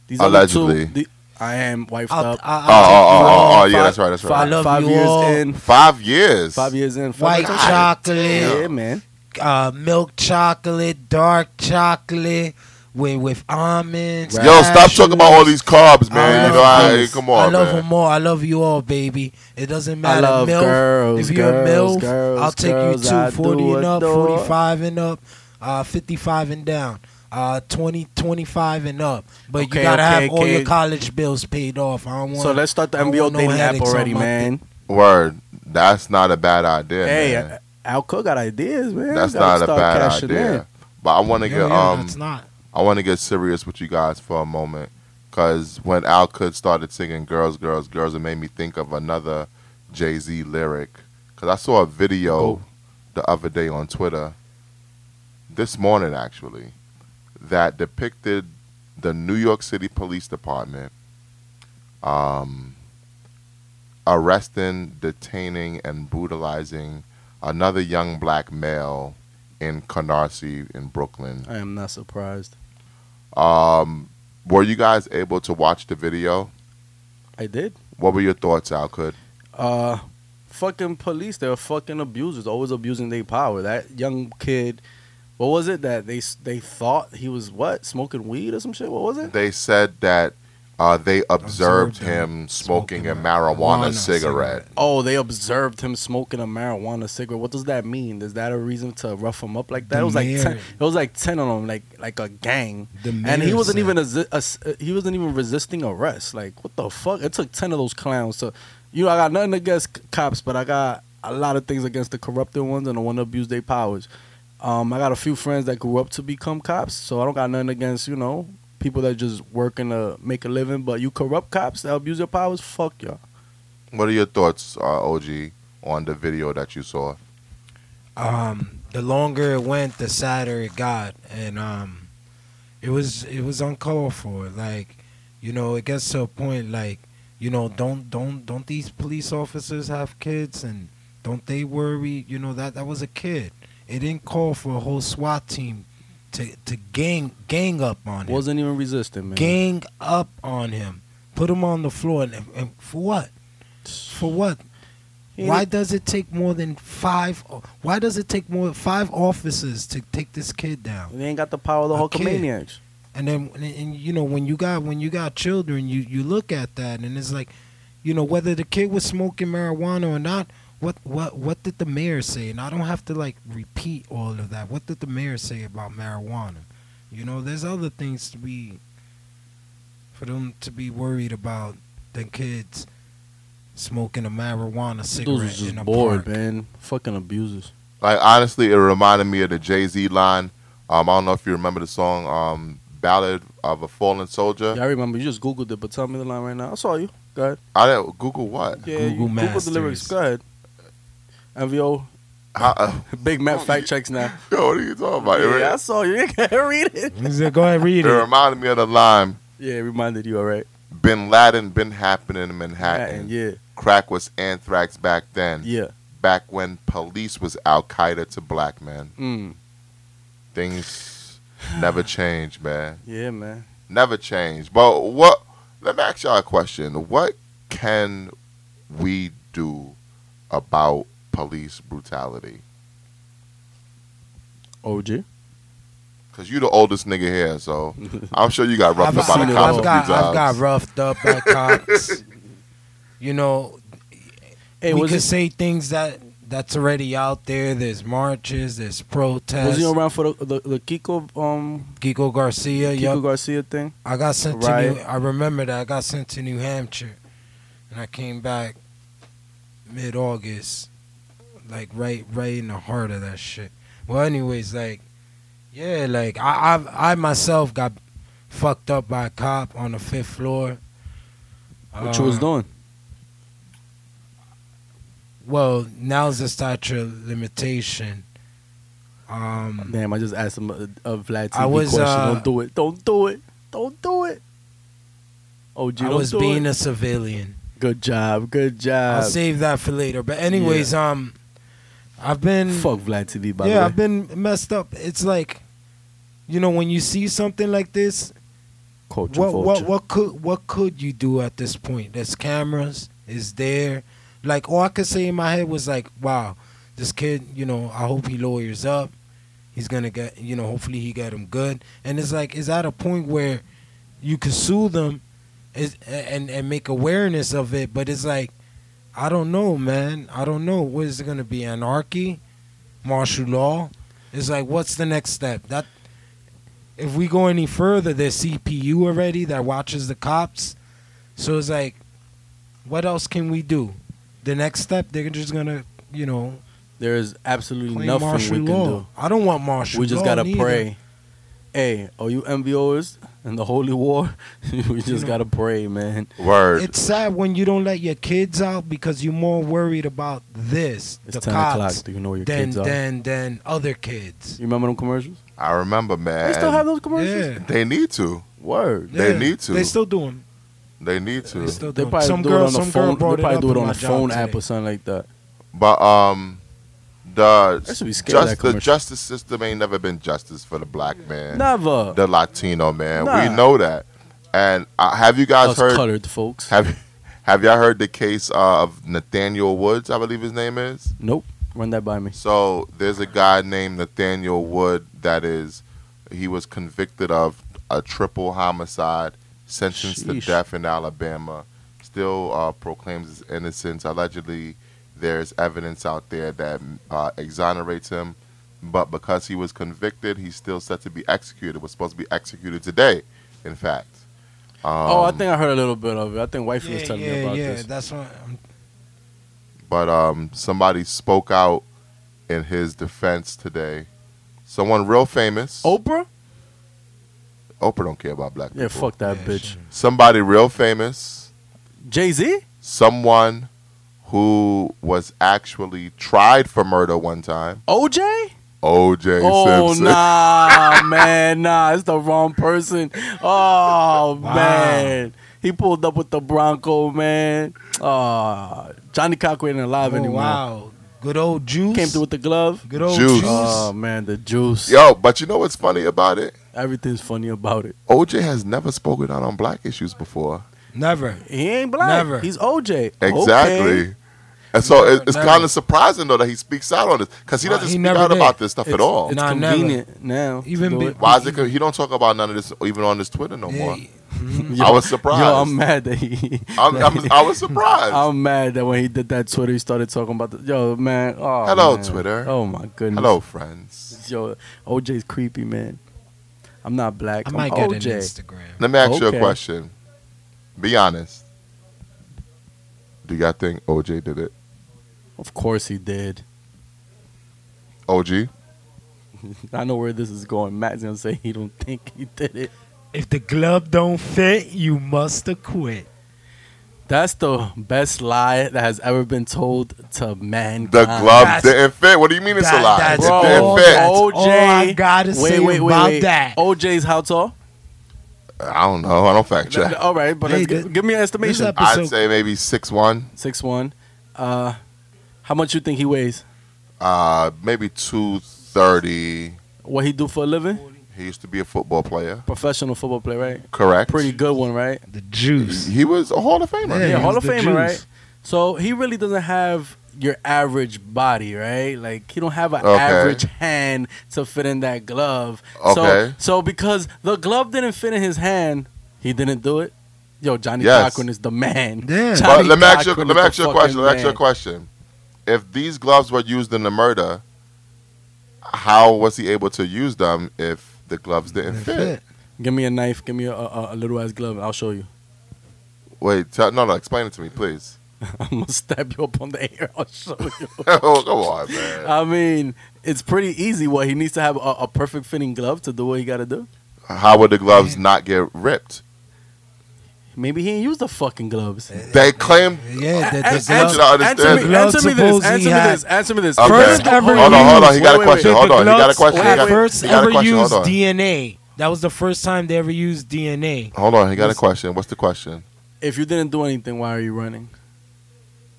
[SPEAKER 2] these
[SPEAKER 1] Allegedly.
[SPEAKER 2] other two, the, I am wifed
[SPEAKER 3] I'll, I'll,
[SPEAKER 2] up.
[SPEAKER 1] Oh, oh,
[SPEAKER 3] I'll
[SPEAKER 1] oh, oh, oh,
[SPEAKER 2] Five-
[SPEAKER 1] yeah, that's right, that's right.
[SPEAKER 2] Five,
[SPEAKER 3] I love
[SPEAKER 2] five
[SPEAKER 3] you
[SPEAKER 2] years
[SPEAKER 3] all.
[SPEAKER 2] in,
[SPEAKER 1] Five yeves.
[SPEAKER 2] five years in,
[SPEAKER 3] take you white
[SPEAKER 2] five years in.
[SPEAKER 3] chocolate,
[SPEAKER 2] Yeah, man.
[SPEAKER 1] ah,
[SPEAKER 3] uh, milk chocolate, dark chocolate with with almonds.
[SPEAKER 1] Yo, stop
[SPEAKER 3] cashews.
[SPEAKER 1] talking about all these carbs, man.
[SPEAKER 3] I
[SPEAKER 1] You know,
[SPEAKER 3] love
[SPEAKER 1] I,
[SPEAKER 2] these.
[SPEAKER 1] come on,
[SPEAKER 3] I love
[SPEAKER 1] man.
[SPEAKER 3] them all. I love you all, baby. It doesn't
[SPEAKER 2] I
[SPEAKER 3] matter.
[SPEAKER 2] love
[SPEAKER 3] MILF,
[SPEAKER 2] girls.
[SPEAKER 3] if you're
[SPEAKER 2] girls,
[SPEAKER 3] a MILF,
[SPEAKER 2] girls,
[SPEAKER 3] I'll take
[SPEAKER 2] girls,
[SPEAKER 3] you
[SPEAKER 2] I
[SPEAKER 3] to 40
[SPEAKER 2] do
[SPEAKER 3] and up,
[SPEAKER 2] adore.
[SPEAKER 3] 45 and up, uh, 55 and down, uh, 20, 25 and up. But
[SPEAKER 2] Okay,
[SPEAKER 3] you gotta
[SPEAKER 2] okay,
[SPEAKER 3] have all your
[SPEAKER 2] okay.
[SPEAKER 3] college bills paid off. I don't want.
[SPEAKER 2] So let's start the
[SPEAKER 3] I don't
[SPEAKER 2] MVO
[SPEAKER 3] want no
[SPEAKER 2] dating app
[SPEAKER 3] headaches
[SPEAKER 2] already,
[SPEAKER 3] on my
[SPEAKER 2] man.
[SPEAKER 1] Word. That's not a bad idea.
[SPEAKER 2] hey,
[SPEAKER 1] man.
[SPEAKER 2] Al Cook got ideas, man.
[SPEAKER 1] that's
[SPEAKER 2] We gotta
[SPEAKER 1] not a
[SPEAKER 2] start
[SPEAKER 1] bad
[SPEAKER 2] cashing
[SPEAKER 1] idea.
[SPEAKER 2] in.
[SPEAKER 1] But I want
[SPEAKER 3] thi-
[SPEAKER 1] to get
[SPEAKER 3] Yeah, yeah,
[SPEAKER 1] um,
[SPEAKER 3] that's not.
[SPEAKER 1] I want to get serious with you guys for a moment, because when Al Kud started singing "Girls, Girls, Girls," it made me think of another Jay Z lyric. Because I saw a video
[SPEAKER 2] Go.
[SPEAKER 1] the other day on Twitter, this morning actually, that depicted the New York City Police Department um, arresting, detaining, and brutalizing another young black male in Canarsie in Brooklyn.
[SPEAKER 2] I am not surprised.
[SPEAKER 1] Um, were you guys able to watch the video?
[SPEAKER 2] I did.
[SPEAKER 1] What were your thoughts, Al? Could
[SPEAKER 2] Uh, fucking police. They're fucking abusers. Always abusing their power. That young kid. What was it that they s- they thought he was what smoking weed or some shit? What was it?
[SPEAKER 1] they said that uh, they observed
[SPEAKER 3] Observed
[SPEAKER 1] him
[SPEAKER 3] him
[SPEAKER 1] smoking a
[SPEAKER 3] smoking a
[SPEAKER 1] marijuana
[SPEAKER 3] marijuana
[SPEAKER 1] cigarette.
[SPEAKER 3] cigarette.
[SPEAKER 2] Oh, they observed him smoking a marijuana cigarette. What does that mean? Is that a reason to rough him up like that?
[SPEAKER 3] The
[SPEAKER 2] it was like
[SPEAKER 3] mayor-
[SPEAKER 2] ten, it was like ten of them, like like a gang.
[SPEAKER 3] The
[SPEAKER 2] and he
[SPEAKER 3] mayor
[SPEAKER 2] wasn't
[SPEAKER 3] said-
[SPEAKER 2] even a, a- uh, he wasn't even resisting arrest. Like what the fuck? It took ten of those clowns to, you know, I got nothing against c- cops, but I got a lot of things against the corrupted ones and the one that abuse their powers. Um, I got a few friends that grew up to become cops, so I don't got nothing against you know people that just working to make a living. But you corrupt cops that abuse their powers, fuck y'all.
[SPEAKER 1] What are your thoughts, uh, OG, on the video that you saw?
[SPEAKER 3] um, the longer it went, the sadder it got, and um, it was it was uncalled for. Like, you know, it gets to a point like, you know, don't don't don't these police officers have kids, and don't they worry? You know that that was a kid. It didn't call for a whole SWAT team to to gang gang up on him,
[SPEAKER 2] Wasn't even resisting, man.
[SPEAKER 3] gang up on him, put him on the floor, and, and for what? For what?
[SPEAKER 2] He
[SPEAKER 3] Why
[SPEAKER 2] ain't-
[SPEAKER 3] does it take more than five? Why does it take more five officers to take this kid down?
[SPEAKER 2] They ain't got the power of the
[SPEAKER 3] A kid.
[SPEAKER 2] Hulkamaniacs.
[SPEAKER 3] And then, and, and, you know, when you got when you got children, you you look at that, and it's like, you know, whether the kid was smoking marijuana or not, what what what did the mayor say? And I don't have to like repeat all of that. What did the mayor say about marijuana? You know, there's other things to be for them to be worried about than kids smoking a marijuana cigarette
[SPEAKER 2] Dudes was
[SPEAKER 3] in a
[SPEAKER 2] just bored,
[SPEAKER 3] park.
[SPEAKER 2] man. Fucking abusers.
[SPEAKER 1] Like honestly, it reminded me of the Jay Z line. Um, I don't know if you remember the song um, "Ballad of a Fallen Soldier."
[SPEAKER 2] Yeah, I remember. You just Googled it, but tell me the line right now. I saw you. Go ahead.
[SPEAKER 1] I didn't Google what.
[SPEAKER 2] Yeah,
[SPEAKER 3] Google
[SPEAKER 2] you Googled the lyrics.
[SPEAKER 3] Masters.
[SPEAKER 2] Go ahead. MVO,
[SPEAKER 1] How, uh,
[SPEAKER 2] Big Matt fact checks now.
[SPEAKER 1] yo, what are you talking about? It re-
[SPEAKER 2] yeah, I saw you. You can't read it.
[SPEAKER 4] He said, Go ahead, read
[SPEAKER 1] it
[SPEAKER 4] it.
[SPEAKER 1] reminded me of the line
[SPEAKER 2] Yeah, it reminded you, all right?
[SPEAKER 1] "Bin Laden been happening in Manhattan.
[SPEAKER 2] Yeah,
[SPEAKER 1] Crack was anthrax back then.
[SPEAKER 2] yeah.
[SPEAKER 1] back when police was Al Qaeda to black men.
[SPEAKER 2] Mm.
[SPEAKER 1] Things never change, man.
[SPEAKER 2] Yeah, man.
[SPEAKER 1] Never change. But what? Let me ask y'all a question. What can we do about police brutality?
[SPEAKER 2] OG.
[SPEAKER 1] Cause you the oldest nigga here, so I'm sure you got roughed
[SPEAKER 3] I've,
[SPEAKER 1] up by
[SPEAKER 3] seen
[SPEAKER 1] the
[SPEAKER 3] it.
[SPEAKER 1] cops uh,
[SPEAKER 3] I've
[SPEAKER 1] a few
[SPEAKER 3] got, I've got
[SPEAKER 1] times.
[SPEAKER 3] roughed up by cops. you know,
[SPEAKER 2] Hey,
[SPEAKER 3] we
[SPEAKER 2] was
[SPEAKER 3] could
[SPEAKER 2] he,
[SPEAKER 3] say things that that's already out there. There's marches, there's protests.
[SPEAKER 2] was he around for the, the, the Kiko, um,
[SPEAKER 3] Kiko Garcia,
[SPEAKER 2] Kiko
[SPEAKER 3] yup.
[SPEAKER 2] Garcia thing?
[SPEAKER 3] I got sent to
[SPEAKER 2] Right.
[SPEAKER 3] New. I remember that I got sent to New Hampshire, and I came back mid August like right right in the heart of that shit. Well, anyways, like yeah, like I I, I myself got fucked up by a cop on the fifth floor.
[SPEAKER 2] What you was
[SPEAKER 3] Uh,
[SPEAKER 2] doing?
[SPEAKER 3] Well, now's the statute of limitation. Um,
[SPEAKER 2] Damn, I just asked him a, a Vlad TV
[SPEAKER 3] I was,
[SPEAKER 2] question.
[SPEAKER 3] uh,
[SPEAKER 2] don't do it. Don't do it. Don't do it. OG,
[SPEAKER 3] I
[SPEAKER 2] don't
[SPEAKER 3] was
[SPEAKER 2] do
[SPEAKER 3] being
[SPEAKER 2] it. Uh,
[SPEAKER 3] a civilian.
[SPEAKER 2] good job. Good job.
[SPEAKER 3] I'll save that for later. But anyways, um, I've been
[SPEAKER 2] Fuck Vlad TV. By
[SPEAKER 3] yeah,
[SPEAKER 2] the way,
[SPEAKER 3] I've been messed up. It's like, you know, when you see something like this,
[SPEAKER 2] Culture
[SPEAKER 3] what what
[SPEAKER 2] vulture.
[SPEAKER 3] what could what could you do at this point? There's cameras, is there? Like all I could say in my head was like, wow, this kid, you know, I hope he lawyers up. He's gonna get, you know, hopefully he got him good. And it's like, is that a point where you could sue them, is, and and make awareness of it? But it's like, I don't know, man. I don't know. What is it gonna be? Anarchy, martial law? It's like, what's the next step? That if we go any further, there's CPU already that watches the cops. So it's like, what else can we do? The next step, they're just gonna, you know,
[SPEAKER 2] There is absolutely
[SPEAKER 3] claim
[SPEAKER 2] nothing
[SPEAKER 3] martial
[SPEAKER 2] we can
[SPEAKER 3] law.
[SPEAKER 2] do.
[SPEAKER 3] I don't want martial law.
[SPEAKER 2] We just gotta
[SPEAKER 3] neither.
[SPEAKER 2] pray. Hey, are you MVOers in the holy war? we just gotta pray, man.
[SPEAKER 1] Word.
[SPEAKER 3] It's sad when you don't let your kids out because you're more worried about this,
[SPEAKER 2] It's
[SPEAKER 3] the
[SPEAKER 2] ten
[SPEAKER 3] cops,
[SPEAKER 2] o'clock. Do you know where your
[SPEAKER 3] than
[SPEAKER 2] kids are?
[SPEAKER 3] than than other kids.
[SPEAKER 2] You remember them commercials?
[SPEAKER 1] I remember, man.
[SPEAKER 2] They still have those commercials.
[SPEAKER 3] Yeah.
[SPEAKER 1] They need to.
[SPEAKER 2] Word.
[SPEAKER 1] They
[SPEAKER 3] Yeah.
[SPEAKER 1] need to.
[SPEAKER 3] They still do them.
[SPEAKER 1] They need to.
[SPEAKER 3] They still
[SPEAKER 2] They
[SPEAKER 3] do 'em.
[SPEAKER 2] probably
[SPEAKER 3] some
[SPEAKER 2] do it
[SPEAKER 3] girl,
[SPEAKER 2] on the
[SPEAKER 3] some
[SPEAKER 2] phone.
[SPEAKER 3] Girl brought
[SPEAKER 2] They probably
[SPEAKER 3] up
[SPEAKER 2] do it
[SPEAKER 3] in
[SPEAKER 2] on
[SPEAKER 3] my
[SPEAKER 2] the phone
[SPEAKER 3] job
[SPEAKER 2] app
[SPEAKER 3] today.
[SPEAKER 2] or something like that.
[SPEAKER 1] But um,
[SPEAKER 2] That
[SPEAKER 1] the
[SPEAKER 2] should be scary, that
[SPEAKER 1] just the
[SPEAKER 2] commercial.
[SPEAKER 1] justice system ain't never been justice for the black man,
[SPEAKER 2] Never.
[SPEAKER 1] the Latino man.
[SPEAKER 2] Nah.
[SPEAKER 1] We know that. And uh, have you guys
[SPEAKER 2] Us
[SPEAKER 1] heard?
[SPEAKER 2] colored folks.
[SPEAKER 1] Have Have y'all heard the case uh, of Nathaniel Woods? I believe his name is.
[SPEAKER 2] Nope. Run that by me.
[SPEAKER 1] So there's a guy named Nathaniel Wood that is he was convicted of a triple homicide, sentenced
[SPEAKER 2] Sheesh.
[SPEAKER 1] to death in Alabama, still uh, proclaims his innocence. Allegedly, there's evidence out there that uh, exonerates him, but because he was convicted, he's still set to be executed. Was supposed to be executed today, in fact. Um,
[SPEAKER 2] oh, I think I heard a little bit of it. I think Wifey was
[SPEAKER 3] Yeah,
[SPEAKER 2] telling
[SPEAKER 3] yeah,
[SPEAKER 2] me about
[SPEAKER 3] yeah.
[SPEAKER 2] this.
[SPEAKER 3] That's what I'm
[SPEAKER 1] but um, somebody spoke out in his defense today. Someone real famous.
[SPEAKER 2] Oprah?
[SPEAKER 1] Oprah don't care about black
[SPEAKER 2] Yeah,
[SPEAKER 1] people.
[SPEAKER 2] fuck that
[SPEAKER 3] Yeah,
[SPEAKER 2] bitch.
[SPEAKER 3] sure.
[SPEAKER 1] Somebody real famous,
[SPEAKER 2] Jay Z?
[SPEAKER 1] someone who was actually tried for murder one time.
[SPEAKER 2] OJ?
[SPEAKER 1] O.J.
[SPEAKER 2] oh
[SPEAKER 1] Simpson.
[SPEAKER 2] nah, man, nah, it's the wrong person. Oh man, he pulled up with the Bronco, man. Ah, Johnny Cocker ain't alive
[SPEAKER 3] Oh,
[SPEAKER 2] anymore.
[SPEAKER 3] Wow, good old juice.
[SPEAKER 2] Came through with the glove.
[SPEAKER 3] good old
[SPEAKER 1] Juice.
[SPEAKER 3] juice.
[SPEAKER 2] Oh man, the juice.
[SPEAKER 1] Yo, but you know what's funny about it?
[SPEAKER 2] Everything's funny about it.
[SPEAKER 1] O.J. has never spoken out on black issues before.
[SPEAKER 3] Never.
[SPEAKER 2] He ain't black.
[SPEAKER 3] Never.
[SPEAKER 2] He's OJ.
[SPEAKER 1] Exactly.
[SPEAKER 2] Okay.
[SPEAKER 1] And so it,
[SPEAKER 3] Never,
[SPEAKER 1] it's
[SPEAKER 3] never.
[SPEAKER 1] kind of surprising though that he speaks out on this because he
[SPEAKER 3] Nah,
[SPEAKER 1] doesn't
[SPEAKER 3] he
[SPEAKER 1] speak
[SPEAKER 3] never
[SPEAKER 1] out
[SPEAKER 3] did.
[SPEAKER 1] about this stuff at
[SPEAKER 2] It's-
[SPEAKER 1] all.
[SPEAKER 2] It's
[SPEAKER 3] Nah, never.
[SPEAKER 2] convenient now. to
[SPEAKER 3] Even
[SPEAKER 2] do
[SPEAKER 3] be-
[SPEAKER 2] it.
[SPEAKER 1] Why is it? 'cause He don't talk about none of this even on his Twitter no more.
[SPEAKER 3] Yeah,
[SPEAKER 1] I was surprised.
[SPEAKER 2] Yo, I'm mad that he.
[SPEAKER 1] I'm, I'm, I was surprised.
[SPEAKER 2] I'm mad that when he did that Twitter, he started talking about the yo man. Oh,
[SPEAKER 1] Hello,
[SPEAKER 2] man.
[SPEAKER 1] Twitter.
[SPEAKER 2] Oh my goodness.
[SPEAKER 1] Hello, friends.
[SPEAKER 2] Yo, OJ's creepy, man. I'm not black.
[SPEAKER 3] I
[SPEAKER 2] I am
[SPEAKER 3] might get
[SPEAKER 2] OJ.
[SPEAKER 3] an Instagram.
[SPEAKER 1] Let me ask you
[SPEAKER 2] Okay.
[SPEAKER 1] a question. Be honest. Do y'all think OJ did it?
[SPEAKER 2] Of course he did.
[SPEAKER 1] OG?
[SPEAKER 2] I know where this is going. Matt's gonna say he don't think he did it.
[SPEAKER 3] If the glove don't fit, you must acquit.
[SPEAKER 2] That's the best lie that has ever been told to mankind.
[SPEAKER 1] The glove
[SPEAKER 3] that's-
[SPEAKER 1] didn't fit. What do you mean it's a
[SPEAKER 3] that-
[SPEAKER 1] lie? It
[SPEAKER 3] that's
[SPEAKER 1] didn't
[SPEAKER 3] all-
[SPEAKER 1] fit.
[SPEAKER 3] that's-
[SPEAKER 2] OJ.
[SPEAKER 3] all I gotta say about that.
[SPEAKER 2] OJ's how tall?
[SPEAKER 1] I don't know. I don't fact check.
[SPEAKER 2] All right, but
[SPEAKER 3] Hey,
[SPEAKER 2] let's g-
[SPEAKER 3] that-
[SPEAKER 2] give me an
[SPEAKER 3] This
[SPEAKER 2] estimation.
[SPEAKER 3] episode,
[SPEAKER 1] I'd say maybe six one,
[SPEAKER 2] Six one. Uh, how much you think he weighs?
[SPEAKER 1] uh, maybe 230.
[SPEAKER 2] What he do for a living?
[SPEAKER 1] He used to be a football player.
[SPEAKER 2] Professional football player, right?
[SPEAKER 1] Correct.
[SPEAKER 2] Pretty good one, right?
[SPEAKER 3] the juice.
[SPEAKER 1] He was a Hall of Famer.
[SPEAKER 3] Yeah,
[SPEAKER 2] Yeah,
[SPEAKER 3] he
[SPEAKER 2] Hall
[SPEAKER 3] was
[SPEAKER 2] of
[SPEAKER 3] the
[SPEAKER 2] Famer,
[SPEAKER 3] juice.
[SPEAKER 2] right? So he really doesn't have your average body, right? Like he don't have an
[SPEAKER 1] Okay.
[SPEAKER 2] average hand to fit in that glove.
[SPEAKER 1] Okay.
[SPEAKER 2] So so because the glove didn't fit in his hand, he didn't do it. Yo, Johnny
[SPEAKER 1] Yes.
[SPEAKER 2] Cochran is the man.
[SPEAKER 3] Yeah.
[SPEAKER 2] Johnny
[SPEAKER 1] But let me ask you,
[SPEAKER 2] Cochran
[SPEAKER 1] let me
[SPEAKER 2] is
[SPEAKER 1] ask
[SPEAKER 2] the
[SPEAKER 1] you a question. Let me ask you
[SPEAKER 2] fucking
[SPEAKER 1] a
[SPEAKER 2] man.
[SPEAKER 1] question. If these gloves were used in the murder, how was he able to use them if the gloves didn't
[SPEAKER 3] Didn't
[SPEAKER 1] fit?
[SPEAKER 3] fit.
[SPEAKER 2] Give me a knife. Give me a, a, a little ass glove. I'll show you.
[SPEAKER 1] Wait, tell, no, no, explain it to me, please.
[SPEAKER 2] I'm gonna stab you up on the air. I'll show you.
[SPEAKER 1] oh, come on, man.
[SPEAKER 2] I mean, it's pretty easy. What he needs to have a, a perfect fitting glove to do what he got to do.
[SPEAKER 1] How would the gloves not get ripped?
[SPEAKER 2] Maybe he ain't use the fucking gloves.
[SPEAKER 1] They claim.
[SPEAKER 3] Yeah, the, the
[SPEAKER 1] Answer- answer-
[SPEAKER 3] glove.
[SPEAKER 2] Answer me,
[SPEAKER 1] understand.
[SPEAKER 2] answer me this.
[SPEAKER 3] Gloves
[SPEAKER 2] Answer me
[SPEAKER 3] supposedly
[SPEAKER 2] this. Answer me this.
[SPEAKER 1] Okay.
[SPEAKER 4] First ever
[SPEAKER 1] hold on, hold on. He
[SPEAKER 2] used-
[SPEAKER 1] got
[SPEAKER 2] wait,
[SPEAKER 1] a
[SPEAKER 2] wait,
[SPEAKER 1] question.
[SPEAKER 2] wait.
[SPEAKER 1] Hold on. He got a
[SPEAKER 4] gloves
[SPEAKER 1] question. He
[SPEAKER 4] were
[SPEAKER 1] got,
[SPEAKER 4] first
[SPEAKER 1] he got a
[SPEAKER 4] ever
[SPEAKER 1] question.
[SPEAKER 4] used
[SPEAKER 1] Hold on.
[SPEAKER 4] DNA. That was the first time they ever used DNA.
[SPEAKER 1] Hold on. He got a question. What's the question?
[SPEAKER 2] If you didn't do anything, why are you running?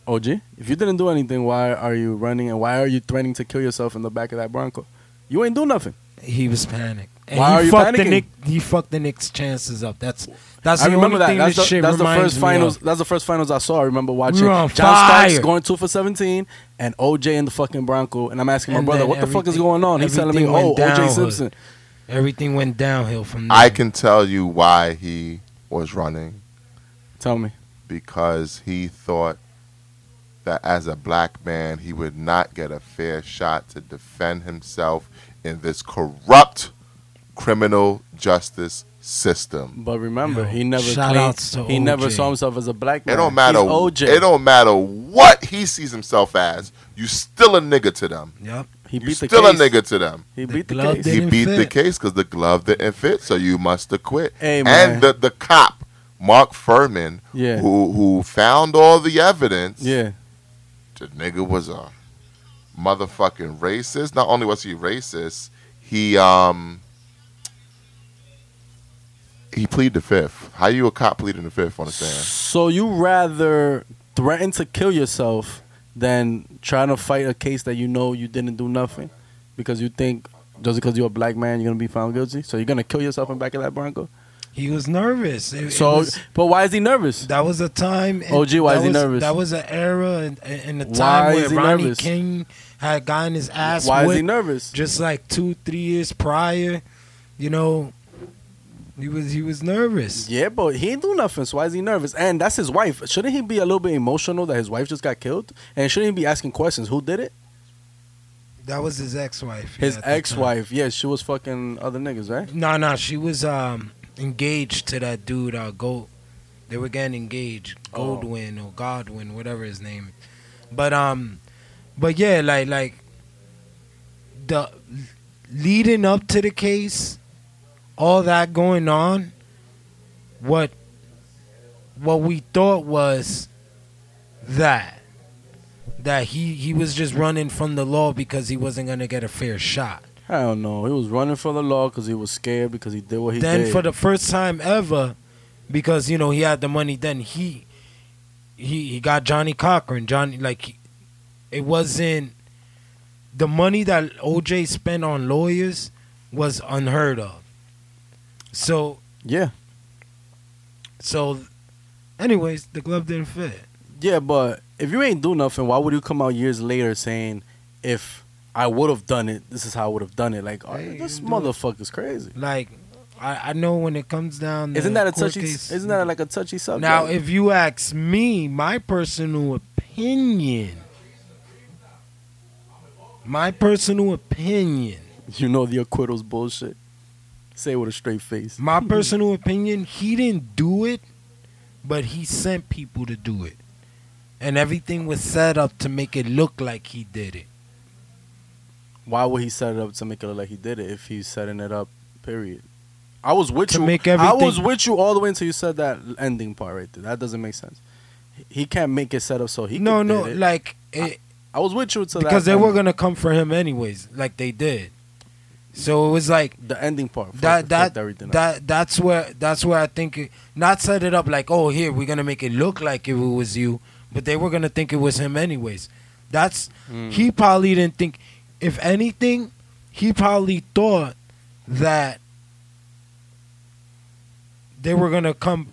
[SPEAKER 2] OG, if you didn't do anything, why are you running and why are you threatening to kill yourself in the back of that Bronco? You ain't do nothing.
[SPEAKER 4] He was panicked. And
[SPEAKER 2] Why
[SPEAKER 4] he
[SPEAKER 2] are you
[SPEAKER 4] fucked The
[SPEAKER 2] panicking?
[SPEAKER 4] Knick, he fucked the Knicks' chances up. That's that's
[SPEAKER 2] I
[SPEAKER 4] the
[SPEAKER 2] remember
[SPEAKER 4] only
[SPEAKER 2] that.
[SPEAKER 4] thing
[SPEAKER 2] That's,
[SPEAKER 4] this
[SPEAKER 2] the,
[SPEAKER 4] shit
[SPEAKER 2] that's the
[SPEAKER 4] reminds
[SPEAKER 2] first
[SPEAKER 4] me
[SPEAKER 2] finals.
[SPEAKER 4] of.
[SPEAKER 2] That's the first finals I saw. I remember watching
[SPEAKER 4] were on
[SPEAKER 2] John Starks
[SPEAKER 4] fire.
[SPEAKER 2] going two for seventeen and OJ in the fucking Bronco. And I'm asking my
[SPEAKER 4] And
[SPEAKER 2] brother,
[SPEAKER 4] then
[SPEAKER 2] what the fuck is
[SPEAKER 4] everything-
[SPEAKER 2] going on? He's telling me,
[SPEAKER 4] everything
[SPEAKER 2] oh,
[SPEAKER 4] went
[SPEAKER 2] OJ
[SPEAKER 4] downward.
[SPEAKER 2] Simpson.
[SPEAKER 4] Everything went downhill
[SPEAKER 2] Hmm.
[SPEAKER 4] from there.
[SPEAKER 1] I can tell you why he was running
[SPEAKER 2] Tell me.
[SPEAKER 1] because he thought that as a black man he would not get a fair shot to defend himself in this corrupt criminal justice system.
[SPEAKER 2] But remember,
[SPEAKER 4] Yo,
[SPEAKER 2] he never
[SPEAKER 4] shout
[SPEAKER 2] claimed,
[SPEAKER 4] outs to
[SPEAKER 2] he never
[SPEAKER 4] OJ.
[SPEAKER 2] saw himself as a black man.
[SPEAKER 1] It don't matter.
[SPEAKER 2] He's OJ.
[SPEAKER 1] It don't matter what he sees himself as. You still a nigga to them.
[SPEAKER 4] Yep.
[SPEAKER 2] he
[SPEAKER 1] You
[SPEAKER 2] beat the
[SPEAKER 1] still a
[SPEAKER 2] case.
[SPEAKER 1] nigga to them.
[SPEAKER 2] He
[SPEAKER 4] The
[SPEAKER 2] beat the,
[SPEAKER 4] glove
[SPEAKER 2] case.
[SPEAKER 1] he
[SPEAKER 4] Didn't
[SPEAKER 1] beat the
[SPEAKER 4] fit.
[SPEAKER 1] case because the glove didn't fit, so you must acquit.
[SPEAKER 2] Hey, man.
[SPEAKER 1] and the, the cop, Mark Furman,
[SPEAKER 2] Yeah.
[SPEAKER 1] who who found all the evidence,
[SPEAKER 2] yeah.
[SPEAKER 1] the nigga was a motherfucking racist. Not only was he racist, he um he pleaded the fifth. How you a cop pleading the fifth on the stand?
[SPEAKER 2] So you rather threaten to kill yourself than trying to fight a case that you know you didn't do nothing because you think just because you're a black man you're gonna be found guilty. So you're gonna kill yourself in back of that Bronco.
[SPEAKER 3] He was nervous. It- it
[SPEAKER 2] So,
[SPEAKER 3] was-
[SPEAKER 2] but why is he nervous?
[SPEAKER 3] That was a time. in-
[SPEAKER 2] OG, why
[SPEAKER 3] that
[SPEAKER 2] is he
[SPEAKER 3] was-
[SPEAKER 2] nervous?
[SPEAKER 3] That was an era in, in the
[SPEAKER 2] Why
[SPEAKER 3] time
[SPEAKER 2] is
[SPEAKER 3] where
[SPEAKER 2] he
[SPEAKER 3] Ronnie
[SPEAKER 2] nervous?
[SPEAKER 3] King had gotten his ass
[SPEAKER 2] Why is he
[SPEAKER 3] whipped
[SPEAKER 2] nervous?
[SPEAKER 3] just like two, three years prior. You know, he was he was nervous.
[SPEAKER 2] Yeah, but he ain't do nothing. So why is he nervous? And that's his wife. Shouldn't he be a little bit emotional that his wife just got killed? And shouldn't he be asking questions? Who did it?
[SPEAKER 3] That was his ex-wife.
[SPEAKER 2] His
[SPEAKER 3] yeah, at the
[SPEAKER 2] ex-wife. Yeah, she was fucking other niggas, right?
[SPEAKER 3] time. No, no, she was um engaged to that dude. Uh, Gold. They were getting engaged.
[SPEAKER 2] Oh.
[SPEAKER 3] Goldwyn or Godwin, whatever his name. is. But um, but yeah, like like the leading up to the case, all that going on, what what we thought was that that he he was just running from the law because he wasn't gonna get a fair shot.
[SPEAKER 2] I don't know. He was running for the law because he was scared because he did what he
[SPEAKER 3] then
[SPEAKER 2] did.
[SPEAKER 3] for the first time ever, because you know he had the money. Then he he he got Johnny Cochran. Johnny like he- it wasn't the money that OJ spent on lawyers was unheard of. So
[SPEAKER 2] yeah,
[SPEAKER 3] so, anyways, the glove didn't fit.
[SPEAKER 2] yeah, but if you ain't do nothing, why would you come out years later saying, "If I would have done it, this is how I would have done it"? Like, oh,
[SPEAKER 3] Yeah, you
[SPEAKER 2] this
[SPEAKER 3] can do it.
[SPEAKER 2] motherfucker's crazy.
[SPEAKER 3] Like I I know when it comes down, to
[SPEAKER 2] Isn't that a
[SPEAKER 3] court
[SPEAKER 2] touchy?
[SPEAKER 3] case-
[SPEAKER 2] Isn't that like a touchy subject?
[SPEAKER 3] Now, if you ask me, my personal opinion, my personal opinion,
[SPEAKER 2] you know the acquittal's bullshit, say it with a straight face.
[SPEAKER 3] my personal opinion, he didn't do it, but he sent people to do it. And everything was set up to make it look like he did it.
[SPEAKER 2] Why would he set it up to make it look like he did it if he's setting it up? Period. I was with
[SPEAKER 3] To
[SPEAKER 2] you.
[SPEAKER 3] make
[SPEAKER 2] I
[SPEAKER 3] everything-
[SPEAKER 2] was with you all the way until you said that ending part right there. That doesn't make sense. He can't make it set up so he.
[SPEAKER 3] no,
[SPEAKER 2] could
[SPEAKER 3] no,
[SPEAKER 2] did it.
[SPEAKER 3] like it,
[SPEAKER 2] I was with you until that
[SPEAKER 3] because they were
[SPEAKER 2] ending.
[SPEAKER 3] gonna come for him anyways, like they did. So it was like
[SPEAKER 2] the ending part. Fuck-
[SPEAKER 3] that
[SPEAKER 2] fuck
[SPEAKER 3] that
[SPEAKER 2] everything up.
[SPEAKER 3] that that's where that's where I think it, not set it up like oh here we're gonna make it look like it was you, but they were gonna think it was him anyways. That's
[SPEAKER 2] Mm.
[SPEAKER 3] he probably didn't think. If anything, he probably thought that they were gonna come.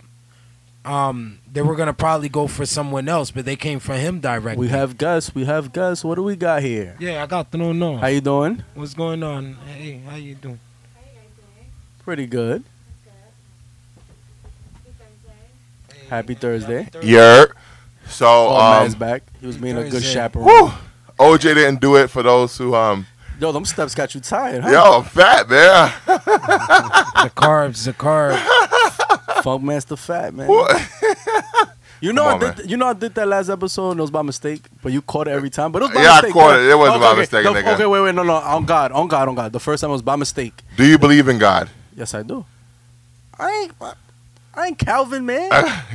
[SPEAKER 3] Um, they were gonna probably go for someone else, but they came for him directly.
[SPEAKER 2] we have Gus. We have Gus. What do we got here?
[SPEAKER 3] yeah, I got thrown on.
[SPEAKER 2] How you doing?
[SPEAKER 3] What's going on? Hey, how you doing?
[SPEAKER 2] Pretty good. Happy Thursday.
[SPEAKER 1] Yer. So
[SPEAKER 2] Oh, man's
[SPEAKER 1] um,
[SPEAKER 2] back. He was being a good
[SPEAKER 3] Thursday.
[SPEAKER 2] chaperone.
[SPEAKER 1] whew, OJ didn't do it for those who um
[SPEAKER 2] Yo, them steps got you tired, huh?
[SPEAKER 1] yo I'm fat man.
[SPEAKER 3] The carbs, the carbs.
[SPEAKER 2] Funk Master Fat, man.
[SPEAKER 1] What?
[SPEAKER 2] You know,
[SPEAKER 1] Come on,
[SPEAKER 2] I did, you know, I did that last episode. and It was by mistake, but you caught it every time. But it was by
[SPEAKER 1] Yeah, I
[SPEAKER 2] mistake,
[SPEAKER 1] caught
[SPEAKER 2] though.
[SPEAKER 1] it. It wasn't by
[SPEAKER 2] okay.
[SPEAKER 1] mistake,
[SPEAKER 2] The-
[SPEAKER 1] nigga.
[SPEAKER 2] Okay, wait, wait, no, no, on God, on God, on God. The first time it was by mistake.
[SPEAKER 1] Do you believe in God?
[SPEAKER 2] Yes, I do. I ain't, I ain't Calvin, man.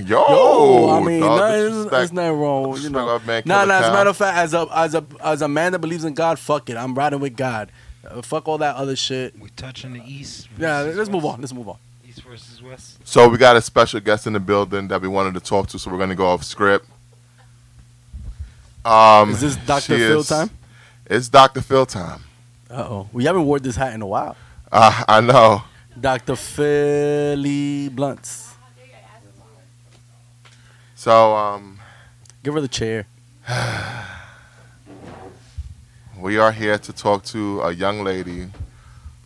[SPEAKER 1] Yo,
[SPEAKER 2] Yo, I mean,
[SPEAKER 1] Oh, dog,
[SPEAKER 2] nah, it's,
[SPEAKER 1] disrespect.
[SPEAKER 2] it's nothing wrong. with, You know,
[SPEAKER 1] Disrespect our man,
[SPEAKER 2] nah,
[SPEAKER 1] Killer
[SPEAKER 2] nah. As a
[SPEAKER 1] Cal.
[SPEAKER 2] matter of fact, as a as a as a man that believes in God, fuck it. I'm riding with God. Uh, fuck all that other shit.
[SPEAKER 6] We're touching the East.
[SPEAKER 2] Yeah,
[SPEAKER 6] versus
[SPEAKER 2] let's move
[SPEAKER 6] West.
[SPEAKER 2] on. Let's move on.
[SPEAKER 6] East versus West.
[SPEAKER 1] So we got a special guest in the building that we wanted to talk to, so we're gonna go off script. Um,
[SPEAKER 2] Is this Dr.
[SPEAKER 1] she
[SPEAKER 2] Phil
[SPEAKER 1] is-
[SPEAKER 2] time?
[SPEAKER 1] It's Dr. Phil time.
[SPEAKER 2] Uh oh, we haven't worn this hat in a while.
[SPEAKER 1] Uh, I know.
[SPEAKER 2] Dr. Philly Blunts.
[SPEAKER 1] So um,
[SPEAKER 2] Give her the chair.
[SPEAKER 1] we are here to talk to a young lady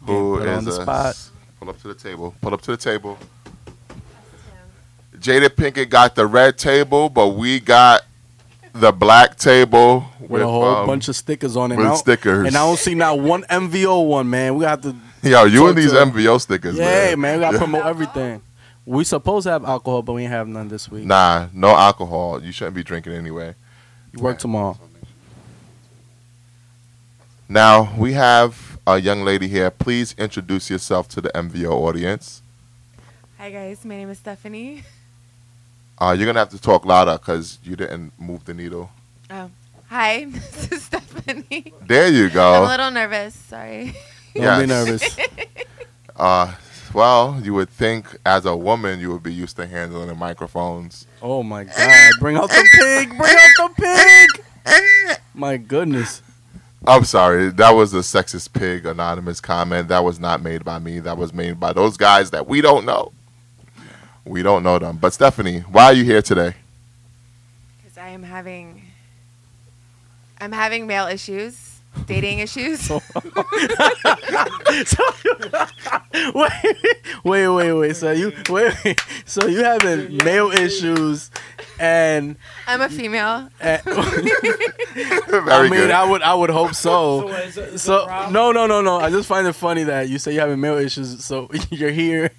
[SPEAKER 1] who
[SPEAKER 2] Yeah, put her on
[SPEAKER 1] is
[SPEAKER 2] the
[SPEAKER 1] a-
[SPEAKER 2] spot.
[SPEAKER 1] Pull up to the table. Pull up to the table. Jada Pinkett got the red table, but we got the black table with,
[SPEAKER 2] With a whole
[SPEAKER 1] um,
[SPEAKER 2] bunch of stickers on it.
[SPEAKER 1] with
[SPEAKER 2] And I don't-
[SPEAKER 1] stickers.
[SPEAKER 2] And I don't see not one MVO one, man. We have to
[SPEAKER 1] Yo, you and
[SPEAKER 2] Talk
[SPEAKER 1] these
[SPEAKER 2] to-
[SPEAKER 1] MVO stickers,
[SPEAKER 2] Yeah,
[SPEAKER 1] man.
[SPEAKER 2] man, we gotta promote everything. We supposed to have alcohol, but we ain't have none this week.
[SPEAKER 1] Nah, no alcohol. You shouldn't be drinking anyway.
[SPEAKER 2] You work tomorrow.
[SPEAKER 1] Now we have a young lady here. Please introduce yourself to the MVO audience.
[SPEAKER 7] Hi guys, my name is Stephanie.
[SPEAKER 1] Uh, you're gonna have to talk louder because you didn't move the needle.
[SPEAKER 7] Oh, hi, this is Stephanie.
[SPEAKER 1] There you
[SPEAKER 7] I'm a
[SPEAKER 1] go.
[SPEAKER 7] little nervous. Sorry.
[SPEAKER 2] Don't
[SPEAKER 1] Yes.
[SPEAKER 2] be nervous.
[SPEAKER 1] Uh, well, you would think as a woman you would be used to handling the microphones.
[SPEAKER 2] Oh my god. Bring out the pig. Bring out the pig. My goodness.
[SPEAKER 1] I'm sorry, that was a sexist pig anonymous comment. That was not made by me. That was made by those guys that we don't know. We don't know them. But Stephanie, why are you here today?
[SPEAKER 7] Because I am having, I'm having male issues, dating issues.
[SPEAKER 2] So, wait, wait, wait, wait. So you wait, wait. So you having male issues and,
[SPEAKER 7] I'm a female.
[SPEAKER 2] and
[SPEAKER 1] Very
[SPEAKER 2] I mean,
[SPEAKER 1] good.
[SPEAKER 2] I would, I would hope
[SPEAKER 4] So
[SPEAKER 2] so.
[SPEAKER 4] is it- is it a
[SPEAKER 2] so
[SPEAKER 4] problem?
[SPEAKER 2] no, no, no, no. I just find it funny that you say you having male issues, so you're here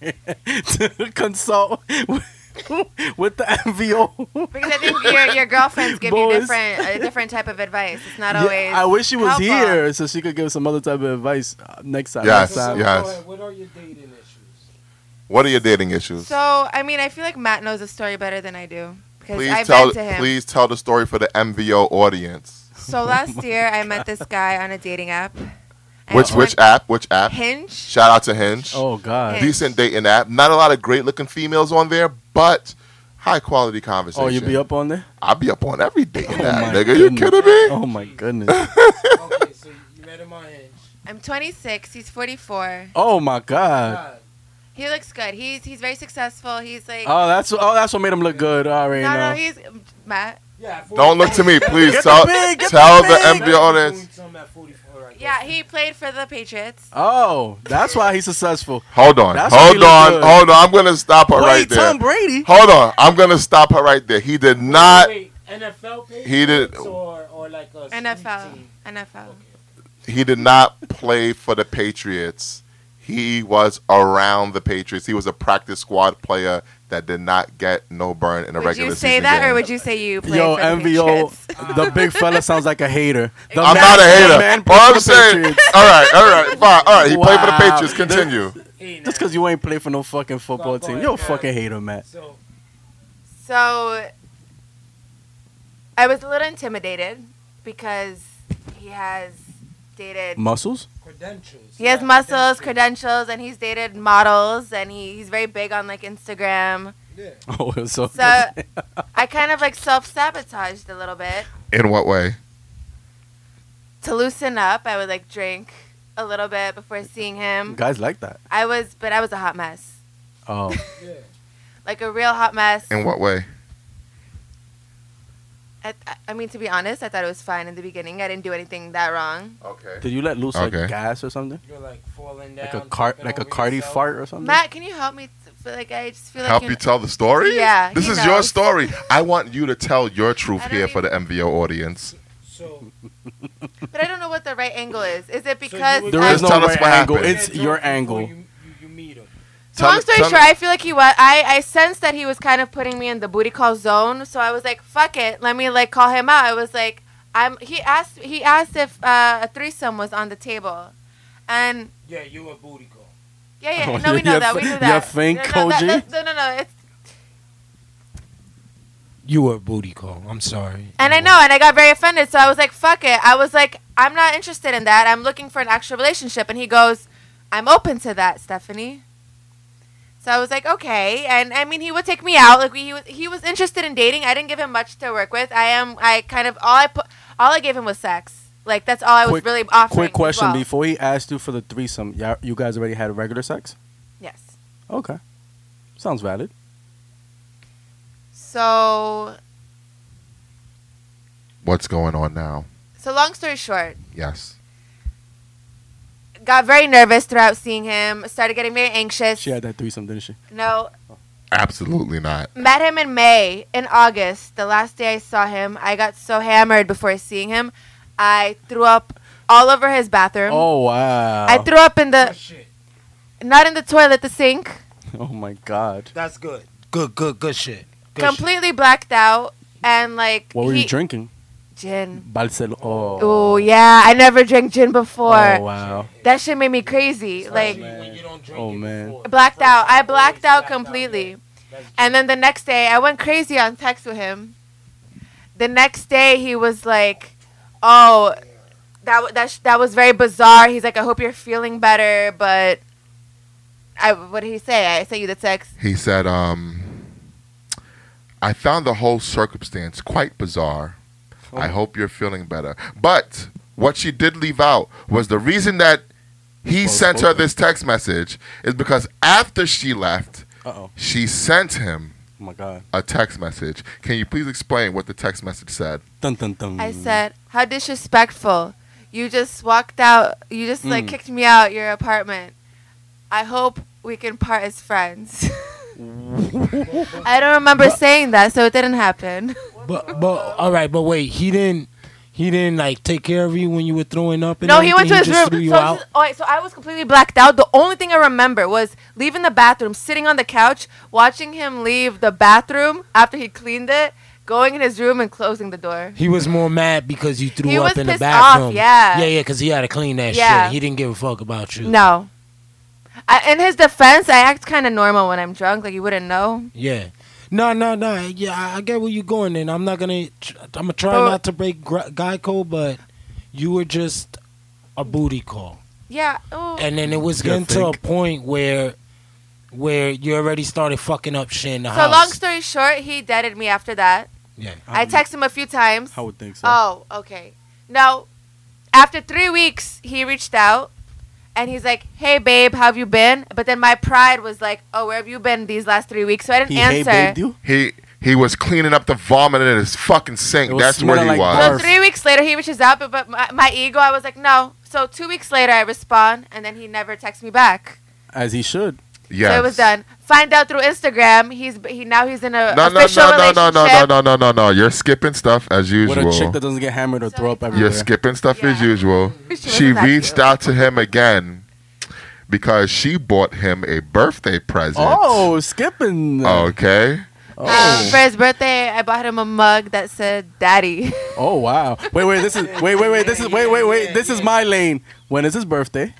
[SPEAKER 2] to consult with, with the MVO.
[SPEAKER 7] Because I think your your girlfriends give you
[SPEAKER 2] Boys.
[SPEAKER 7] different a different type of advice. It's not
[SPEAKER 2] Yeah,
[SPEAKER 7] always.
[SPEAKER 2] I wish she was
[SPEAKER 7] helpful.
[SPEAKER 2] here so she could give some other type of advice uh, next time.
[SPEAKER 1] Yes,
[SPEAKER 2] next time.
[SPEAKER 1] yes.
[SPEAKER 4] What are your dating issues?
[SPEAKER 1] what are your dating issues?
[SPEAKER 7] So I mean, I feel like Matt knows the story better than I do because
[SPEAKER 1] please
[SPEAKER 7] I've
[SPEAKER 1] tell
[SPEAKER 7] been to him.
[SPEAKER 1] please tell the story for the MVO audience.
[SPEAKER 7] So last year I met this guy on a dating app. I
[SPEAKER 1] Oh Which which
[SPEAKER 7] went-
[SPEAKER 1] app? Which app?
[SPEAKER 7] Hinge.
[SPEAKER 1] Shout out to Hinge.
[SPEAKER 2] Oh God.
[SPEAKER 7] Hinge.
[SPEAKER 1] Decent dating app. Not a lot of great looking females on there, but high quality conversation.
[SPEAKER 2] Oh, you be up on there?
[SPEAKER 1] I'll be up on every dating
[SPEAKER 2] Oh, my
[SPEAKER 1] app, nigga. You
[SPEAKER 2] goodness.
[SPEAKER 1] kidding me?
[SPEAKER 2] Oh my goodness.
[SPEAKER 4] okay, so you met him on Hinge.
[SPEAKER 7] I'm 26. He's 44.
[SPEAKER 2] Oh my God.
[SPEAKER 4] God,
[SPEAKER 7] He looks good. He's he's very successful. He's like
[SPEAKER 2] Oh, that's oh, that's what made him look good. I already
[SPEAKER 7] no
[SPEAKER 2] know.
[SPEAKER 7] no he's Matt.
[SPEAKER 4] yeah,
[SPEAKER 1] Don't look to me, please.
[SPEAKER 2] Get the
[SPEAKER 1] tell
[SPEAKER 2] pig, get
[SPEAKER 1] tell
[SPEAKER 2] the
[SPEAKER 1] the,
[SPEAKER 2] pig.
[SPEAKER 1] MVO audience.
[SPEAKER 7] Yeah, he played for the Patriots.
[SPEAKER 2] oh, that's why he's successful.
[SPEAKER 1] Hold on,
[SPEAKER 2] That's how he
[SPEAKER 1] hold
[SPEAKER 2] look
[SPEAKER 1] on,
[SPEAKER 2] good.
[SPEAKER 1] hold on. I'm gonna stop her
[SPEAKER 2] Wait,
[SPEAKER 1] right there.
[SPEAKER 2] Tom Brady.
[SPEAKER 1] Hold on, I'm gonna stop her right there. He did not.
[SPEAKER 4] NFL
[SPEAKER 1] He did.
[SPEAKER 4] or, or like a
[SPEAKER 7] NFL. NFL.
[SPEAKER 1] he did not play for the Patriots. He was around the Patriots. He was a practice squad player that did not get no burn in a
[SPEAKER 7] Would
[SPEAKER 1] regular
[SPEAKER 7] you say
[SPEAKER 1] season
[SPEAKER 7] that
[SPEAKER 1] game.
[SPEAKER 7] or would you say you played
[SPEAKER 2] Yo,
[SPEAKER 7] for the
[SPEAKER 2] MVO,
[SPEAKER 7] Patriots?
[SPEAKER 2] the big fella sounds like a hater. The
[SPEAKER 1] I'm
[SPEAKER 2] man-
[SPEAKER 1] not a
[SPEAKER 2] the
[SPEAKER 1] hater.
[SPEAKER 2] man plays
[SPEAKER 1] All
[SPEAKER 2] for
[SPEAKER 1] I'm
[SPEAKER 2] the
[SPEAKER 1] saying,
[SPEAKER 2] Patriots.
[SPEAKER 1] all right, all right, fine, all right. He played for the
[SPEAKER 2] Wow.
[SPEAKER 1] Patriots. Continue.
[SPEAKER 2] Just because you ain't play for no fucking football team, you're a fucking hater, man.
[SPEAKER 4] So
[SPEAKER 7] So I was a little intimidated because he has dated
[SPEAKER 2] Muscles?
[SPEAKER 4] credentials.
[SPEAKER 7] he has muscles, credentials, and he's dated models, and he, he's very big on like Instagram.
[SPEAKER 2] Oh, so,
[SPEAKER 7] So I kind of like self sabotaged a little bit.
[SPEAKER 1] In what way?
[SPEAKER 7] to loosen up, I would like drink a little bit before seeing him.
[SPEAKER 2] guys like that.
[SPEAKER 7] I was, but I was a hot mess,
[SPEAKER 2] Oh,
[SPEAKER 7] like a real hot mess.
[SPEAKER 1] In what way?
[SPEAKER 7] I, I mean, to be honest, I thought it was fine in the beginning. I didn't do anything that wrong.
[SPEAKER 1] Okay.
[SPEAKER 2] did you let loose like
[SPEAKER 1] Okay.
[SPEAKER 2] gas or something?
[SPEAKER 4] You're like falling down.
[SPEAKER 2] Like a cart,
[SPEAKER 4] tripping
[SPEAKER 2] like a
[SPEAKER 4] over
[SPEAKER 2] cardi
[SPEAKER 4] yourself.
[SPEAKER 2] fart or something?
[SPEAKER 7] Matt, can you help me? To feel like I just feel like
[SPEAKER 1] Help
[SPEAKER 7] you
[SPEAKER 1] you tell the story?
[SPEAKER 7] Yeah,
[SPEAKER 1] This
[SPEAKER 7] he
[SPEAKER 1] is your
[SPEAKER 7] knows.
[SPEAKER 1] story. I want you to tell your truth
[SPEAKER 7] I don't
[SPEAKER 1] here for the MVO audience.
[SPEAKER 4] So
[SPEAKER 7] But I don't know what the right angle is. Is it
[SPEAKER 4] you
[SPEAKER 7] because
[SPEAKER 4] would-
[SPEAKER 2] There
[SPEAKER 7] I,
[SPEAKER 2] is no
[SPEAKER 1] Tell us
[SPEAKER 2] right
[SPEAKER 1] what
[SPEAKER 2] angle.
[SPEAKER 1] happened.
[SPEAKER 2] It's your angle.
[SPEAKER 4] You, you, you meet him.
[SPEAKER 7] So long story short, I feel like he was. I I sensed that he was kind of putting me in the booty call zone. So I was like, "Fuck it, let me like call him out." I was like, "I'm." He asked. He asked if uh, a threesome was on the table, and
[SPEAKER 3] Yeah, you a booty call.
[SPEAKER 7] yeah,
[SPEAKER 2] Oh,
[SPEAKER 7] yeah, no, we
[SPEAKER 2] you-
[SPEAKER 7] know
[SPEAKER 2] you
[SPEAKER 7] that. We
[SPEAKER 2] thi-
[SPEAKER 7] knew
[SPEAKER 2] you
[SPEAKER 7] that.
[SPEAKER 2] think,
[SPEAKER 7] no, no, that-
[SPEAKER 2] Koji?
[SPEAKER 7] that's- no, no, no. It's
[SPEAKER 3] You a booty call. I'm sorry.
[SPEAKER 7] And I know, and I got very offended. So I was like, fuck it. I was like, I'm not interested in that. I'm looking for an actual relationship. And he goes, I'm open to that, Stephanie. So I was like, okay. And I mean, he would take me out. Like we, he was, he was interested in dating. I didn't give him much to work with. I am, I kind of all I put, all I gave him was sex. Like that's all I was
[SPEAKER 2] Quick-
[SPEAKER 7] really offering.
[SPEAKER 2] Quick
[SPEAKER 7] as
[SPEAKER 2] question:
[SPEAKER 7] well.
[SPEAKER 2] Before he asked you for the threesome, ya- you guys already had regular sex?
[SPEAKER 7] Yes.
[SPEAKER 2] Okay, sounds valid.
[SPEAKER 7] So,
[SPEAKER 1] What's going on now?
[SPEAKER 7] so long story short,
[SPEAKER 1] Yes.
[SPEAKER 7] got very nervous throughout seeing him. Started getting very anxious.
[SPEAKER 2] She had that threesome, didn't she?
[SPEAKER 7] No,
[SPEAKER 1] Absolutely not.
[SPEAKER 7] Met him in May, in August, the last day I saw him. I got so hammered before seeing him. I threw up all over his bathroom.
[SPEAKER 2] Oh wow!
[SPEAKER 7] Um, I threw up in the
[SPEAKER 3] shit.
[SPEAKER 7] not in the toilet, the sink.
[SPEAKER 2] oh my god!
[SPEAKER 3] That's good. Good, good, good shit. Good
[SPEAKER 7] completely blacked out and like
[SPEAKER 2] What were
[SPEAKER 7] he-
[SPEAKER 2] you drinking?
[SPEAKER 7] Gin.
[SPEAKER 2] Balsel. Oh.
[SPEAKER 7] Oh yeah, I never drank gin before.
[SPEAKER 2] Oh wow!
[SPEAKER 7] That shit made me crazy. like
[SPEAKER 3] shit. When you don't drink
[SPEAKER 2] Oh,
[SPEAKER 3] it
[SPEAKER 2] man.
[SPEAKER 3] before.
[SPEAKER 7] blacked
[SPEAKER 3] First
[SPEAKER 7] out.
[SPEAKER 3] time
[SPEAKER 7] I blacked
[SPEAKER 3] always
[SPEAKER 7] out completely. And then the next day, I went crazy on text with him. The next day, he was like, "Oh, that w- that sh- that was very bizarre." He's like, "I hope you're feeling better," but I what did he say? I sent you the text.
[SPEAKER 1] He said, um, I found the whole circumstance quite bizarre.
[SPEAKER 2] Oh.
[SPEAKER 1] I hope you're feeling better. But what she did leave out was the reason that he
[SPEAKER 2] Well
[SPEAKER 1] sent her
[SPEAKER 2] spoken.
[SPEAKER 1] this text message is because after she left,
[SPEAKER 2] Uh oh! Oh
[SPEAKER 1] she sent him
[SPEAKER 2] my god!
[SPEAKER 1] a text message. Can you please explain what the text message said?
[SPEAKER 2] Dun dun dun!
[SPEAKER 7] I said, "How disrespectful! You just walked out. You just like
[SPEAKER 2] Mm.
[SPEAKER 7] kicked me out your apartment. I hope we can part as friends."
[SPEAKER 2] Oh,
[SPEAKER 7] I don't remember saying that, so it didn't happen.
[SPEAKER 4] But but all right, but wait, he didn't he didn't like take care of you when you were throwing up. And
[SPEAKER 7] No, he went to
[SPEAKER 4] everything?
[SPEAKER 7] his
[SPEAKER 4] just
[SPEAKER 7] room.
[SPEAKER 4] Threw you
[SPEAKER 7] so,
[SPEAKER 4] out?
[SPEAKER 7] just- oh, wait, so I was completely blacked out. The only thing I remember was leaving the bathroom, sitting on the couch, watching him leave the bathroom after he cleaned it, going in his room and closing the door.
[SPEAKER 4] He was more mad because you threw
[SPEAKER 7] He
[SPEAKER 4] up
[SPEAKER 7] was
[SPEAKER 4] in the
[SPEAKER 7] pissed off,
[SPEAKER 4] bathroom.
[SPEAKER 7] yeah.
[SPEAKER 4] yeah, yeah, because he had to clean that
[SPEAKER 7] Yeah.
[SPEAKER 4] shit. He didn't give a fuck about you.
[SPEAKER 7] No. I, in his defense, I act kind of normal when I'm drunk. Like you wouldn't know.
[SPEAKER 4] Yeah. No, no, no. Yeah, I, I get where you're going. And I'm not gonna. Tr- I'm gonna try
[SPEAKER 7] But-
[SPEAKER 4] not to break gr- Geico, but you were just a booty call,
[SPEAKER 7] Yeah. Oh.
[SPEAKER 4] and then it was
[SPEAKER 2] You
[SPEAKER 4] getting to a
[SPEAKER 2] think?
[SPEAKER 4] point where, where you already started fucking up shit in the
[SPEAKER 7] So
[SPEAKER 4] house.
[SPEAKER 7] long story short, he deaded me after that.
[SPEAKER 4] yeah.
[SPEAKER 7] I texted him a few times.
[SPEAKER 2] I would think so.
[SPEAKER 7] Oh, okay. No, after three weeks, he reached out and he's like, "Hey, babe, how have you been?" But then my pride was like, "Oh, where have you been these last three weeks?" So I didn't
[SPEAKER 2] he hey
[SPEAKER 7] answer.
[SPEAKER 2] babe you?
[SPEAKER 1] He he was cleaning up the vomit in his fucking sink.
[SPEAKER 2] It was
[SPEAKER 1] That's where he
[SPEAKER 2] smelling like
[SPEAKER 1] was.
[SPEAKER 7] so
[SPEAKER 2] barf.
[SPEAKER 7] three weeks later, he reaches out, but, but my, my ego, I was like, "No." So two weeks later, I respond, and then he never texts me back.
[SPEAKER 2] As he should.
[SPEAKER 1] Yes.
[SPEAKER 7] So it was done. Find out through Instagram. He's he now he's in a
[SPEAKER 1] No, no,
[SPEAKER 7] official
[SPEAKER 1] no, no,
[SPEAKER 7] relationship.
[SPEAKER 1] no, no, no, no, no, no, no. You're skipping stuff as
[SPEAKER 2] With
[SPEAKER 1] usual.
[SPEAKER 2] a chick that doesn't get hammered or
[SPEAKER 7] So
[SPEAKER 2] throw up
[SPEAKER 7] he-
[SPEAKER 2] everywhere.
[SPEAKER 1] You're skipping stuff as
[SPEAKER 7] Yeah.
[SPEAKER 1] usual.
[SPEAKER 7] She
[SPEAKER 1] She
[SPEAKER 7] wasn't that
[SPEAKER 1] reached
[SPEAKER 7] cute.
[SPEAKER 1] out to him again because she bought him a birthday present.
[SPEAKER 2] Oh, skipping.
[SPEAKER 1] Okay.
[SPEAKER 2] Oh.
[SPEAKER 7] Um, for his birthday, I bought him a mug that said "Daddy."
[SPEAKER 2] Oh wow! Wait, wait, this is wait, wait, wait, this is wait, wait, wait, this is my lane. When is his birthday?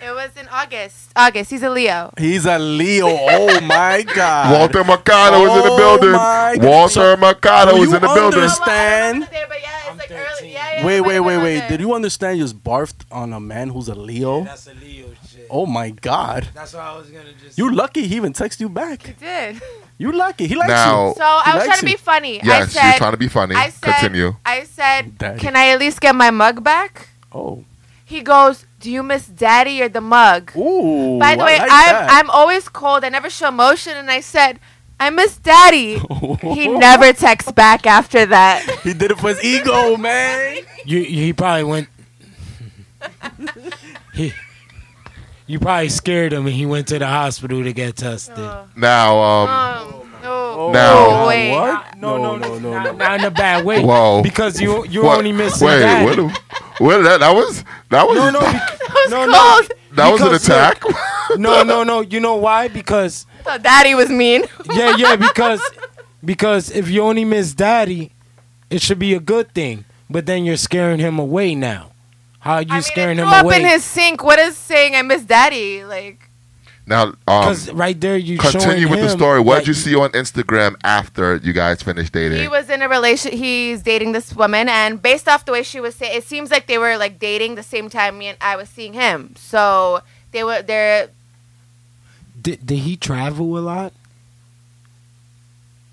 [SPEAKER 7] It was in August. August. He's a Leo.
[SPEAKER 2] He's a Leo. Oh my God!
[SPEAKER 1] Walter Mercado was in the
[SPEAKER 2] Oh my
[SPEAKER 1] building.
[SPEAKER 2] God.
[SPEAKER 1] Walter Mercado
[SPEAKER 2] Do
[SPEAKER 1] was
[SPEAKER 2] you
[SPEAKER 1] in the building.
[SPEAKER 2] understand? Stan?
[SPEAKER 7] Well, I don't remember the day, but yeah, it's like early. Yeah, yeah,
[SPEAKER 2] Wait,
[SPEAKER 7] it might
[SPEAKER 2] wait,
[SPEAKER 7] have
[SPEAKER 2] wait,
[SPEAKER 7] been
[SPEAKER 2] wait.
[SPEAKER 7] Monday.
[SPEAKER 2] Did you understand? You just barfed on a man who's a Leo.
[SPEAKER 3] That's a Leo shit.
[SPEAKER 2] Oh my God!
[SPEAKER 3] That's what I was gonna just.
[SPEAKER 2] You lucky he even texted you back.
[SPEAKER 7] Did.
[SPEAKER 2] You lucky he likes
[SPEAKER 1] Now-
[SPEAKER 2] you.
[SPEAKER 7] So I was
[SPEAKER 2] likes
[SPEAKER 7] trying to
[SPEAKER 2] Oh, you.
[SPEAKER 7] be funny.
[SPEAKER 1] Yes,
[SPEAKER 7] I
[SPEAKER 1] you're
[SPEAKER 7] said,
[SPEAKER 1] trying to be funny.
[SPEAKER 7] I said,
[SPEAKER 1] Continue.
[SPEAKER 7] I said,
[SPEAKER 2] Daddy.
[SPEAKER 7] can I at least get my mug back?
[SPEAKER 2] Oh,
[SPEAKER 7] He goes, do you miss daddy or the mug?
[SPEAKER 2] ooh.
[SPEAKER 7] By the
[SPEAKER 2] I
[SPEAKER 7] way,
[SPEAKER 2] like
[SPEAKER 7] I'm,
[SPEAKER 2] that.
[SPEAKER 7] I'm always cold. I never show emotion. And I said, I miss daddy. he never texts back after that.
[SPEAKER 2] He did it for his ego, man.
[SPEAKER 4] You, you- he probably went. he, you probably scared him, and he went to the hospital to get tested.
[SPEAKER 1] Now, um,
[SPEAKER 7] Um, no.
[SPEAKER 1] Now-
[SPEAKER 7] no, Oh, wait.
[SPEAKER 2] What? No, no, no, no, no.
[SPEAKER 4] Not in a bad
[SPEAKER 7] Um,
[SPEAKER 4] way.
[SPEAKER 1] whoa.
[SPEAKER 4] Because you you're
[SPEAKER 1] What-
[SPEAKER 4] only missing
[SPEAKER 1] Wait,
[SPEAKER 4] that.
[SPEAKER 1] what? a- What? That, that was that was
[SPEAKER 4] no, no, be-
[SPEAKER 7] That was
[SPEAKER 4] No, no.
[SPEAKER 7] cold.
[SPEAKER 1] that was an
[SPEAKER 4] because uh,
[SPEAKER 1] attack.
[SPEAKER 4] no, no, no. You know why? Because
[SPEAKER 7] Thought daddy was mean.
[SPEAKER 4] yeah, yeah. Because because if you only miss daddy, it should be a good thing. But then you're scaring him away now. How are you
[SPEAKER 7] I mean,
[SPEAKER 4] scaring
[SPEAKER 7] it
[SPEAKER 4] him
[SPEAKER 7] grew up
[SPEAKER 4] away?
[SPEAKER 7] in his sink. What is saying I miss daddy? Like,
[SPEAKER 1] Now,
[SPEAKER 4] Because
[SPEAKER 1] um,
[SPEAKER 4] right there, you
[SPEAKER 1] continue
[SPEAKER 4] showing
[SPEAKER 1] with the
[SPEAKER 4] him
[SPEAKER 1] story. What did
[SPEAKER 4] that-
[SPEAKER 1] you see on Instagram after you guys finished dating?
[SPEAKER 7] He was in a relation. He's dating this woman, and based off the way she was saying, it seems like they were like dating the same time me and I was seeing him. So they were there.
[SPEAKER 4] Did, did he travel a lot?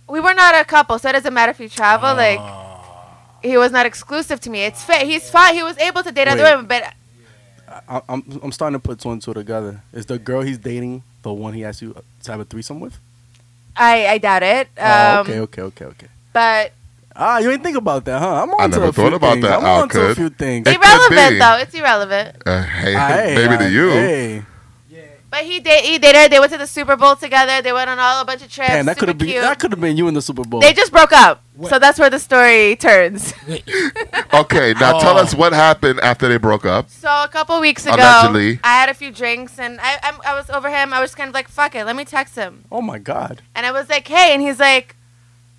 [SPEAKER 7] We were not a couple, so it doesn't matter if you travel. Like he was not exclusive to me. It's fit. He's fine. He was able to date other
[SPEAKER 2] Wait.
[SPEAKER 7] women, but
[SPEAKER 2] I, I'm I'm starting to put two and two together. Is the girl he's dating the one he asked you to have a threesome with?
[SPEAKER 7] I I doubt it. Um,
[SPEAKER 2] oh, okay, okay, okay, okay.
[SPEAKER 7] But
[SPEAKER 2] Ah, you ain't think about that, huh? I'm on to
[SPEAKER 1] never
[SPEAKER 2] a few
[SPEAKER 1] thought about
[SPEAKER 2] things.
[SPEAKER 1] that,
[SPEAKER 2] I'm
[SPEAKER 1] Al
[SPEAKER 2] on to a
[SPEAKER 1] Kud.
[SPEAKER 2] few things.
[SPEAKER 1] It could be.
[SPEAKER 7] irrelevant though. It's irrelevant.
[SPEAKER 1] uh, hey,
[SPEAKER 2] Ah, hey,
[SPEAKER 1] maybe
[SPEAKER 2] ah,
[SPEAKER 1] to you.
[SPEAKER 2] Hey.
[SPEAKER 7] But he date he dated. her. They went to the Super Bowl together. They went on all a bunch of trips.
[SPEAKER 2] Damn, that could
[SPEAKER 7] super
[SPEAKER 2] have been
[SPEAKER 7] cute.
[SPEAKER 2] that could have been you in the Super Bowl.
[SPEAKER 7] they just broke up.
[SPEAKER 4] What?
[SPEAKER 7] So that's where the story turns.
[SPEAKER 1] Okay, now
[SPEAKER 2] Oh.
[SPEAKER 1] tell us what happened after they broke up.
[SPEAKER 7] So a couple weeks ago,
[SPEAKER 1] Allegedly.
[SPEAKER 7] I had a few drinks and I, I'm, I was over him. I was kind of like, "Fuck it, let me text him."
[SPEAKER 2] oh my god,
[SPEAKER 7] And I was like, "Hey," and he's like,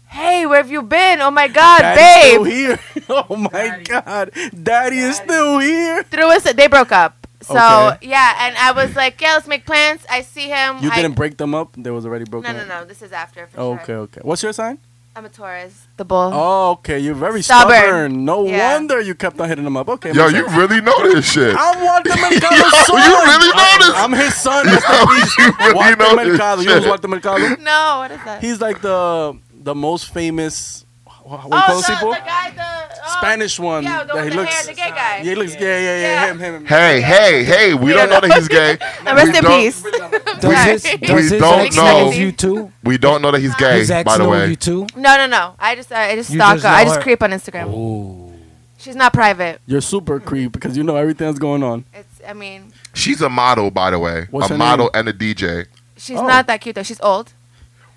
[SPEAKER 7] "Hey, where have you been? Oh my god,
[SPEAKER 2] Daddy's
[SPEAKER 7] babe!"
[SPEAKER 2] still here. oh my god, Daddy, is still here.
[SPEAKER 7] Through us, they broke up. So
[SPEAKER 2] Okay.
[SPEAKER 7] yeah, and I was like, "Yeah, let's make plans." I see him.
[SPEAKER 2] You
[SPEAKER 7] I,
[SPEAKER 2] didn't break them up. There was already broken.
[SPEAKER 7] No, no,
[SPEAKER 2] up.
[SPEAKER 7] no. This is after. For
[SPEAKER 2] Oh,
[SPEAKER 7] sure.
[SPEAKER 2] okay, okay. What's your sign?
[SPEAKER 7] I'm a Taurus, the bull.
[SPEAKER 2] Oh, okay. You're very
[SPEAKER 7] Stubborn.
[SPEAKER 2] stubborn. No
[SPEAKER 7] Yeah.
[SPEAKER 2] wonder you kept on hitting them up. Okay.
[SPEAKER 1] Yo,
[SPEAKER 2] makes
[SPEAKER 1] you
[SPEAKER 2] sense.
[SPEAKER 1] really know this shit.
[SPEAKER 2] I'm Juan de
[SPEAKER 1] Yo,
[SPEAKER 2] Mercado's son.
[SPEAKER 1] you really know this?
[SPEAKER 2] I'm his son.
[SPEAKER 1] Yo,
[SPEAKER 2] That's the beast.
[SPEAKER 1] you really
[SPEAKER 2] Juan
[SPEAKER 1] know
[SPEAKER 2] de Mercado.
[SPEAKER 1] this
[SPEAKER 2] You know
[SPEAKER 1] shit.
[SPEAKER 2] Juan de Mercado?
[SPEAKER 7] No, what is that?
[SPEAKER 2] He's like the the most famous. wh- What do you
[SPEAKER 7] oh,
[SPEAKER 2] call
[SPEAKER 7] the,
[SPEAKER 2] those people?
[SPEAKER 7] the guy, the oh,
[SPEAKER 2] Spanish one.
[SPEAKER 7] Yeah, the,
[SPEAKER 2] that
[SPEAKER 7] one
[SPEAKER 2] he
[SPEAKER 7] with the
[SPEAKER 2] looks.
[SPEAKER 7] hair, the gay guy.
[SPEAKER 2] Yeah, he looks. Yeah, yeah, yeah.
[SPEAKER 7] Yeah.
[SPEAKER 2] Him, him. him.
[SPEAKER 1] Hey, hey, hey! We
[SPEAKER 7] Yeah.
[SPEAKER 1] don't know that he's gay.
[SPEAKER 7] And rest
[SPEAKER 1] We
[SPEAKER 7] in
[SPEAKER 1] don't-
[SPEAKER 7] peace.
[SPEAKER 4] Does
[SPEAKER 7] Sorry.
[SPEAKER 4] his, does his
[SPEAKER 1] don't
[SPEAKER 4] ex know
[SPEAKER 1] know.
[SPEAKER 4] you too?
[SPEAKER 1] We don't know that he's gay.
[SPEAKER 4] His ex
[SPEAKER 1] By the
[SPEAKER 4] know
[SPEAKER 1] way,
[SPEAKER 4] you too?
[SPEAKER 7] No, no, no. I just, I just
[SPEAKER 4] You
[SPEAKER 7] stalk
[SPEAKER 4] just
[SPEAKER 7] her. I
[SPEAKER 4] know
[SPEAKER 7] just
[SPEAKER 4] her.
[SPEAKER 7] creep on Instagram.
[SPEAKER 3] Oh.
[SPEAKER 4] Ooh.
[SPEAKER 7] She's not private.
[SPEAKER 2] You're super creep because you know everything that's going on.
[SPEAKER 7] It's, I mean,
[SPEAKER 1] she's a model. By the way,
[SPEAKER 2] What's
[SPEAKER 1] a
[SPEAKER 2] her
[SPEAKER 1] model and a DJ.
[SPEAKER 7] she's
[SPEAKER 2] Oh.
[SPEAKER 7] not that cute though. She's old,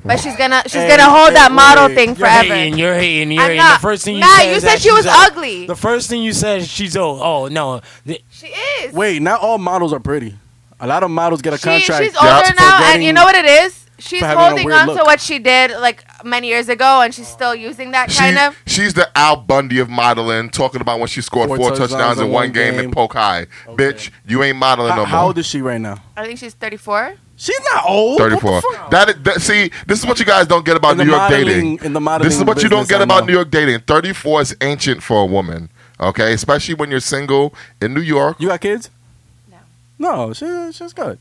[SPEAKER 7] but she's gonna, she's
[SPEAKER 2] Hey,
[SPEAKER 7] gonna hold
[SPEAKER 2] hey,
[SPEAKER 7] that model
[SPEAKER 2] wait.
[SPEAKER 7] thing
[SPEAKER 4] You're
[SPEAKER 7] forever.
[SPEAKER 4] hating. You're hating. You're
[SPEAKER 7] I'm
[SPEAKER 4] hating. the
[SPEAKER 7] not-
[SPEAKER 4] first thing you
[SPEAKER 7] nah,
[SPEAKER 4] said
[SPEAKER 7] you
[SPEAKER 4] is
[SPEAKER 7] said
[SPEAKER 4] that
[SPEAKER 7] she was
[SPEAKER 4] she's old.
[SPEAKER 7] ugly.
[SPEAKER 4] The first thing you said is she's old. Oh no. The-
[SPEAKER 7] She is.
[SPEAKER 2] Wait, not all models are pretty. A lot of models get a
[SPEAKER 7] She-
[SPEAKER 2] contract.
[SPEAKER 7] she's older
[SPEAKER 2] for
[SPEAKER 7] now, and
[SPEAKER 2] getting-
[SPEAKER 7] you know what it is. She's
[SPEAKER 2] for having a
[SPEAKER 7] holding
[SPEAKER 2] weird
[SPEAKER 7] on to
[SPEAKER 2] look.
[SPEAKER 7] what she did like many years ago, and she's still using that
[SPEAKER 1] She,
[SPEAKER 7] kind of.
[SPEAKER 1] she's the Al Bundy of modeling, talking about when she scored four, touchdowns, in one game,
[SPEAKER 2] game.
[SPEAKER 1] and poke high. Bitch, you ain't modeling
[SPEAKER 2] How,
[SPEAKER 1] no
[SPEAKER 2] how
[SPEAKER 1] more.
[SPEAKER 2] old is she right now?
[SPEAKER 7] I think she's 34.
[SPEAKER 2] She's not old. What the
[SPEAKER 1] Thirty-four.
[SPEAKER 2] fuck?
[SPEAKER 1] That, is- that see, this is what you guys don't get about
[SPEAKER 2] In the
[SPEAKER 1] New York
[SPEAKER 2] modeling-
[SPEAKER 1] dating.
[SPEAKER 2] in the modeling
[SPEAKER 1] This is what you don't
[SPEAKER 2] business,
[SPEAKER 1] get
[SPEAKER 2] I
[SPEAKER 1] about
[SPEAKER 2] know.
[SPEAKER 1] New York dating. Thirty-four is ancient for a woman. Okay, especially when you're single in New York.
[SPEAKER 2] You got kids?
[SPEAKER 7] No.
[SPEAKER 2] No, she, she's good.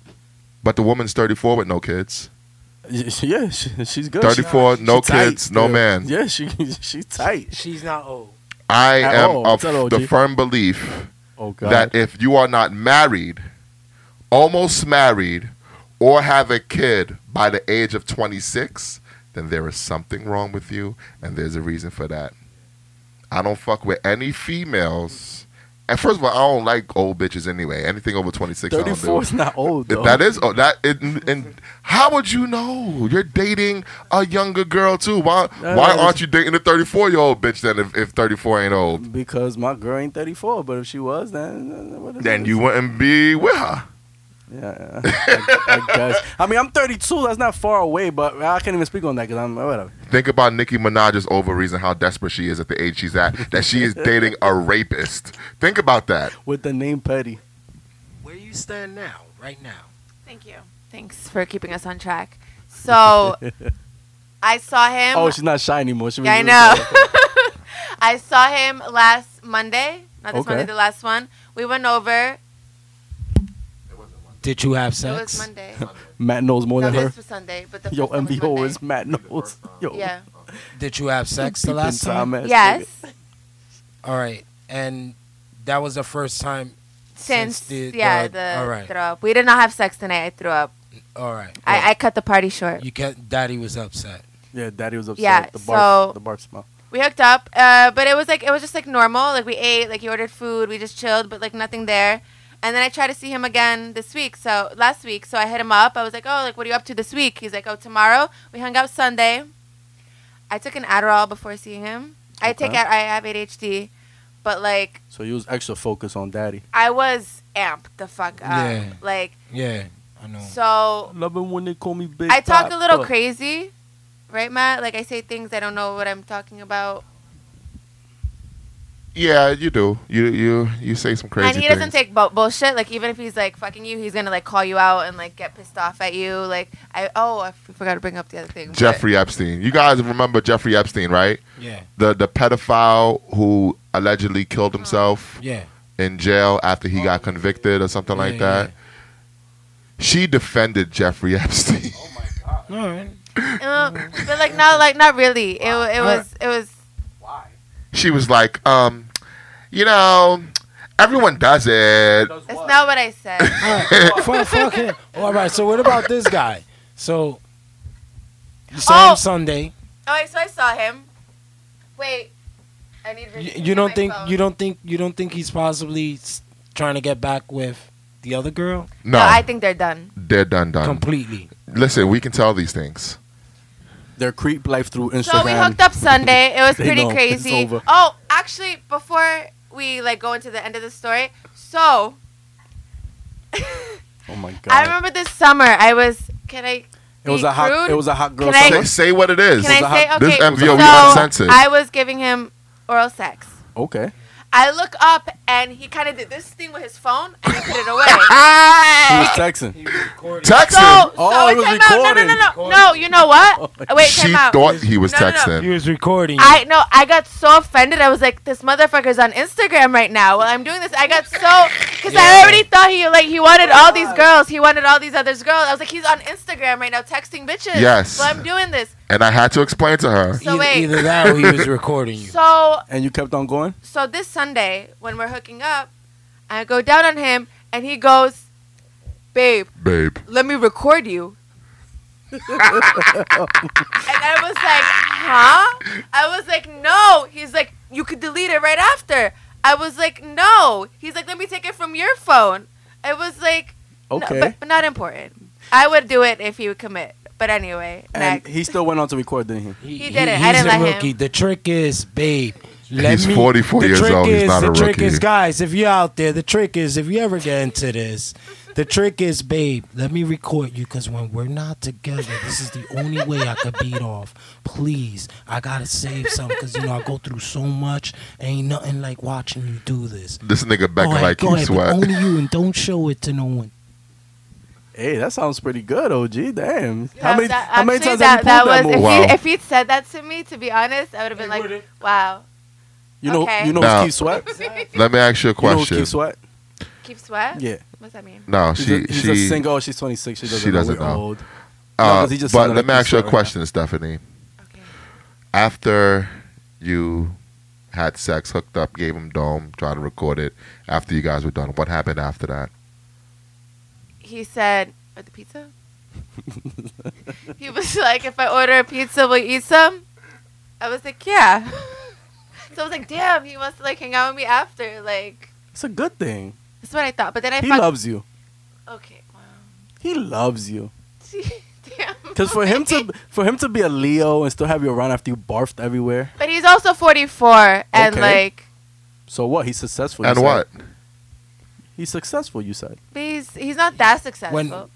[SPEAKER 1] But the woman's 34 with no kids.
[SPEAKER 2] Y- Yeah, she, she's good.
[SPEAKER 1] 34,
[SPEAKER 2] She-
[SPEAKER 1] no
[SPEAKER 2] she tight
[SPEAKER 1] kids, no
[SPEAKER 2] still.
[SPEAKER 1] man.
[SPEAKER 2] Yeah, she she's tight.
[SPEAKER 4] she's not old.
[SPEAKER 1] I
[SPEAKER 2] At
[SPEAKER 1] am
[SPEAKER 2] all.
[SPEAKER 1] of
[SPEAKER 2] What's that, OG?
[SPEAKER 1] the firm belief
[SPEAKER 2] Oh god.
[SPEAKER 1] that if you are not married, almost married, or have a kid by the age of 26, then there is something wrong with you, and there's a reason for that. I don't fuck with any females. And first of all, I don't like old bitches anyway. Anything over 26, I don't do.
[SPEAKER 2] 34 is not old though.
[SPEAKER 1] That is oh, that. It, and how would you know? You're dating a younger girl too. Why
[SPEAKER 2] That
[SPEAKER 1] why
[SPEAKER 2] is-
[SPEAKER 1] aren't you dating a 34 year old bitch then? If, if 34 ain't old,
[SPEAKER 2] because my girl ain't 34, but if she was, then then what is
[SPEAKER 1] then
[SPEAKER 2] it?
[SPEAKER 1] you wouldn't be with her.
[SPEAKER 2] Yeah, I, I guess. I mean, I'm 32. That's not far away, but I can't even speak on that because I'm whatever.
[SPEAKER 1] Think about Nicki Minaj's ovaries and how desperate she is at the age she's at. That she is dating a rapist. Think about that.
[SPEAKER 2] With the name Petty.
[SPEAKER 3] Where you stand now, right now?
[SPEAKER 7] Thank you. Thanks for keeping us on track. So I saw him.
[SPEAKER 2] Oh, she's not shy anymore. She was
[SPEAKER 7] yeah, I
[SPEAKER 2] just
[SPEAKER 7] know.
[SPEAKER 2] like-
[SPEAKER 7] I saw him last Monday. Not this
[SPEAKER 2] Okay.
[SPEAKER 7] Monday, the last one. We went over.
[SPEAKER 4] Did you have
[SPEAKER 7] It was
[SPEAKER 4] sex?
[SPEAKER 7] Monday.
[SPEAKER 2] Matt knows more
[SPEAKER 7] no,
[SPEAKER 2] than her.
[SPEAKER 7] this was Sunday, but the
[SPEAKER 2] Yo,
[SPEAKER 7] first one was
[SPEAKER 2] MBO
[SPEAKER 7] Monday.
[SPEAKER 2] is Matt knows. Yo,
[SPEAKER 7] Yeah.
[SPEAKER 4] Did you have sex the
[SPEAKER 2] peeping
[SPEAKER 4] last time?
[SPEAKER 2] Tom ass nigga.
[SPEAKER 7] Yes.
[SPEAKER 4] All right, and that was the first time.
[SPEAKER 7] Since,
[SPEAKER 4] Since the-
[SPEAKER 7] yeah,
[SPEAKER 4] the-
[SPEAKER 7] the
[SPEAKER 4] all right.
[SPEAKER 7] throw up. We did not have sex tonight. I threw up.
[SPEAKER 4] All right,
[SPEAKER 7] I, I cut the party short.
[SPEAKER 4] you can't. Daddy was upset.
[SPEAKER 2] Yeah, Daddy was upset.
[SPEAKER 7] Yeah,
[SPEAKER 2] the barf,
[SPEAKER 7] so-
[SPEAKER 2] the barf smell.
[SPEAKER 7] we hooked up uh, but it was like it was just like normal like we ate like he ordered food we just chilled but like nothing there and then i tried to see him again this week so last week so i hit him up i was like oh like what are you up to this week he's like oh tomorrow we hung out sunday i took an adderall before seeing him i take
[SPEAKER 2] Okay.
[SPEAKER 7] Ad- i have adhd but like
[SPEAKER 2] So you was extra focused on Daddy.
[SPEAKER 7] i was amped the fuck up
[SPEAKER 4] Yeah.
[SPEAKER 7] like
[SPEAKER 4] Yeah,
[SPEAKER 3] I know.
[SPEAKER 7] So
[SPEAKER 2] Love it when they call me big.
[SPEAKER 7] I talk a
[SPEAKER 2] Papa.
[SPEAKER 7] little crazy, right, Matt? Like I say things I don't know what I'm talking about.
[SPEAKER 1] Yeah, you do. You you you say some crazy.
[SPEAKER 7] and he
[SPEAKER 1] things.
[SPEAKER 7] doesn't take bu- bullshit. Like even if he's like fucking you, he's gonna like call you out and like get pissed off at you. Like I oh I f- forgot to bring up the other thing. but-
[SPEAKER 1] Jeffrey Epstein. You guys remember Jeffrey Epstein, right?
[SPEAKER 8] Yeah,
[SPEAKER 1] The the pedophile who allegedly killed himself
[SPEAKER 8] yeah.
[SPEAKER 1] in jail after he got convicted or something like
[SPEAKER 8] Yeah,
[SPEAKER 1] that. She defended Jeffrey Epstein.
[SPEAKER 2] Oh
[SPEAKER 8] All right.
[SPEAKER 7] Uh, but like not like not really. It wa- it was it was
[SPEAKER 1] she was like, um, you know, everyone does it.
[SPEAKER 7] it's not what I said. Oh,
[SPEAKER 3] All right, fuck, fuck him. All right, so what about this guy? So, you saw
[SPEAKER 7] Oh.
[SPEAKER 3] him Sunday.
[SPEAKER 7] Oh, wait, so I saw him. Wait, I need. to
[SPEAKER 3] You,
[SPEAKER 7] reach
[SPEAKER 3] you don't
[SPEAKER 7] my
[SPEAKER 3] think
[SPEAKER 7] phone.
[SPEAKER 3] you don't think you don't think he's possibly s- trying to get back with the other girl
[SPEAKER 1] No,
[SPEAKER 7] I think they're done.
[SPEAKER 1] they're done, done.
[SPEAKER 3] completely?
[SPEAKER 1] Listen, we can tell these things.
[SPEAKER 2] Their creep life through Instagram.
[SPEAKER 7] So we hooked up Sunday. It was
[SPEAKER 2] They
[SPEAKER 7] pretty
[SPEAKER 2] know it's
[SPEAKER 7] crazy.
[SPEAKER 2] over.
[SPEAKER 7] Oh, actually, before we like go into the end of the story, so
[SPEAKER 2] Oh my god.
[SPEAKER 7] I remember this summer I was. Can I?
[SPEAKER 2] it was
[SPEAKER 7] be
[SPEAKER 2] a hot.
[SPEAKER 7] crude?
[SPEAKER 2] It was a hot girl.
[SPEAKER 7] Can I-
[SPEAKER 1] Say,
[SPEAKER 2] summer.
[SPEAKER 1] say what it is.
[SPEAKER 7] Can
[SPEAKER 2] was a
[SPEAKER 7] I say
[SPEAKER 2] hot-
[SPEAKER 1] this
[SPEAKER 7] okay?
[SPEAKER 1] MVO, we
[SPEAKER 7] so
[SPEAKER 1] uncensored.
[SPEAKER 7] I was giving him oral sex.
[SPEAKER 2] Okay.
[SPEAKER 7] I look up and he kind of did this thing with his phone and I put it away.
[SPEAKER 2] She was texting.
[SPEAKER 1] Texting.
[SPEAKER 7] so,
[SPEAKER 2] Oh,
[SPEAKER 7] so
[SPEAKER 2] it was Oh,
[SPEAKER 7] time out. No, no, no, no, no. You know what? Wait,
[SPEAKER 1] she
[SPEAKER 7] time out.
[SPEAKER 1] thought he was
[SPEAKER 7] No, no, no.
[SPEAKER 1] texting.
[SPEAKER 3] He was recording.
[SPEAKER 7] I no, I got so offended. I was like, this motherfucker's on Instagram right now. While I'm doing this, I got so because I already thought he like he wanted all these girls. He wanted all these other girls. I was like, he's on Instagram right now texting bitches.
[SPEAKER 1] Yes.
[SPEAKER 7] While I'm doing this,
[SPEAKER 1] And I had to explain to her.
[SPEAKER 7] so
[SPEAKER 3] either,
[SPEAKER 7] wait.
[SPEAKER 3] either that or he was recording you.
[SPEAKER 7] so
[SPEAKER 2] And you kept on going.
[SPEAKER 7] so this Sunday when we're hooking up, I go down on him and he goes, babe.
[SPEAKER 1] Babe.
[SPEAKER 7] let me record you. and I was like, huh? I was like, no. He's like, you could delete it right after. I was like, no. He's like, let me take it from your phone. I was like, no,
[SPEAKER 2] Okay.
[SPEAKER 7] but, but not important. I would do it if he would commit. But anyway,
[SPEAKER 2] and
[SPEAKER 7] next.
[SPEAKER 2] he still went on to record, didn't he?
[SPEAKER 3] He,
[SPEAKER 7] did it. I
[SPEAKER 3] He's
[SPEAKER 7] didn't
[SPEAKER 3] a
[SPEAKER 7] let him.
[SPEAKER 3] rookie. The trick is, babe. Let
[SPEAKER 1] He's
[SPEAKER 3] me,
[SPEAKER 1] 44
[SPEAKER 3] the
[SPEAKER 1] years
[SPEAKER 3] trick
[SPEAKER 1] old. He's
[SPEAKER 3] is-
[SPEAKER 1] not
[SPEAKER 3] the
[SPEAKER 1] a
[SPEAKER 3] trick is,
[SPEAKER 1] rookie.
[SPEAKER 3] guys, if you're out there, the trick is, if you ever get into this, the trick is, babe, let me record you because when we're not together, this is the only way I could beat off. Please, I got to save some because, you know, I go through so much. Ain't nothing like watching you do this.
[SPEAKER 1] This nigga back
[SPEAKER 2] Oh
[SPEAKER 3] go ahead,
[SPEAKER 1] like
[SPEAKER 3] go
[SPEAKER 1] he
[SPEAKER 3] ahead, but
[SPEAKER 1] sweat.
[SPEAKER 3] only you and don't show it to no one.
[SPEAKER 2] Hey, that sounds pretty good, OG. Damn.
[SPEAKER 7] That-
[SPEAKER 2] How many,
[SPEAKER 7] that-
[SPEAKER 2] how many
[SPEAKER 7] actually,
[SPEAKER 2] times have you pulled that,
[SPEAKER 7] was,
[SPEAKER 2] move?
[SPEAKER 7] if,
[SPEAKER 1] Wow.
[SPEAKER 7] he, if he'd said that to me, to be honest, I would have been like, wow.
[SPEAKER 2] You know,
[SPEAKER 7] okay.
[SPEAKER 2] you know,
[SPEAKER 1] Now-
[SPEAKER 2] who's Keith Sweat.
[SPEAKER 1] Let me ask you
[SPEAKER 2] You know who's
[SPEAKER 1] a question.
[SPEAKER 2] Keith Sweat.
[SPEAKER 7] Keep sweat?
[SPEAKER 2] Yeah.
[SPEAKER 7] What's that mean?
[SPEAKER 1] no,
[SPEAKER 2] She's
[SPEAKER 1] she
[SPEAKER 2] a, he's
[SPEAKER 1] she.
[SPEAKER 2] a single. Oh, she's 26. She doesn't,
[SPEAKER 1] she doesn't
[SPEAKER 2] know. We're
[SPEAKER 1] know.
[SPEAKER 2] Old.
[SPEAKER 1] uh,
[SPEAKER 2] 'cause he just
[SPEAKER 1] but
[SPEAKER 2] sounded
[SPEAKER 1] let
[SPEAKER 2] like
[SPEAKER 1] me
[SPEAKER 2] Keith
[SPEAKER 1] ask you a
[SPEAKER 2] Sweat right
[SPEAKER 1] question, Stephanie.
[SPEAKER 7] Okay.
[SPEAKER 1] After you had sex, hooked up, gave him dome, tried to record it. After you guys were done, what happened after that?
[SPEAKER 7] he said, "Or the pizza?" he was like, "If I order a pizza, will you eat some?" I was like, "Yeah." so I was like, "Damn, he wants to like hang out with me after." Like
[SPEAKER 2] It's a good thing.
[SPEAKER 7] that's what I thought, but then I
[SPEAKER 2] He
[SPEAKER 7] fuck-
[SPEAKER 2] loves you.
[SPEAKER 7] Okay, wow.
[SPEAKER 2] He loves you.
[SPEAKER 7] Damn.
[SPEAKER 2] Cause for him to for him to be a Leo and still have you around after you barfed everywhere.
[SPEAKER 7] But he's also 44, and
[SPEAKER 2] Okay.
[SPEAKER 7] like,
[SPEAKER 2] So what? He's successful. you
[SPEAKER 1] and
[SPEAKER 2] said.
[SPEAKER 1] what?
[SPEAKER 2] He's successful. You said.
[SPEAKER 7] but he's he's not that successful.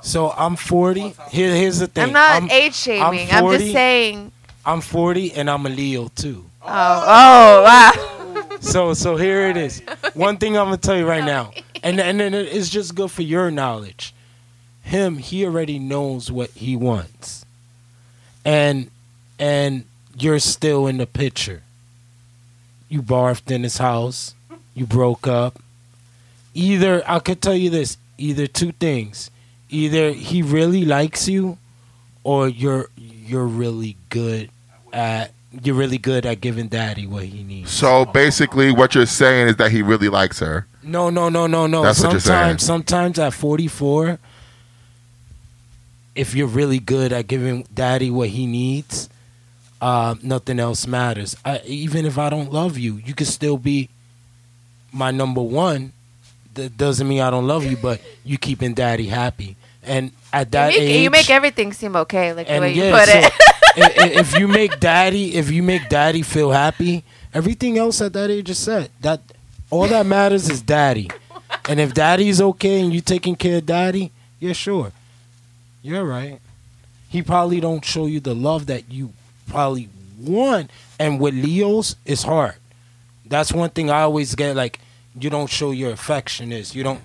[SPEAKER 3] So I'm 40. Here, here's the thing.
[SPEAKER 7] I'm not
[SPEAKER 3] I'm,
[SPEAKER 7] age shaming. I'm, just
[SPEAKER 3] 40.
[SPEAKER 7] saying.
[SPEAKER 3] I'm 40 and I'm a Leo too.
[SPEAKER 7] Oh, oh wow.
[SPEAKER 3] So so here it is. One thing I'm gonna tell you right now, and and then it- it's just good for your knowledge. Him, he already knows what he wants, and and you're still in the picture. You barfed in his house. You broke up. Either I could tell you this. Either two things. Either he really likes you, or you're you're really good at you're really good at giving daddy what he needs.
[SPEAKER 1] So basically, what you're saying is that he really likes her.
[SPEAKER 3] No, no, no, no, no.
[SPEAKER 1] That's what you're
[SPEAKER 3] sometimes,
[SPEAKER 1] saying.
[SPEAKER 3] sometimes at 44, if you're really good at giving daddy what he needs, um, nothing else matters. I, even if I don't love you, you could still be my number one. That doesn't mean I don't love you, but you keeping daddy happy. And at that
[SPEAKER 7] you, make,
[SPEAKER 3] age,
[SPEAKER 7] you make everything seem okay, like the
[SPEAKER 3] and
[SPEAKER 7] way
[SPEAKER 3] yeah,
[SPEAKER 7] you put
[SPEAKER 3] so
[SPEAKER 7] it.
[SPEAKER 3] i- i- if you make daddy, if you make daddy feel happy, everything else at that age is set. That all that matters is daddy. And if daddy's okay and you taking care of daddy, yeah, sure. You're right. He probably don't show you the love that you probably want. And with Leos, it's hard. That's one thing I always get. Like, you don't show your affection is. You don't.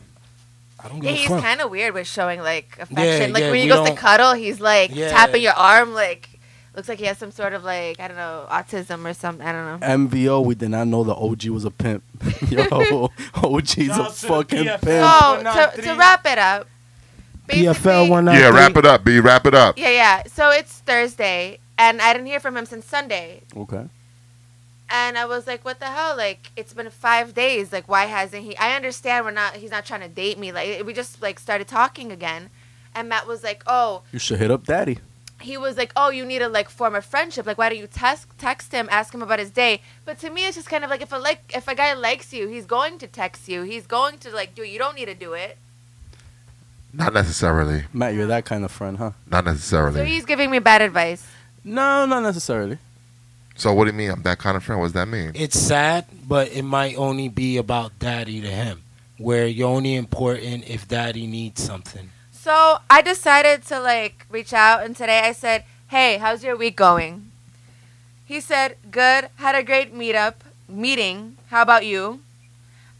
[SPEAKER 3] I don't
[SPEAKER 7] Yeah,
[SPEAKER 3] give
[SPEAKER 7] he's
[SPEAKER 3] a fuck.
[SPEAKER 7] kind of weird with showing like
[SPEAKER 3] Yeah,
[SPEAKER 7] affection. like
[SPEAKER 3] yeah,
[SPEAKER 7] when he
[SPEAKER 3] we
[SPEAKER 7] goes to
[SPEAKER 3] don't-
[SPEAKER 7] cuddle, he's like
[SPEAKER 3] Yeah.
[SPEAKER 7] tapping your arm, like looks like he has some sort of like I don't know autism or something. I don't know.
[SPEAKER 2] MVO, we did not know the OG was a pimp. Yo, OG's a
[SPEAKER 3] Shout out to the
[SPEAKER 2] fucking
[SPEAKER 3] PFL.
[SPEAKER 2] pimp.
[SPEAKER 7] So to, to
[SPEAKER 3] 193.
[SPEAKER 7] wrap it up, basically-
[SPEAKER 3] PFL one
[SPEAKER 1] Yeah, wrap it up, B. Wrap it up.
[SPEAKER 7] Yeah, yeah. So it's Thursday, and I didn't hear from him since Sunday.
[SPEAKER 2] Okay.
[SPEAKER 7] and I was like, "What the hell? Like, it's been five days. Like, why hasn't he?" I understand we're not. He's not trying to date me. Like, we just like started talking again, and Matt was like, "Oh,"
[SPEAKER 2] You should hit up daddy.
[SPEAKER 7] he was like, "Oh, you need to like form a friendship. Like, why don't you text text him, ask him about his day?" But to me, it's just kind of like if a like if a guy likes you, he's going to text you. He's going to like do. it. You don't need to do it.
[SPEAKER 1] Not necessarily.
[SPEAKER 2] Matt, you're that kind of friend, huh?
[SPEAKER 1] Not
[SPEAKER 7] So
[SPEAKER 1] necessarily.
[SPEAKER 7] he's giving me bad advice.
[SPEAKER 2] No, not necessarily.
[SPEAKER 1] So what do you mean? I'm that kind of friend. What does that mean?
[SPEAKER 3] It's sad, but it might only be about daddy to him. Where you're only important if daddy needs something.
[SPEAKER 7] So I decided to like reach out, and today I said, "Hey, how's your week going?" He said, "Good. Had a great meetup meeting. How about you?"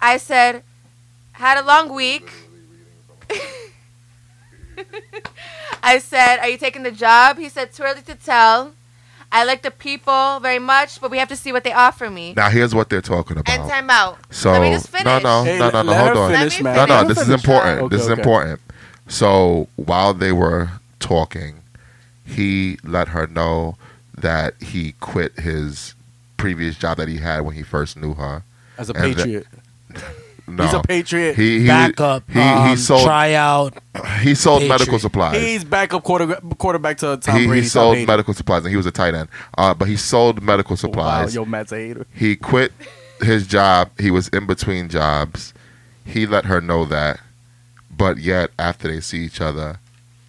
[SPEAKER 7] I said, "Had a long week." I said, "Are you taking the job?" He said, "Too early to tell. I like the people very much, but we have to see what they offer me."
[SPEAKER 1] Now here's what they're talking
[SPEAKER 7] And
[SPEAKER 1] about.
[SPEAKER 7] time out.
[SPEAKER 1] So
[SPEAKER 7] Let me just
[SPEAKER 1] no,
[SPEAKER 7] finish.
[SPEAKER 1] no,
[SPEAKER 2] Hey,
[SPEAKER 1] no, no,
[SPEAKER 2] let-
[SPEAKER 1] no.
[SPEAKER 2] let her
[SPEAKER 1] Hold on.
[SPEAKER 2] Finish,
[SPEAKER 7] Let me
[SPEAKER 2] Matt.
[SPEAKER 1] No,
[SPEAKER 7] Let
[SPEAKER 1] no,
[SPEAKER 7] him
[SPEAKER 1] this is
[SPEAKER 7] finish,
[SPEAKER 1] important.
[SPEAKER 7] Ryan.
[SPEAKER 1] this
[SPEAKER 2] Okay,
[SPEAKER 1] is
[SPEAKER 2] okay.
[SPEAKER 1] important. So while they were talking, he let her know that he quit his previous job that he had when he first knew her.
[SPEAKER 2] As a
[SPEAKER 1] And the-
[SPEAKER 2] patriot.
[SPEAKER 1] No,
[SPEAKER 2] He's a patriot.
[SPEAKER 1] he he
[SPEAKER 3] Back up.
[SPEAKER 1] He, he
[SPEAKER 3] um,
[SPEAKER 1] sold
[SPEAKER 3] Try out.
[SPEAKER 1] he sold
[SPEAKER 3] Patriot.
[SPEAKER 1] medical supplies.
[SPEAKER 2] He's backup quarter, quarterback to Tom
[SPEAKER 1] he, he
[SPEAKER 2] Brady. Tom
[SPEAKER 1] sold
[SPEAKER 2] Brady. Oh,
[SPEAKER 1] medical supplies and he was a tight end. Uh, but he sold medical
[SPEAKER 2] Wow,
[SPEAKER 1] supplies.
[SPEAKER 2] yo, Matt's a hater.
[SPEAKER 1] He quit his job. He was in between jobs. He let her know that. But yet, after they see each other,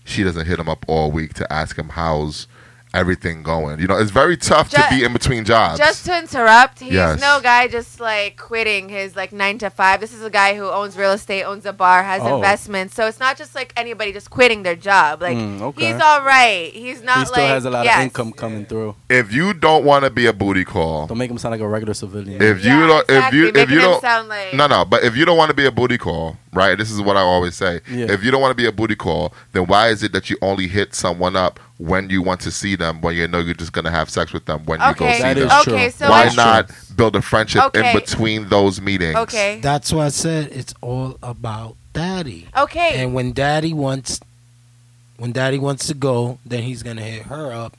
[SPEAKER 1] she doesn't hit him up all week to ask him how's everything going. You know, it's very tough
[SPEAKER 7] Ju-
[SPEAKER 1] to be in between jobs.
[SPEAKER 7] Just to interrupt, he's
[SPEAKER 1] Yes.
[SPEAKER 7] no guy just like quitting his like nine to five. This is a guy who owns real estate, owns a bar, has
[SPEAKER 2] Oh.
[SPEAKER 7] investments. So it's not just like anybody just quitting their job. Like
[SPEAKER 2] Mm, okay.
[SPEAKER 7] he's all right. He's not
[SPEAKER 2] He still
[SPEAKER 7] like
[SPEAKER 2] has a lot
[SPEAKER 7] yes.
[SPEAKER 2] of income coming through.
[SPEAKER 1] if you don't want to be a booty call,
[SPEAKER 2] Don't make him sound like a regular civilian.
[SPEAKER 1] if
[SPEAKER 7] Yeah,
[SPEAKER 1] you don't,
[SPEAKER 7] exactly,
[SPEAKER 1] if you if
[SPEAKER 7] making
[SPEAKER 1] you
[SPEAKER 7] him
[SPEAKER 1] don't,
[SPEAKER 7] sound like
[SPEAKER 1] No, no, but if you don't want to be a booty call, right? This is what I always say.
[SPEAKER 2] Yeah.
[SPEAKER 1] If you don't want to be a booty call, then why is it that you only hit someone up when you want to see them, when you know you're just going to have sex with them when you go
[SPEAKER 7] Okay.
[SPEAKER 1] see
[SPEAKER 2] That
[SPEAKER 1] them?
[SPEAKER 2] is true.
[SPEAKER 7] okay, so
[SPEAKER 1] why
[SPEAKER 7] let's-
[SPEAKER 1] not build a friendship
[SPEAKER 7] Okay.
[SPEAKER 1] in between those meetings?
[SPEAKER 7] Okay.
[SPEAKER 3] That's why I said it's all about daddy.
[SPEAKER 7] Okay.
[SPEAKER 3] And when daddy wants, when daddy wants to go, then he's gonna hit her up.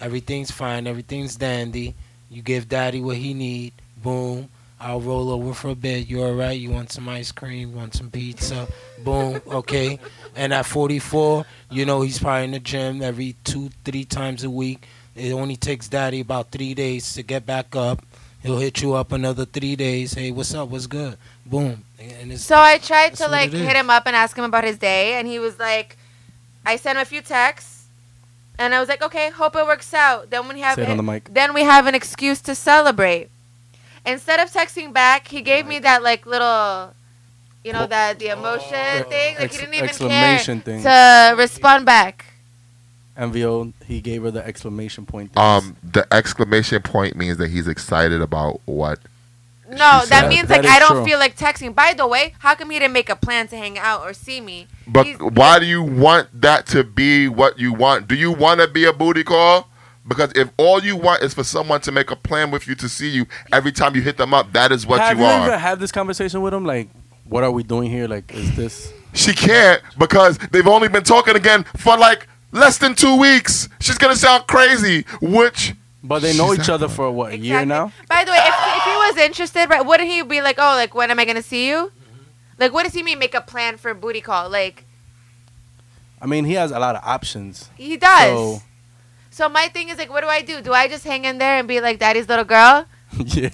[SPEAKER 3] Everything's fine. Everything's dandy. You give daddy what he need. Boom. I'll roll over for a bit. You all right? You want some ice cream? Want some pizza? Boom. Okay. And at 44, you know he's probably in the gym every two, three times a week. It only takes daddy about three days to get back up. He'll hit you up another three days. Hey, what's up? What's good? Boom. And it's
[SPEAKER 7] So I tried to
[SPEAKER 3] That's what
[SPEAKER 7] like
[SPEAKER 3] it is.
[SPEAKER 7] hit him up and ask him about his day, and he was like, I sent him a few texts, and I was like, okay, hope it works out. Then when we have
[SPEAKER 2] Say it on the mic.
[SPEAKER 7] then we have an excuse to celebrate. Instead of texting back, he gave me that like little, you know, that the emotion thing. Like
[SPEAKER 2] Oh. Ex-
[SPEAKER 7] he didn't even
[SPEAKER 2] exclamation
[SPEAKER 7] care
[SPEAKER 2] thing.
[SPEAKER 7] to respond back.
[SPEAKER 2] MVO, he gave her the exclamation point. things.
[SPEAKER 1] Um, the exclamation point means that he's excited about what. She
[SPEAKER 7] No, that
[SPEAKER 1] said-
[SPEAKER 7] means
[SPEAKER 2] That
[SPEAKER 7] like
[SPEAKER 2] is
[SPEAKER 7] I don't
[SPEAKER 2] true.
[SPEAKER 7] feel like texting. By the way, how come he didn't make a plan to hang out or see me?
[SPEAKER 1] But
[SPEAKER 7] He's-
[SPEAKER 1] why do you want that to be what you want? Do you want to be a booty call? Because if all you want is for someone to make a plan with you to see you every time you hit them up, that is what
[SPEAKER 2] have
[SPEAKER 1] you
[SPEAKER 2] you,
[SPEAKER 1] are.
[SPEAKER 2] even had this conversation with him? Like, what are we doing here? Like, is this?
[SPEAKER 1] She can't because they've only been talking again for like less than two weeks. She's gonna sound crazy, which
[SPEAKER 2] But they know
[SPEAKER 1] She's
[SPEAKER 2] each
[SPEAKER 1] not
[SPEAKER 2] other for what a year
[SPEAKER 7] Exactly.
[SPEAKER 2] now.
[SPEAKER 7] By the way, if, if he was interested, right, wouldn't he be like, oh, like when am I gonna see you? Like, what does he mean? Make a plan for booty call? Like
[SPEAKER 2] I mean, he has a lot of options.
[SPEAKER 7] he does.
[SPEAKER 2] So
[SPEAKER 7] So my thing is like, what do I do? Do I just hang in there and be like daddy's little girl?
[SPEAKER 2] yeah,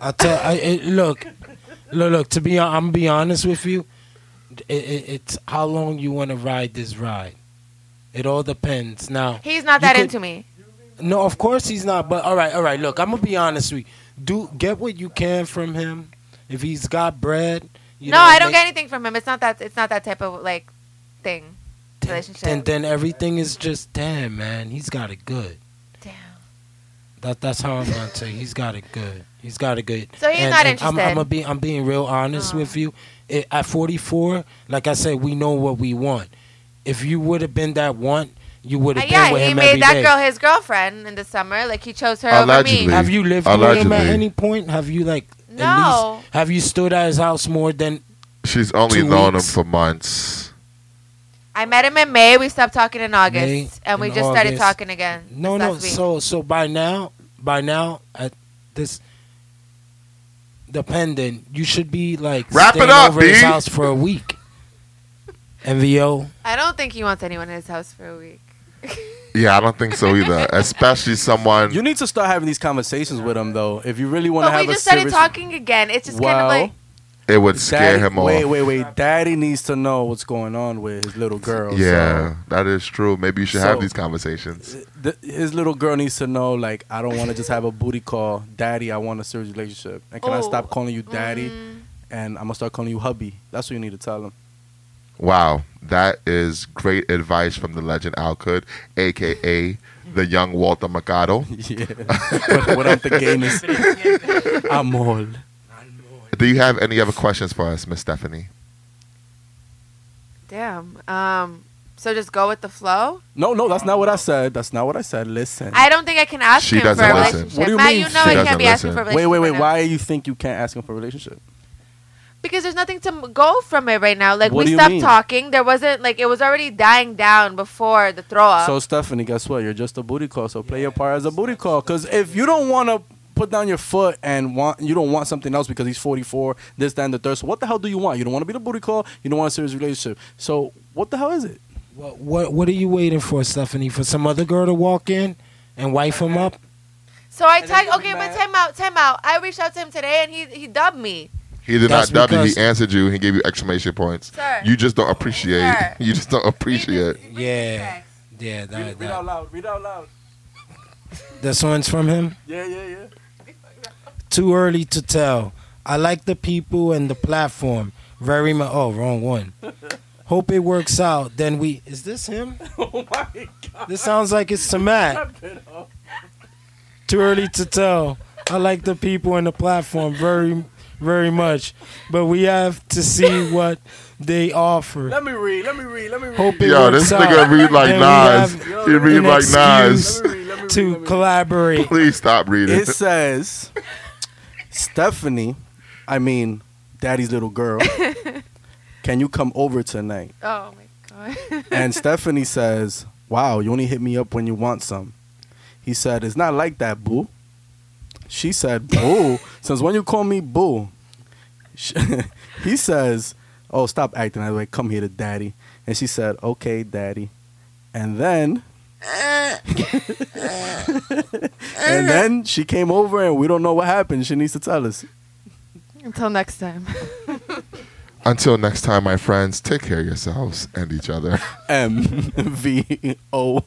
[SPEAKER 3] I tell I, it, look, look, look. To be, hon- I'm be honest with you. It, it, it's how long you want to ride this ride. It all depends. Now,
[SPEAKER 7] He's not
[SPEAKER 3] You
[SPEAKER 7] that
[SPEAKER 3] could-
[SPEAKER 7] into me.
[SPEAKER 3] no, of course he's not. But all right, all right. Look, I'm gonna be honest with you. Do get what you can from him. If he's got bread, you
[SPEAKER 7] no,
[SPEAKER 3] know,
[SPEAKER 7] I don't
[SPEAKER 3] make-
[SPEAKER 7] get anything from him. It's not that. It's not that type of like thing. Relationship.
[SPEAKER 3] And then everything is just damn, man. He's got it good.
[SPEAKER 7] Damn.
[SPEAKER 3] That that's how I'm gonna say. He's got it good. He's got it good.
[SPEAKER 7] So he's not
[SPEAKER 3] I'm,
[SPEAKER 7] interested.
[SPEAKER 3] I'm, a be, I'm being real honest
[SPEAKER 7] Oh.
[SPEAKER 3] with you. It, at 44, like I said, we know what we want. If you would have been that one, you would
[SPEAKER 7] Uh,
[SPEAKER 3] have been
[SPEAKER 7] yeah,
[SPEAKER 3] with
[SPEAKER 7] he
[SPEAKER 3] him
[SPEAKER 7] made
[SPEAKER 3] every
[SPEAKER 7] that
[SPEAKER 3] day.
[SPEAKER 7] girl his girlfriend in the summer. Like he chose her
[SPEAKER 1] Allegedly.
[SPEAKER 7] over me.
[SPEAKER 3] Have you lived with him at
[SPEAKER 1] Allegedly.
[SPEAKER 3] any point? Have you like at
[SPEAKER 7] No.
[SPEAKER 3] least have you stood at his house more than
[SPEAKER 1] She's only
[SPEAKER 3] Two
[SPEAKER 1] known
[SPEAKER 3] weeks.
[SPEAKER 1] him for months.
[SPEAKER 7] I met him in May. We stopped talking in August,
[SPEAKER 3] May
[SPEAKER 7] and we
[SPEAKER 3] and
[SPEAKER 7] just started
[SPEAKER 3] August.
[SPEAKER 7] talking again.
[SPEAKER 3] No,
[SPEAKER 7] this
[SPEAKER 3] no.
[SPEAKER 7] last week.
[SPEAKER 3] So, so by now, by now, at this dependent, you should be like
[SPEAKER 1] Wrap it
[SPEAKER 3] staying
[SPEAKER 1] up,
[SPEAKER 3] over his
[SPEAKER 1] B.
[SPEAKER 3] house for a week. MVO,
[SPEAKER 7] I don't think he wants anyone in his house for a week.
[SPEAKER 1] Yeah, I don't think so either. Especially someone.
[SPEAKER 2] You need to start having these conversations with him, though, if you really want to
[SPEAKER 7] But
[SPEAKER 2] have
[SPEAKER 7] we
[SPEAKER 2] a
[SPEAKER 7] just started
[SPEAKER 2] serious.
[SPEAKER 7] talking again. It's just
[SPEAKER 2] Well,
[SPEAKER 7] kind of like
[SPEAKER 1] it would scare
[SPEAKER 2] Daddy-
[SPEAKER 1] him
[SPEAKER 2] Wait,
[SPEAKER 1] off.
[SPEAKER 2] wait, wait. Daddy needs to know what's going on with his little girl.
[SPEAKER 1] Yeah, that is true. Maybe you should
[SPEAKER 2] So-
[SPEAKER 1] have these conversations.
[SPEAKER 2] So th- his little girl needs to know, like, I don't want to just have a booty call. Daddy, I want a serious relationship. And can I
[SPEAKER 7] Oh.
[SPEAKER 2] stop calling you daddy?
[SPEAKER 7] mm,
[SPEAKER 2] And I'm going to start calling you hubby. That's what you need to tell him.
[SPEAKER 1] Wow, that is great advice from the legend Al Kud, aka the young Walter Mercado.
[SPEAKER 2] yeah. But without the gayness. I'm all.
[SPEAKER 1] Do you have any other questions for us, Miss Stephanie?
[SPEAKER 7] damn. Um. So just go with the flow.
[SPEAKER 2] No, no, that's not what I said. That's not what I said. Listen.
[SPEAKER 7] I don't think I can ask
[SPEAKER 1] She
[SPEAKER 7] him for a
[SPEAKER 1] doesn't listen.
[SPEAKER 7] relationship.
[SPEAKER 2] What do you
[SPEAKER 7] Matt,
[SPEAKER 2] mean
[SPEAKER 7] you know
[SPEAKER 1] she
[SPEAKER 7] I
[SPEAKER 1] doesn't
[SPEAKER 7] can't be asking for a
[SPEAKER 1] listen?
[SPEAKER 7] relationship.
[SPEAKER 2] wait, wait, wait.
[SPEAKER 7] right now.
[SPEAKER 2] Why you think you can't ask him for a relationship?
[SPEAKER 7] Because there's nothing to m- go from it right now. Like
[SPEAKER 2] What do
[SPEAKER 7] we
[SPEAKER 2] you
[SPEAKER 7] stopped
[SPEAKER 2] mean?
[SPEAKER 7] talking. There wasn't like it was already dying down before the throw up.
[SPEAKER 2] So Stephanie, guess what? You're just a booty call. So play your part as a booty call. Because if you don't want to put down your foot and want you don't want something else because he's 44, this, that, and the third. So what the hell do you want? You don't want to be the booty call. You don't want a serious relationship. So what the hell is it?
[SPEAKER 3] what, what, what are you waiting for, Stephanie? For some other girl to walk in and wife him up?
[SPEAKER 7] So I
[SPEAKER 9] And then
[SPEAKER 7] tag
[SPEAKER 9] you'll be
[SPEAKER 7] okay, but
[SPEAKER 9] mad.
[SPEAKER 7] time out, time out. I reached out to him today and he he dubbed me.
[SPEAKER 1] He did
[SPEAKER 3] That's
[SPEAKER 1] not dub you.
[SPEAKER 3] because-
[SPEAKER 1] He answered you. He gave you exclamation points.
[SPEAKER 7] Sir.
[SPEAKER 1] You just don't appreciate.
[SPEAKER 7] Sir.
[SPEAKER 1] You just don't appreciate.
[SPEAKER 3] Yeah, yeah. That, that.
[SPEAKER 2] loud. Read out loud.
[SPEAKER 3] This one's from him.
[SPEAKER 2] Yeah, yeah, yeah.
[SPEAKER 3] Too early to tell. I like the people and the platform very much. Oh, wrong one. Hope it works out. Then we. Is this him?
[SPEAKER 2] Oh my god.
[SPEAKER 3] This sounds like it's to Matt. Too early to tell. I like the people and the platform very, very much, but we have to see what they offer.
[SPEAKER 2] me read. Let me read. Let me read.
[SPEAKER 3] Hope it
[SPEAKER 1] Yo,
[SPEAKER 3] works
[SPEAKER 1] this
[SPEAKER 3] out.
[SPEAKER 1] nigga read like
[SPEAKER 3] Then we
[SPEAKER 1] Nas.
[SPEAKER 3] have
[SPEAKER 1] He read
[SPEAKER 3] an
[SPEAKER 1] like Nas.
[SPEAKER 3] excuse to collaborate.
[SPEAKER 1] Please stop reading.
[SPEAKER 2] It says, Stephanie, I mean, daddy's little girl, can you come over tonight?
[SPEAKER 7] Oh my god.
[SPEAKER 2] And Stephanie says, Wow, you only hit me up when you want some. He said, It's not like that, boo. She said, Boo. Since when you call me boo? Sh- he says, Oh, stop acting that way. Come here to daddy. And she said, Okay, daddy. And then. and then she came over and we don't know what happened. She needs to tell us.
[SPEAKER 7] Until next time.
[SPEAKER 1] Until next time, my friends, take care of yourselves and each other.
[SPEAKER 2] M V O